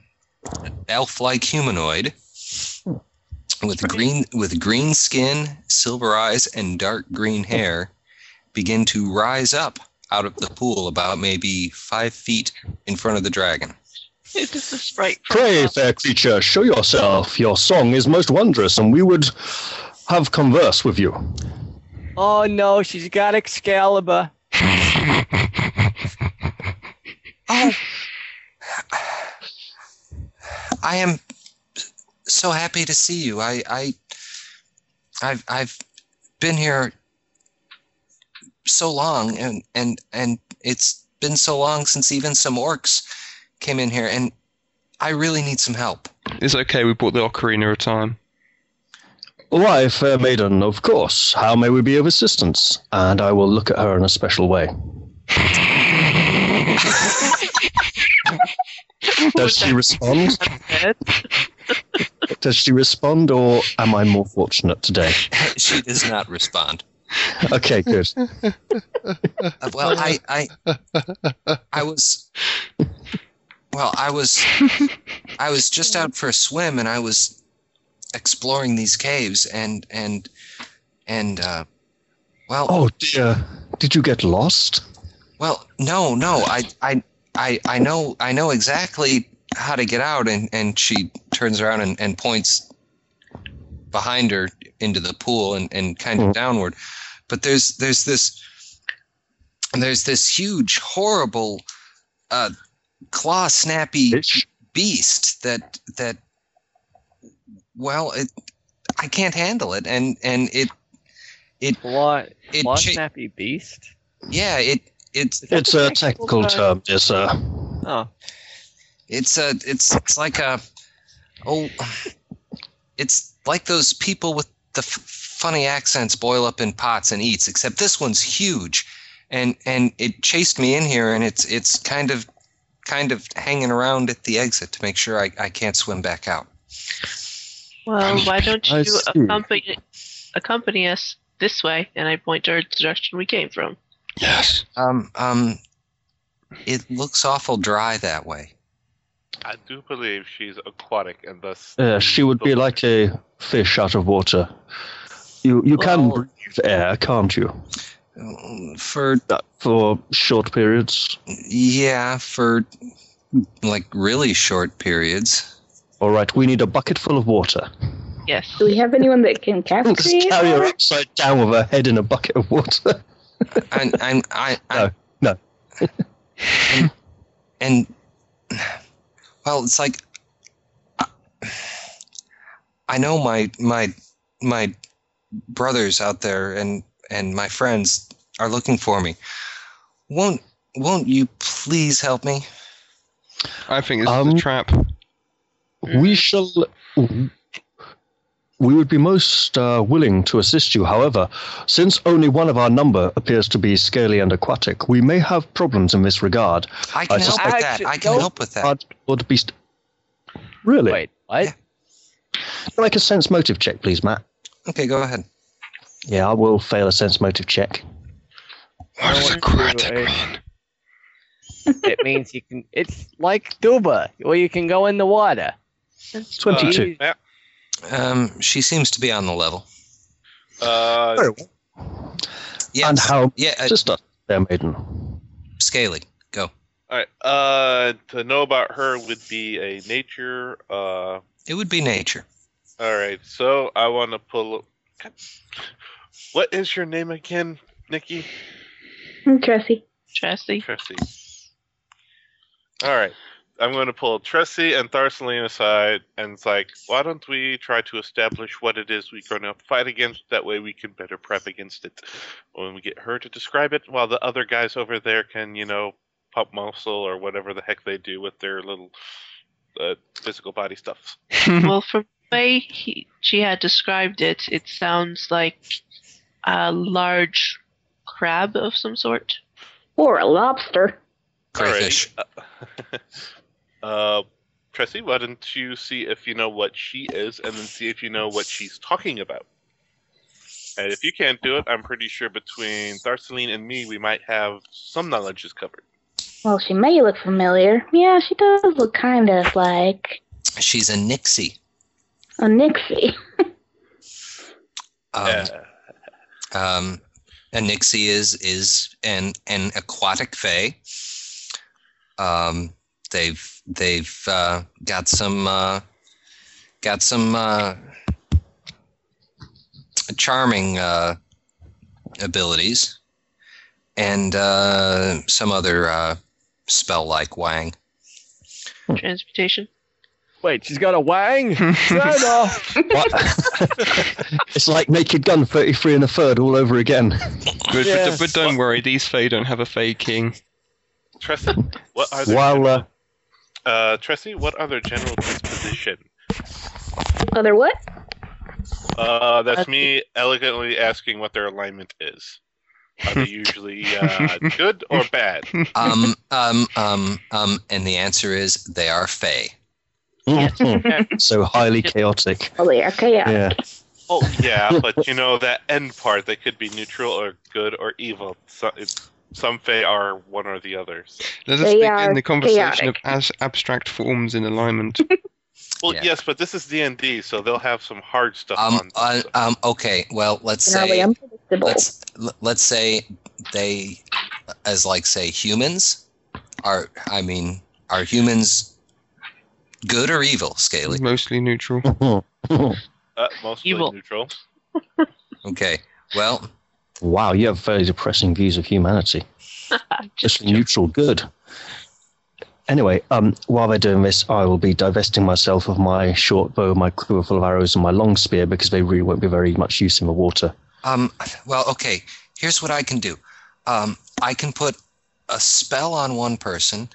elf-like humanoid with green with green skin, silver eyes, and dark green hair begin to rise up out of the pool about maybe five feet in front of the dragon.
It is a sprite. from
Pray,
above.
fair creature, show yourself. Your song is most wondrous, and we would have converse with you.
Oh no, she's got Excalibur.
(sighs) I am so happy to see you. I, I, I've, I've been here so long, and and and it's been so long since even some orcs came in here, and I really need some help.
It's okay, we bought the Ocarina of Time.
Why, fair maiden, of course. How may we be of assistance? And I will look at her in a special way. Does she respond? Does she respond, or am I more fortunate today?
(laughs) she does not respond.
Okay, good.
(laughs) Uh, well, I, I, I was. Well, I was I was just out for a swim and I was exploring these caves and and and uh, well.
Oh dear! Did you get lost?
Well, no, no. I I I I know I know exactly how to get out and and she turns around and, and points behind her into the pool and, and kind of downward. But there's there's this there's this huge horrible uh, claw snappy
Fish?
beast that that well it I can't handle it and and it it
Claw,
It
claw
cha-
snappy beast.
yeah it it's
It's a technical term, dear sir.
Oh,
It's a it's it's like a oh, it's like those people with the f- funny accents boil up in pots and eats. Except this one's huge, and and it chased me in here, and it's it's kind of kind of hanging around at the exit to make sure I, I can't swim back out.
Well, why don't
I
you
see.
accompany accompany us this way? And I point towards the direction we came from.
Yes.
Um um, it looks awful dry that way.
I do believe she's aquatic and thus.
Yeah, Uh, she would be like a fish out of water. You you can
Well-
breathe air, can't you?
Mm, For
That for short periods.
yeah, for like really short periods.
All right, we need a bucket full of water.
Yes.
Do we have anyone that can
(laughs) Just
cascade?
carry her upside down with her head in a bucket of water.
I'm, I'm, I, I,
No,
(laughs) and, and well, it's like I know my my my brothers out there and and my friends are looking for me. Won't won't you please help me?
I think this is
Um,
a (laughs) trap.
we shall. We would be most uh, willing to assist you. However, since only one of our number appears to be scaly and aquatic, we may have problems in this regard.
I can
I
help
suspect-
with that. I can
Actually,
help with that.
Hard Lord Beast. Really?
wait, what?
Yeah.
Can I Make a sense motive check, please, Matt.
Okay, go ahead.
Yeah, I will fail a sense motive check.
I
What is
wanna do
aquatic?
a- (laughs) it means you can. It's like tuba, where you can go in the water.
22.
Jeez.
Yeah.
Um, she seems to be on the level.
Uh,
Yes.
And how
yeah, uh,
just a fair (laughs) maiden.
scaly. Go.
all right. Uh, to know about her would be a nature. Uh, all
It would be nature.
right. So I want to pull. God. What is your name again, Nikki?
Tressy.
(laughs)
Tracy.
Tressie. All right. I'm going to pull Tressie and Tharsaline aside, and it's like, why don't we try to establish what it is we're going to fight against? That way we can better prep against it. When we get her to describe it, while the other guys over there can, you know, pump muscle or whatever the heck they do with their little uh, physical body stuff.
well, from the way he, she had described it, it sounds like a large crab of some sort.
Or a lobster.
Crayfish.
(laughs) Uh, Tressie, why don't you see if you know what she is, and then see if you know what she's talking about? And if you can't do it, I'm pretty sure between Tharsaline and me, we might have some knowledge is covered.
Well, she may look familiar. Yeah, she does look kind of like
She's a nixie.
a Nixie.
Um, Um, a nixie is is an an aquatic fae. Um, they've they've uh, got some uh, got some uh, charming uh, abilities and uh, some other uh, spell like wang. Hmm.
Transmutation.
Wait, she's got a wang. (laughs) Zeno!
What? it's like Naked Gun 33 and a third all over again.
But,
Yes.
but, but don't worry, these Fae don't have a Fae king.
Tressie, what are their
While
general,
uh,
uh, Tressie, what are their general disposition?
Other what?
Uh, that's me elegantly asking what their alignment is. Are
(laughs)
they usually uh, good or bad?
Um, um, um, um, and the answer is they are fae. Hmm,
(laughs)
so highly chaotic.
Oh, yeah, okay, yeah.
Yeah.
Oh yeah, but you know that end part. They could be neutral or good or evil. So it's some Fey are one or the other. So.
Let us begin the conversation chaotic. of as abstract forms in alignment.
well, yeah. yes, but this is D and D, so they'll have some hard stuff.
Um, uh, um okay. Well, let's They're say let's let's say they, as like say humans, are I mean are humans good or evil, Scaly?
Mostly neutral.
uh, mostly evil. neutral.
okay. Well,
(laughs) Wow, you have very depressing views of humanity. (laughs) Just neutral good. Anyway, um, while they're doing this, I will be divesting myself of my short bow, my quiver full of arrows, and my long spear because they really won't be very much use in the water.
Um, well, okay. Here's what I can do. Um, I can put a spell on one person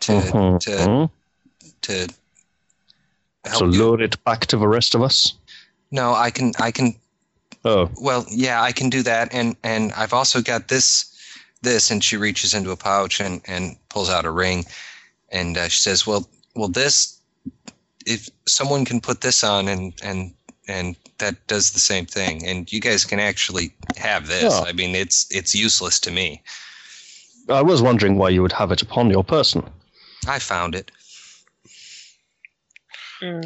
to mm-hmm. to to
help Mm-hmm. so lure you. it back to the rest of us.
No, I can I can
Oh.
Well, yeah, I can do that, and and I've also got this, this, and she reaches into a pouch and and pulls out a ring, and uh, she says, well, well, this, if someone can put this on, and and and that does the same thing, and you guys can actually have this. Yeah. I mean, it's it's useless to me.
I was wondering why you would have it upon your person.
I found it.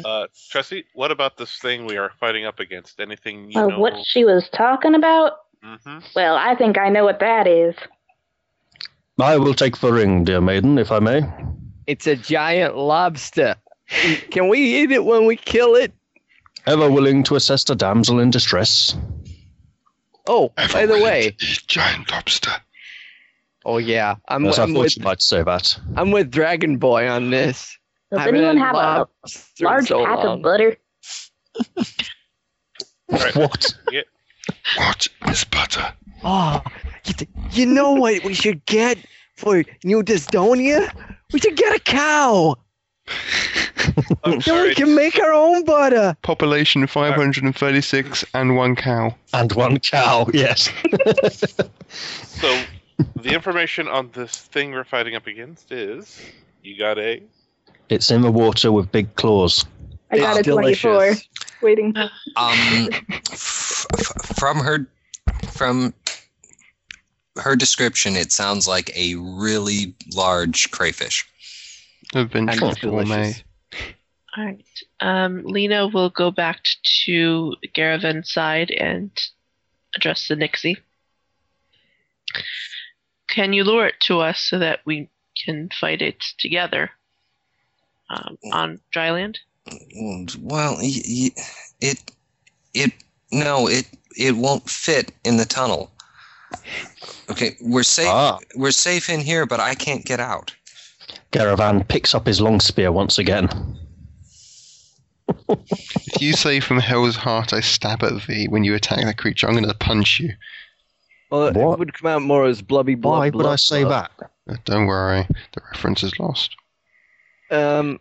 Uh, Tressie, what about this thing we are fighting up against? Anything
you oh, know? What she was talking about? Mm-hmm. Well, I think I know what that is.
I will take the ring, dear maiden, if I may.
It's a giant lobster. Can we eat it when we kill it?
Ever willing to assist a damsel in distress.
Oh, Ever by the way,
giant lobster.
Oh yeah,
I'm. Yes, I'm I thought with, you might say that.
I'm with Dragon Boy on this.
Does I'm anyone have a large so pack long. of butter?
(laughs) right. What?
Yeah.
What is butter?
Oh, you, you know what we should get for New Disdonia? We should get a cow. then sorry. we can make our own butter.
Population 536 and one cow.
And one cow, yes.
so, the information on this thing we're fighting up against is you got a
it's in the water with big claws.
I got it's a delicious. 24. Waiting.
Um, f- from her, from her description, it sounds like a really large crayfish.
I've been gourmet.
All right. Um, Lena will go back to Garavan's side and address the Nixie. Can you lure it to us so that we can fight it together? Um, on dry land?
Well, y- y- it it no it it won't fit in the tunnel. Okay, we're safe. Ah. We're safe in here, but I can't get out.
Garavan picks up his long spear once again.
if you say from hell's heart, I stab at thee when you attack that creature, I'm going to punch you.
Well, what? it would come out more as blubby blub.
Why
blub,
would I say blub.
that? Don't worry, the reference is lost.
Um,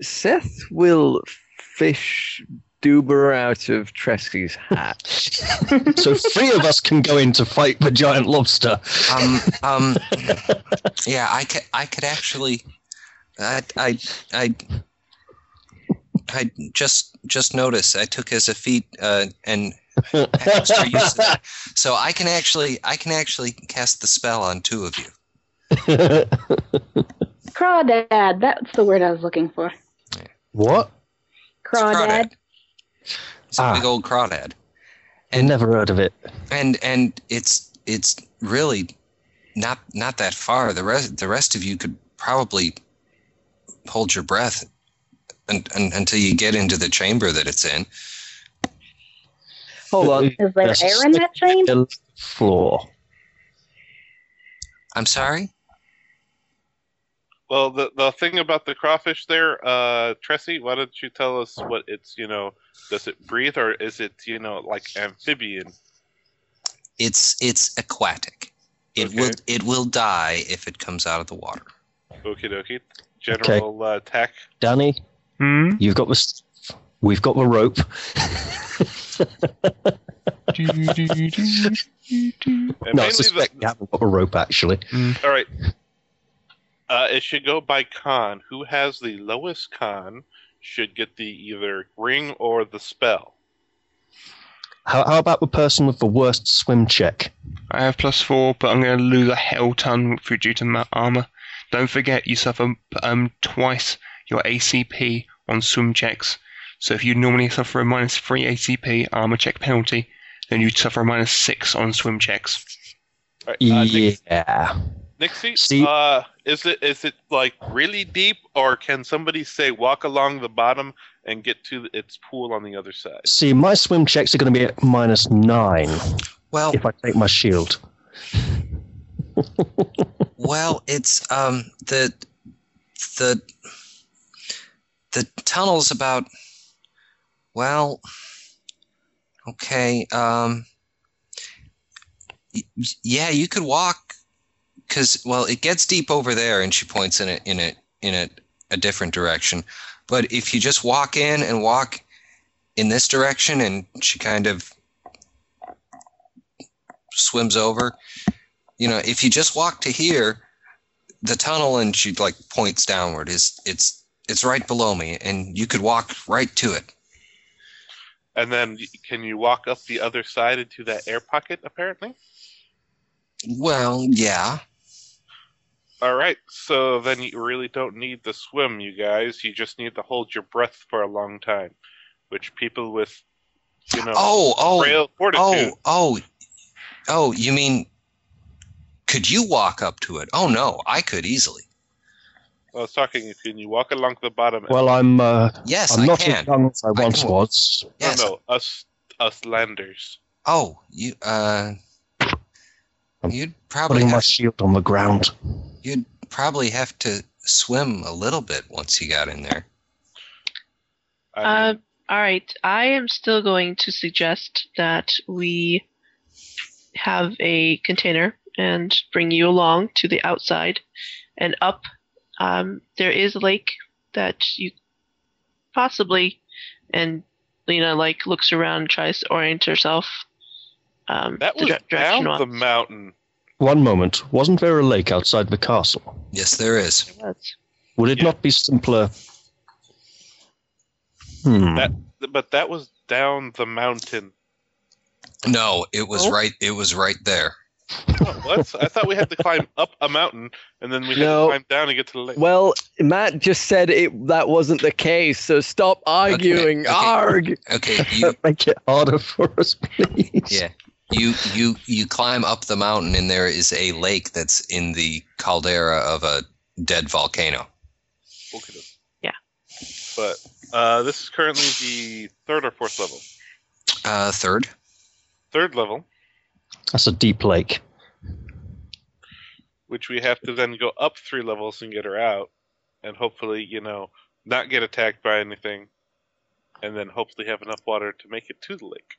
Seth will fish Duber out of Tressie's hat. (laughs)
(laughs) so three of us can go in to fight the giant lobster. (laughs)
Um, um, yeah, I could, I could actually, I, I, I, I just just noticed I took as a feat uh, and extra
(laughs)
use of that. So I can actually I can actually cast the spell on two of you.
Crawdad. That's the word I was looking for.
What?
Crawdad.
It's, it's ah. a big old crawdad.
And never heard of it.
And and it's it's really not not that far. The rest the rest of you could probably hold your breath and, and, until you get into the chamber that it's in.
Hold on.
Is there There's air in that chamber?
(laughs) Floor.
I'm sorry.
Well, the the thing about the crawfish there, uh, Tressie, why don't you tell us what it's you know? Does it breathe or is it you know like amphibian?
It's it's aquatic. It okay. will it will die if it comes out of the water.
Okie dokie. General okay. uh, attack.
Danny,
hmm?
you've got the we've got the rope. (laughs) do, do, do, no, I suspect the, you haven't got a rope actually.
Mm. All right. Uh, it should go by con. Who has the lowest con should get the either ring or the spell.
How, how about the person with the worst swim check?
I have plus four, but I'm going to lose a hell ton due to my armor. Don't forget, you suffer um, twice your ACP on swim checks. So if you normally suffer a minus three ACP armor check penalty, then you'd suffer a minus six on swim checks.
Right, uh, Nix-
yeah.
Nixie,
See-
uh, is it is it like really deep, or can somebody say walk along the bottom and get to its pool on the other side?
See, my swim checks are going to be at minus nine
Well,
if I take my shield.
well, it's um the the the tunnel's about well, okay, um y- yeah, you could walk cuz well, it gets deep over there and she points in a in a in a, a different direction. But if you just walk in and walk in this direction and she kind of swims over, you know, if you just walk to here, the tunnel and she like points downward is it's it's right below me and you could walk right to it.
And then y- can you walk up the other side into that air pocket? Apparently.
Well, yeah.
All right. So then you really don't need the swim, you guys. You just need to hold your breath for a long time, which people with you know
Oh, oh.
frail fortitude.
Oh, oh. Oh, you mean could you walk up to it? Oh no, I could easily.
I was talking. Can you walk along the bottom? and-
Well, I'm uh,
Yes,
I'm
I
not
can.
as young as I
I
once
know.
was.
No,
Yes.
no, us us landers.
Oh, you uh you'd probably
Putting my
have,
shield on the ground.
you'd probably have to swim a little bit once you got in there.
I
Uh,
mean,
all right. I am still going to suggest that we have a container and bring you along to the outside and up. Um, there is a lake that you possibly, and Lena like looks around, and tries to orient herself. Um,
that
the
was
dire-
down
direction
the mountain.
One moment, wasn't there a lake outside the castle?
Yes, there is.
it was.
Would it
Yeah.
not be simpler? Hmm.
That- But that was down the mountain.
No, it was
Oh.
right it was right there.
Oh, what? I thought we had to climb up a mountain and then we had
No.
to climb down and get to the lake.
Well, Matt just said it that wasn't the case, so stop arguing.
okay.
Arg.
(laughs)
Okay,
(laughs)
you
Make it harder for us, please.
Yeah. you you you climb up the mountain and there is a lake that's in the caldera of a dead volcano.
Okay.
Yeah.
But uh, this is currently the third or fourth level.
Uh, third,
Third level,
That's a deep lake.
which we have to then go up three levels and get her out, and hopefully, you know, not get attacked by anything, and then hopefully have enough water to make it to the lake.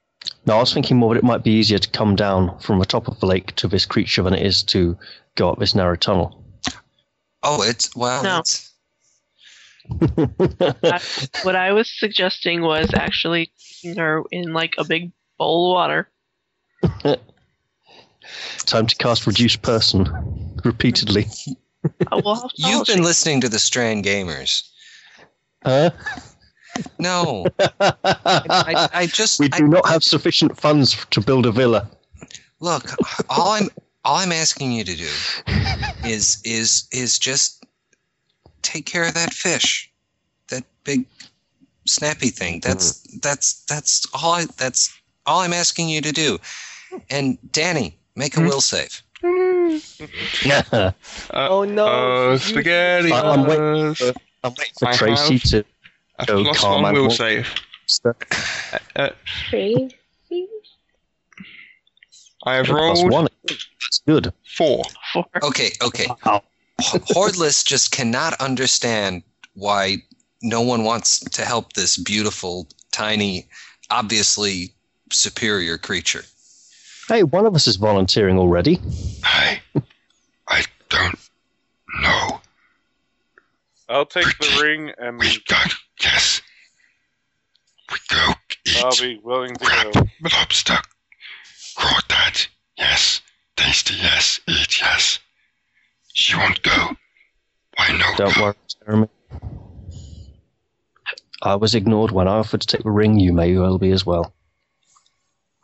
No, I was thinking more that it might be easier to come down from the top of the lake to this creature than it is to go up this narrow tunnel. (laughs)
oh, it's well,
No.
it's,
I- what I was suggesting was actually taking her in like a big bowl of water.
Time to cast Reduce Person repeatedly.
Uh, we'll have to
you've been listening to the Strand Gamers.
Huh?
(laughs)
No, I, I just
we
I-
do not have sufficient funds to build a villa.
Look, all I'm all I'm asking you to do is is is just take care of that fish, that big snappy thing. That's that's that's all. I, that's all I'm asking you to do. And Danny, make a will save.
I,
Oh no.
Uh,
you-
spaghetti.
I'm waiting
uh,
I'm waiting for
I
Tracy
have-
to.
I've
Go
lost
calm
one
and
will
walk.
save.
Crazy.
I have
Plus
rolled
one. That's good.
four.
for
Okay, okay.
Wow.
Hordless just cannot understand why no one wants to help this beautiful, tiny, obviously superior creature.
Hey, one of us is volunteering already.
I, I don't know.
I'll take the ring and
We got yes. We go
I'll
eat
be willing to go.
crab lobster. Crawdad, yes. Tasty, yes. Eat, yes. She won't go. Why no?
Don't worry, Jeremy. I was ignored when I offered to take the ring. You may well be as well.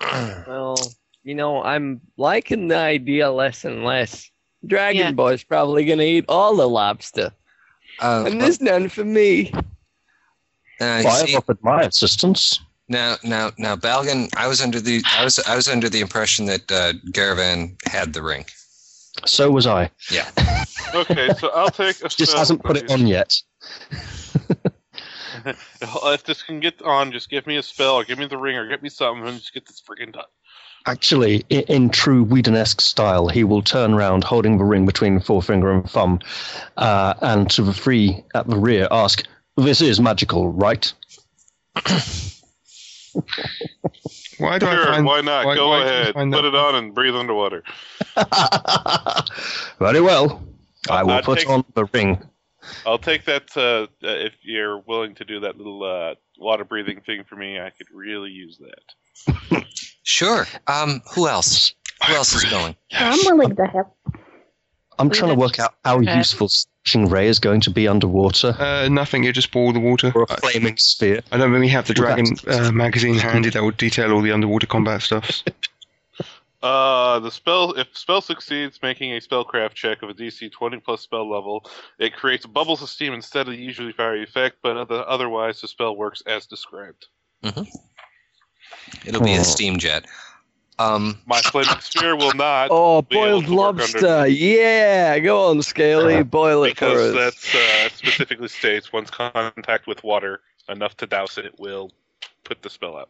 well, you know, I'm liking the idea less and less. Dragon yeah. Boy's probably going to eat all the lobster. Uh, and there's none for me.
uh,
Well, I've offered my assistance.
Now, now, now, Balgan, I was under the I was I was under the impression that uh, Garavan had the ring.
So was I.
Yeah.
okay, so I'll take. A
just hasn't put it on yet.
if this can get on, just give me a spell, or give me the ring, or get me something, and just get this freaking done.
Actually, in, in true Whedon-esque style, he will turn round, holding the ring between forefinger and thumb, uh, and to the three at the rear, ask, "This is magical, right?" (laughs)
why do sure, I find,
why not?
Why,
Go
why
ahead. Put that? it on and breathe underwater.
Very well. I will I'll put
take,
on the ring.
I'll take that uh, if you're willing to do that little uh, water breathing thing for me. I could really use that.
sure. Um, who else? Who else is going?
I'm willing to help.
I'm trying to work out how okay. useful Stingray ray is going to be underwater.
Uh, nothing. You just boil the water.
Or a flaming sphere.
I don't really have the Dragon uh, magazine handy that would detail all the underwater combat stuff.
uh, the spell if spell succeeds, making a spellcraft check of a DC 20 plus spell level, it creates bubbles of steam instead of the usually fire effect, but other, otherwise the spell works as described.
Mm-hmm. It'll oh.
Hmm.
be a steam jet. Um,
My flaming sphere will
(laughs)
not.
Oh, boiled lobster! Under... Yeah, go on, Scaly, uh, boil it
because that's uh, specifically states once contact with water enough to douse it, it will put the spell out.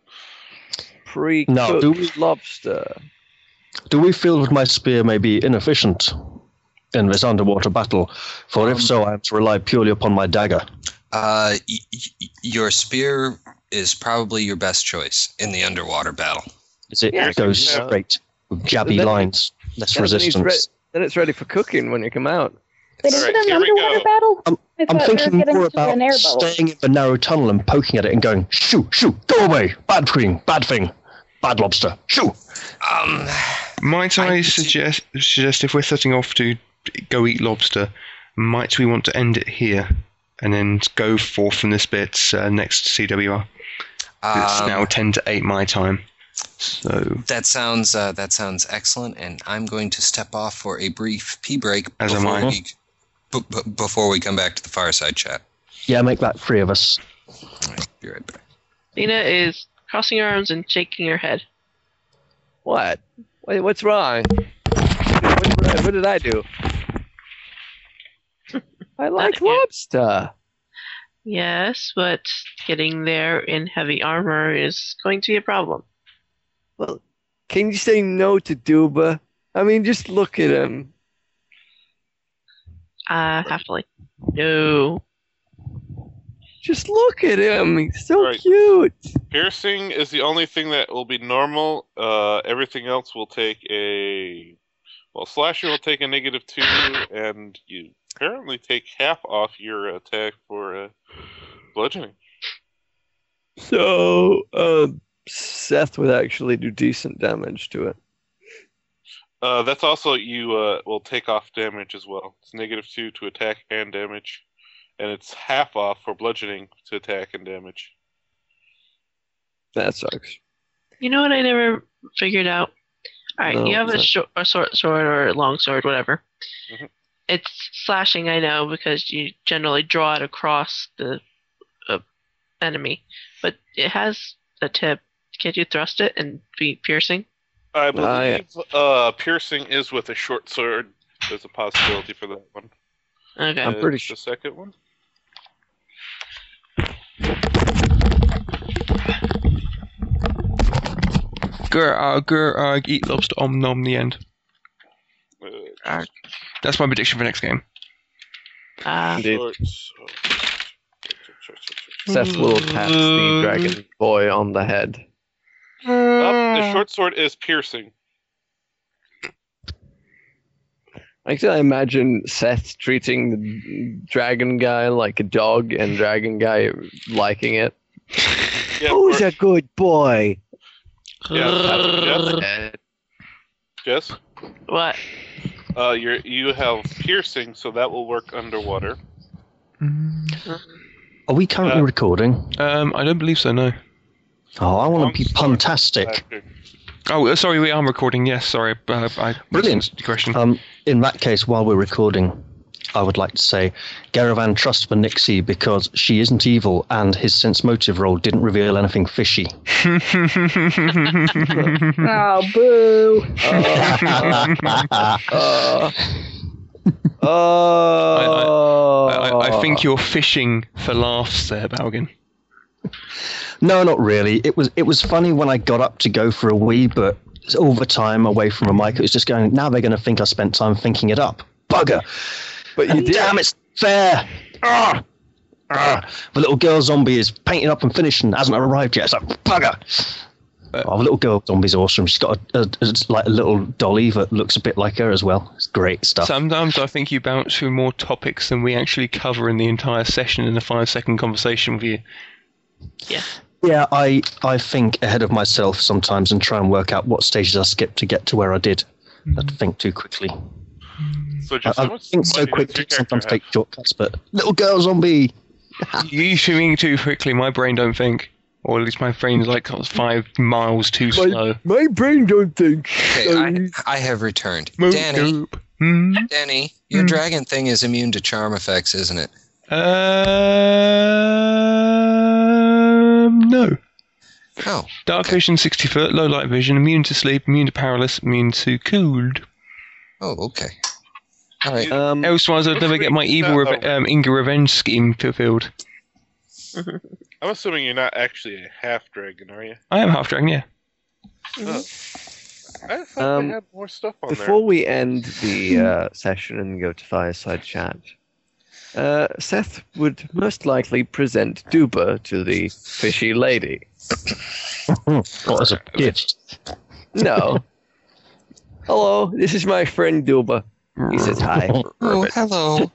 Pre cooked no, do we, lobster.
Do we feel that my spear may be inefficient in this underwater battle? For if um, so, I have to rely purely upon my dagger.
Uh, y- y- your spear is probably your best choice in the underwater battle
it yeah, goes yeah. straight with jabby then, lines, less then resistance.
It's re- then it's ready for cooking when you come out.
But is right, it an underwater battle?
I'm, I'm thinking we more about staying in the narrow tunnel and poking at it and going, shoo, shoo, go away, bad thing, bad thing, bad lobster, shoo.
Um,
might I, I suggest suggest if we're setting off to go eat lobster, might we want to end it here and then go forth from this bit uh, next CWR? Um, it's now ten to eight my time. So
um, that sounds uh, that sounds excellent, and I'm going to step off for a brief pee break
As
before
am I.
We, b- b- before we come back to the fireside chat.
Yeah, make that three of us.
Right, be right back.
Lena is crossing her arms and shaking her head.
What? Wait, what's wrong? What did I, what did I do? I like lobster.
Yes, but getting there in heavy armor is going to be a problem.
Well, can you say no to Duba? I mean, just look at him.
Uh, happily. No.
Just look at him. He's so right. cute.
Piercing is the only thing that will be normal. Uh, everything else will take a. Well, Slasher will take a negative two, and you apparently take half off your attack for uh, bludgeoning.
So, uh, Seth would actually do decent damage to it.
Uh, that's also you uh, will take off damage as well. It's negative two to attack and damage, and it's half off for bludgeoning to attack and damage.
That sucks.
You know what I never figured out. All right, no, you have a, short, a short sword or a long sword, whatever. Mm-hmm. It's slashing, I know, because you generally draw it across the uh, enemy, but it has a tip can you thrust it and be piercing?
I
Ah,
believe oh, yeah. uh, piercing is with a short sword. There's a possibility for that one. Uh,
Okay,
I'm pretty sure.
The second one.
Gurg, gurg, uh, eat lobster, om nom, the end. Uh, That's my prediction for next game.
Uh,
Um,
Indeed. Seth will pat the dragon boy on the head.
Uh,
Oh, the short sword is piercing.
I can imagine Seth treating the dragon guy like a dog and dragon guy liking it.
Yeah, Who's a good boy?
Yeah, uh, Jess? Jess?
What?
Uh, you you have piercing, so that will work underwater.
Mm-hmm. Are we currently uh, recording?
Um, I don't believe so. No.
Oh, I want to be fantastic.
Oh, sorry, we are recording. Yes, sorry. Uh, I
Brilliant
question.
Um, in that case, while we're recording, I would like to say, Garavan, trust for Nixie because she isn't evil, and his sense motive role didn't reveal anything fishy.
Um, (laughs)
oh, boo!
uh, uh, oh. I, I, I, think you're fishing for laughs there, Balgin.
No, not really. It was it was funny when I got up to go for a wee, but all the time away from a mic, it was just going. Now they're going to think I spent time thinking it up. Bugger!
But you
and
did.
damn, it's fair. Arr! Arr! The little girl zombie is painting up and finished and hasn't arrived yet. It's like bugger. Uh, oh, the little girl zombie's awesome. She's got a, a, a, like a little dolly that looks a bit like her as well. It's great stuff.
Sometimes I think you bounce through more topics than we actually cover in the entire session in a five-second conversation with you.
Yeah.
Yeah, I, I think ahead of myself sometimes and try and work out what stages I skipped to get to where I did. Mm-hmm. I think too quickly.
So
I, I think Uh, so quickly sometimes take shortcuts, but little girl zombie.
you swimming too quickly. My brain don't think, or at least my brain's like five miles too
my,
slow.
My brain don't think.
Okay, I, I have returned. Danny,
mm-hmm.
Danny, your
Hmm.
mm-hmm. dragon thing is immune to charm effects, isn't it?
Um, uh, no.
Oh.
Dark okay. vision, 60 foot, low light vision, immune to sleep, immune to paralysis, immune to cold.
Oh, okay. All right.
Um, Elsewise, I'd never get my evil
not,
reve- um, Inga revenge scheme fulfilled.
I'm assuming you're not actually a half dragon, are you?
I am half dragon, yeah.
Mm-hmm. Oh. I thought um, had more stuff on
Before there. we end the uh, session and go to fireside chat, uh, Seth would most likely present Duba to the fishy lady.
what as a gift?
(laughs)
No. Hello, this is my friend Duba. He says hi.
Oh, hello.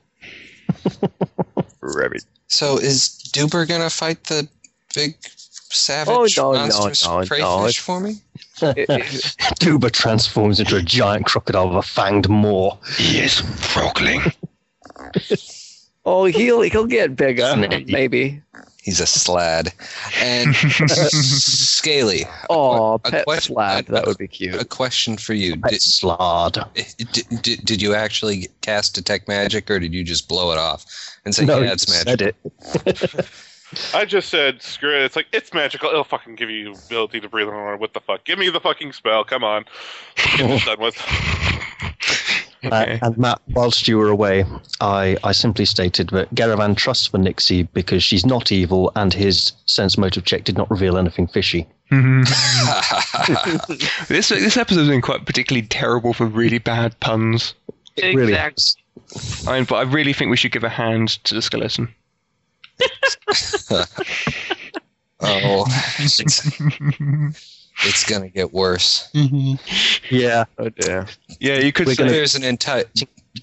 Rabbit.
So is Duber gonna fight the big savage
oh, no,
monstrous
no, no,
crayfish for me?
(laughs) Duber transforms into a giant crocodile with a fanged maw.
Yes, frogling.
oh, he'll he'll get bigger, maybe.
He's a slad.
(laughs)
And uh, Scaly.
Oh, a, a pet question, slad. That would be cute.
A question for you.
Pet did, slad.
Did, did, did, you actually cast Detect Magic or did you just blow it off and say, no, yeah, it's magic?
I just said, screw it. It's like, it's magical. It'll fucking give you ability to breathe on water. What the fuck? Give me the fucking spell. Come on. Get this done with.
Okay. Uh, and Matt, whilst you were away, I, I simply stated that Garavan trusts for Nixie because she's not evil and his sense motive check did not reveal anything fishy.
(laughs)
Mm-hmm. (laughs) this this episode's been quite particularly terrible for really bad puns.
It really
exactly.
I mean, but I really think we should give a hand to the skeleton.
(laughs) oh. it's going to get worse.
Mm-hmm. Yeah.
Oh dear.
Yeah, you could
We're
say
gonna, there's an entire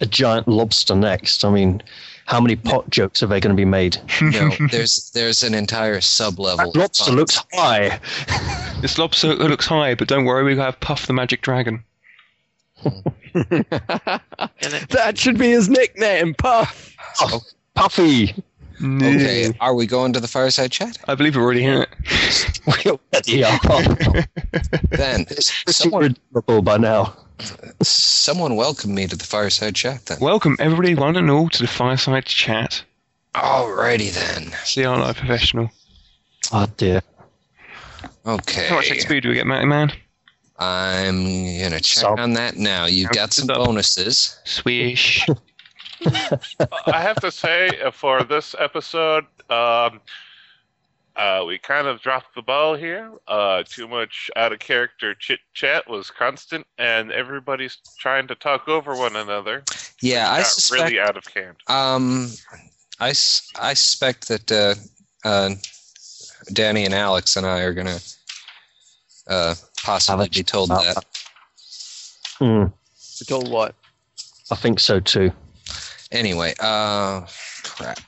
a giant lobster next. I mean, how many pot jokes are they going to be made?
No, there's there's an entire sub level.
Lobster looks high.
this lobster looks high, but don't worry, we have Puff the Magic Dragon.
that should be his nickname, Puff.
Oh, Puffy.
No.
Okay, are we going to the fireside chat?
I believe we're already in
it. we already are.
then
someone by now.
Someone welcome me to the fireside chat. Then
welcome everybody, one and all, to the fireside chat.
Alrighty then.
See, aren't I professional?
Oh dear.
Okay.
How much XP do we get, Matty Man?
I'm gonna check Stop. on that now. You've got some Stop. bonuses.
Swish.
I have to say, uh, for this episode, um, uh, we kind of dropped the ball here. Uh, too much out of character chit chat was constant, and everybody's trying to talk over one another.
Yeah, I suspect,
really out of hand.
Um, I, I suspect that Danny and Alex and I are going to possibly be told that.
Mm.
Be told what?
I think so too
anyway, uh, crap.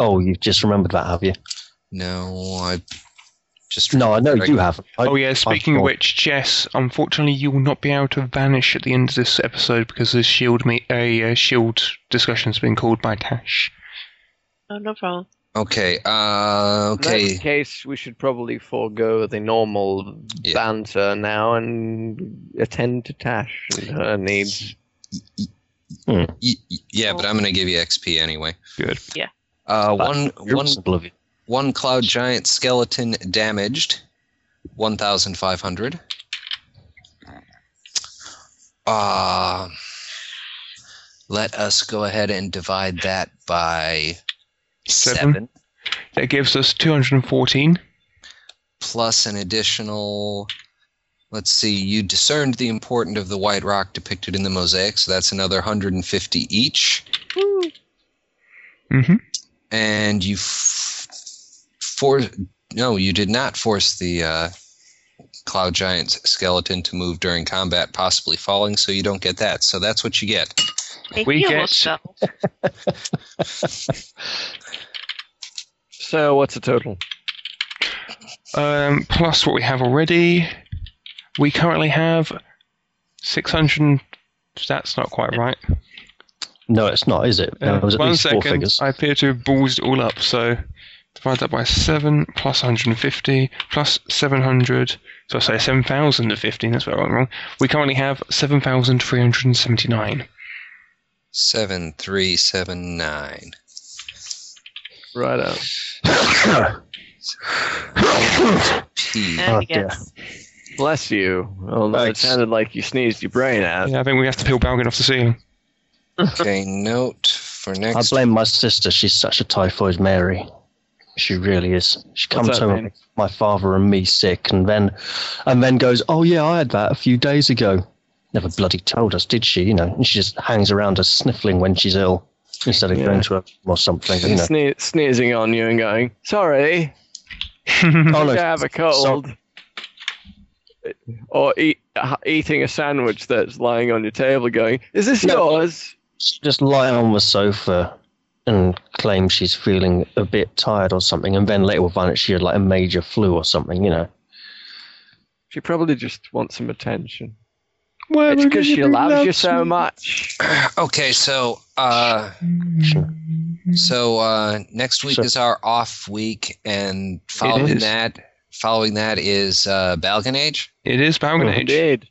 Oh, you've just remembered that, have you?
No, I just.
No, I know you I... have. I,
oh yeah, speaking of which, Jess, unfortunately, you will not be able to vanish at the end of this episode because the shield me a uh, shield discussion has been called by Tash.
Oh no problem.
Okay. Uh, okay.
In that case, we should probably forego the normal
Yeah.
banter now and attend to Tash and her needs.
Y- y- yeah, but I'm going to give you XP anyway.
Good.
Yeah.
Uh, one
You're
one
oblivious.
one cloud giant skeleton damaged, one thousand five hundred. Uh, let us go ahead and divide that by
Seven.
seven
That gives us 214.
plus an additional. Let's see. You discerned the important of the white rock depicted in the mosaic, so that's another 150 each.
Mm-hmm.
and you f- for no you did not force the uh, cloud giant's skeleton to move during combat possibly falling so you don't get that so that's what you get
We
he
get-
almost fell.
So, what's the total?
Um, plus what we have already. We currently have 600. That's not quite right.
No, it's not, is it? No,
Uh,
it was at
one
least
second.
four (coughs) figures.
I appear to have ballsed it all up. So divide that by 7 plus 150 plus 700. So I say 7,015. That's where I went wrong. We currently have 7,379.
7379
Right up.
Ah,
p
And
Oh,
he gets
Bless you. Although
Thanks.
it sounded like you sneezed your brain out.
Yeah, I think we have to peel Balgin off the
(laughs)
ceiling.
okay note for
I
next
blame my sister. She's such a typhoid Mary. She really is. She
What's
comes
that
home
mean?
and makes my father and me sick, and then, and then goes, "Oh yeah, I had that a few days ago." Never bloody told us, did she? You know, and she just hangs around us sniffling when she's ill, instead of
Yeah.
going to her or something. You know.
Sne- sneezing on you and going, sorry,
oh
I
no,
have a cold. Or eat, uh, eating a sandwich that's lying on your table going, is this
No.
yours?
she just lying on the sofa and claims she's feeling a bit tired or something, and then later we'll find out she had like a major flu or something. You know.
She probably just wants some attention.
Well,
It's because she loves you so much.
okay so uh so uh next week
Sure.
is our off week and following
is.
that following that is uh balgan age
It is
Oh,
Balgin Age.
Indeed.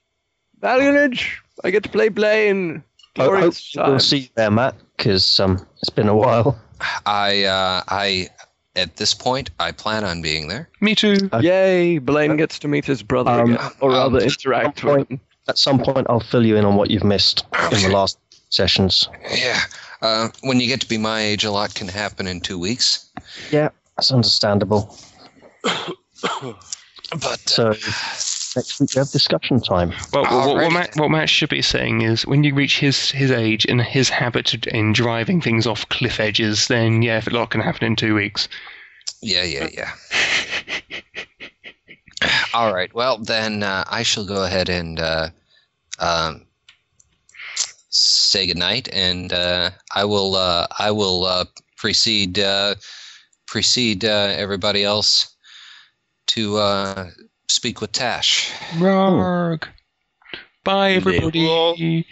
Balganage, I get to play Blaine.
I hope
Glorious
we'll
times.
see you there, Matt, because um, it's been a while.
I uh, I at this point I plan on being there.
Me too.
Yay, Blaine gets to meet his brother
Um,
again, or rather interact
some
with him.
At some point, I'll fill you in on what you've missed in the last sessions.
Yeah. Uh, when you get to be my age, a lot can happen in two weeks.
Yeah, that's understandable.
But uh,
So next week we have discussion time.
Well,
Oh,
what, what,
Alrighty
Matt, what Matt should be saying is when you reach his, his age and his habit to- in driving things off cliff edges, then yeah, a lot can happen in two weeks.
yeah, yeah, yeah. All right. Well, then uh, I shall go ahead and uh, um, say goodnight, and uh, I will uh, I will uh, precede uh, precede uh, everybody else to uh, speak with Tash.
Rog. Bye, everybody.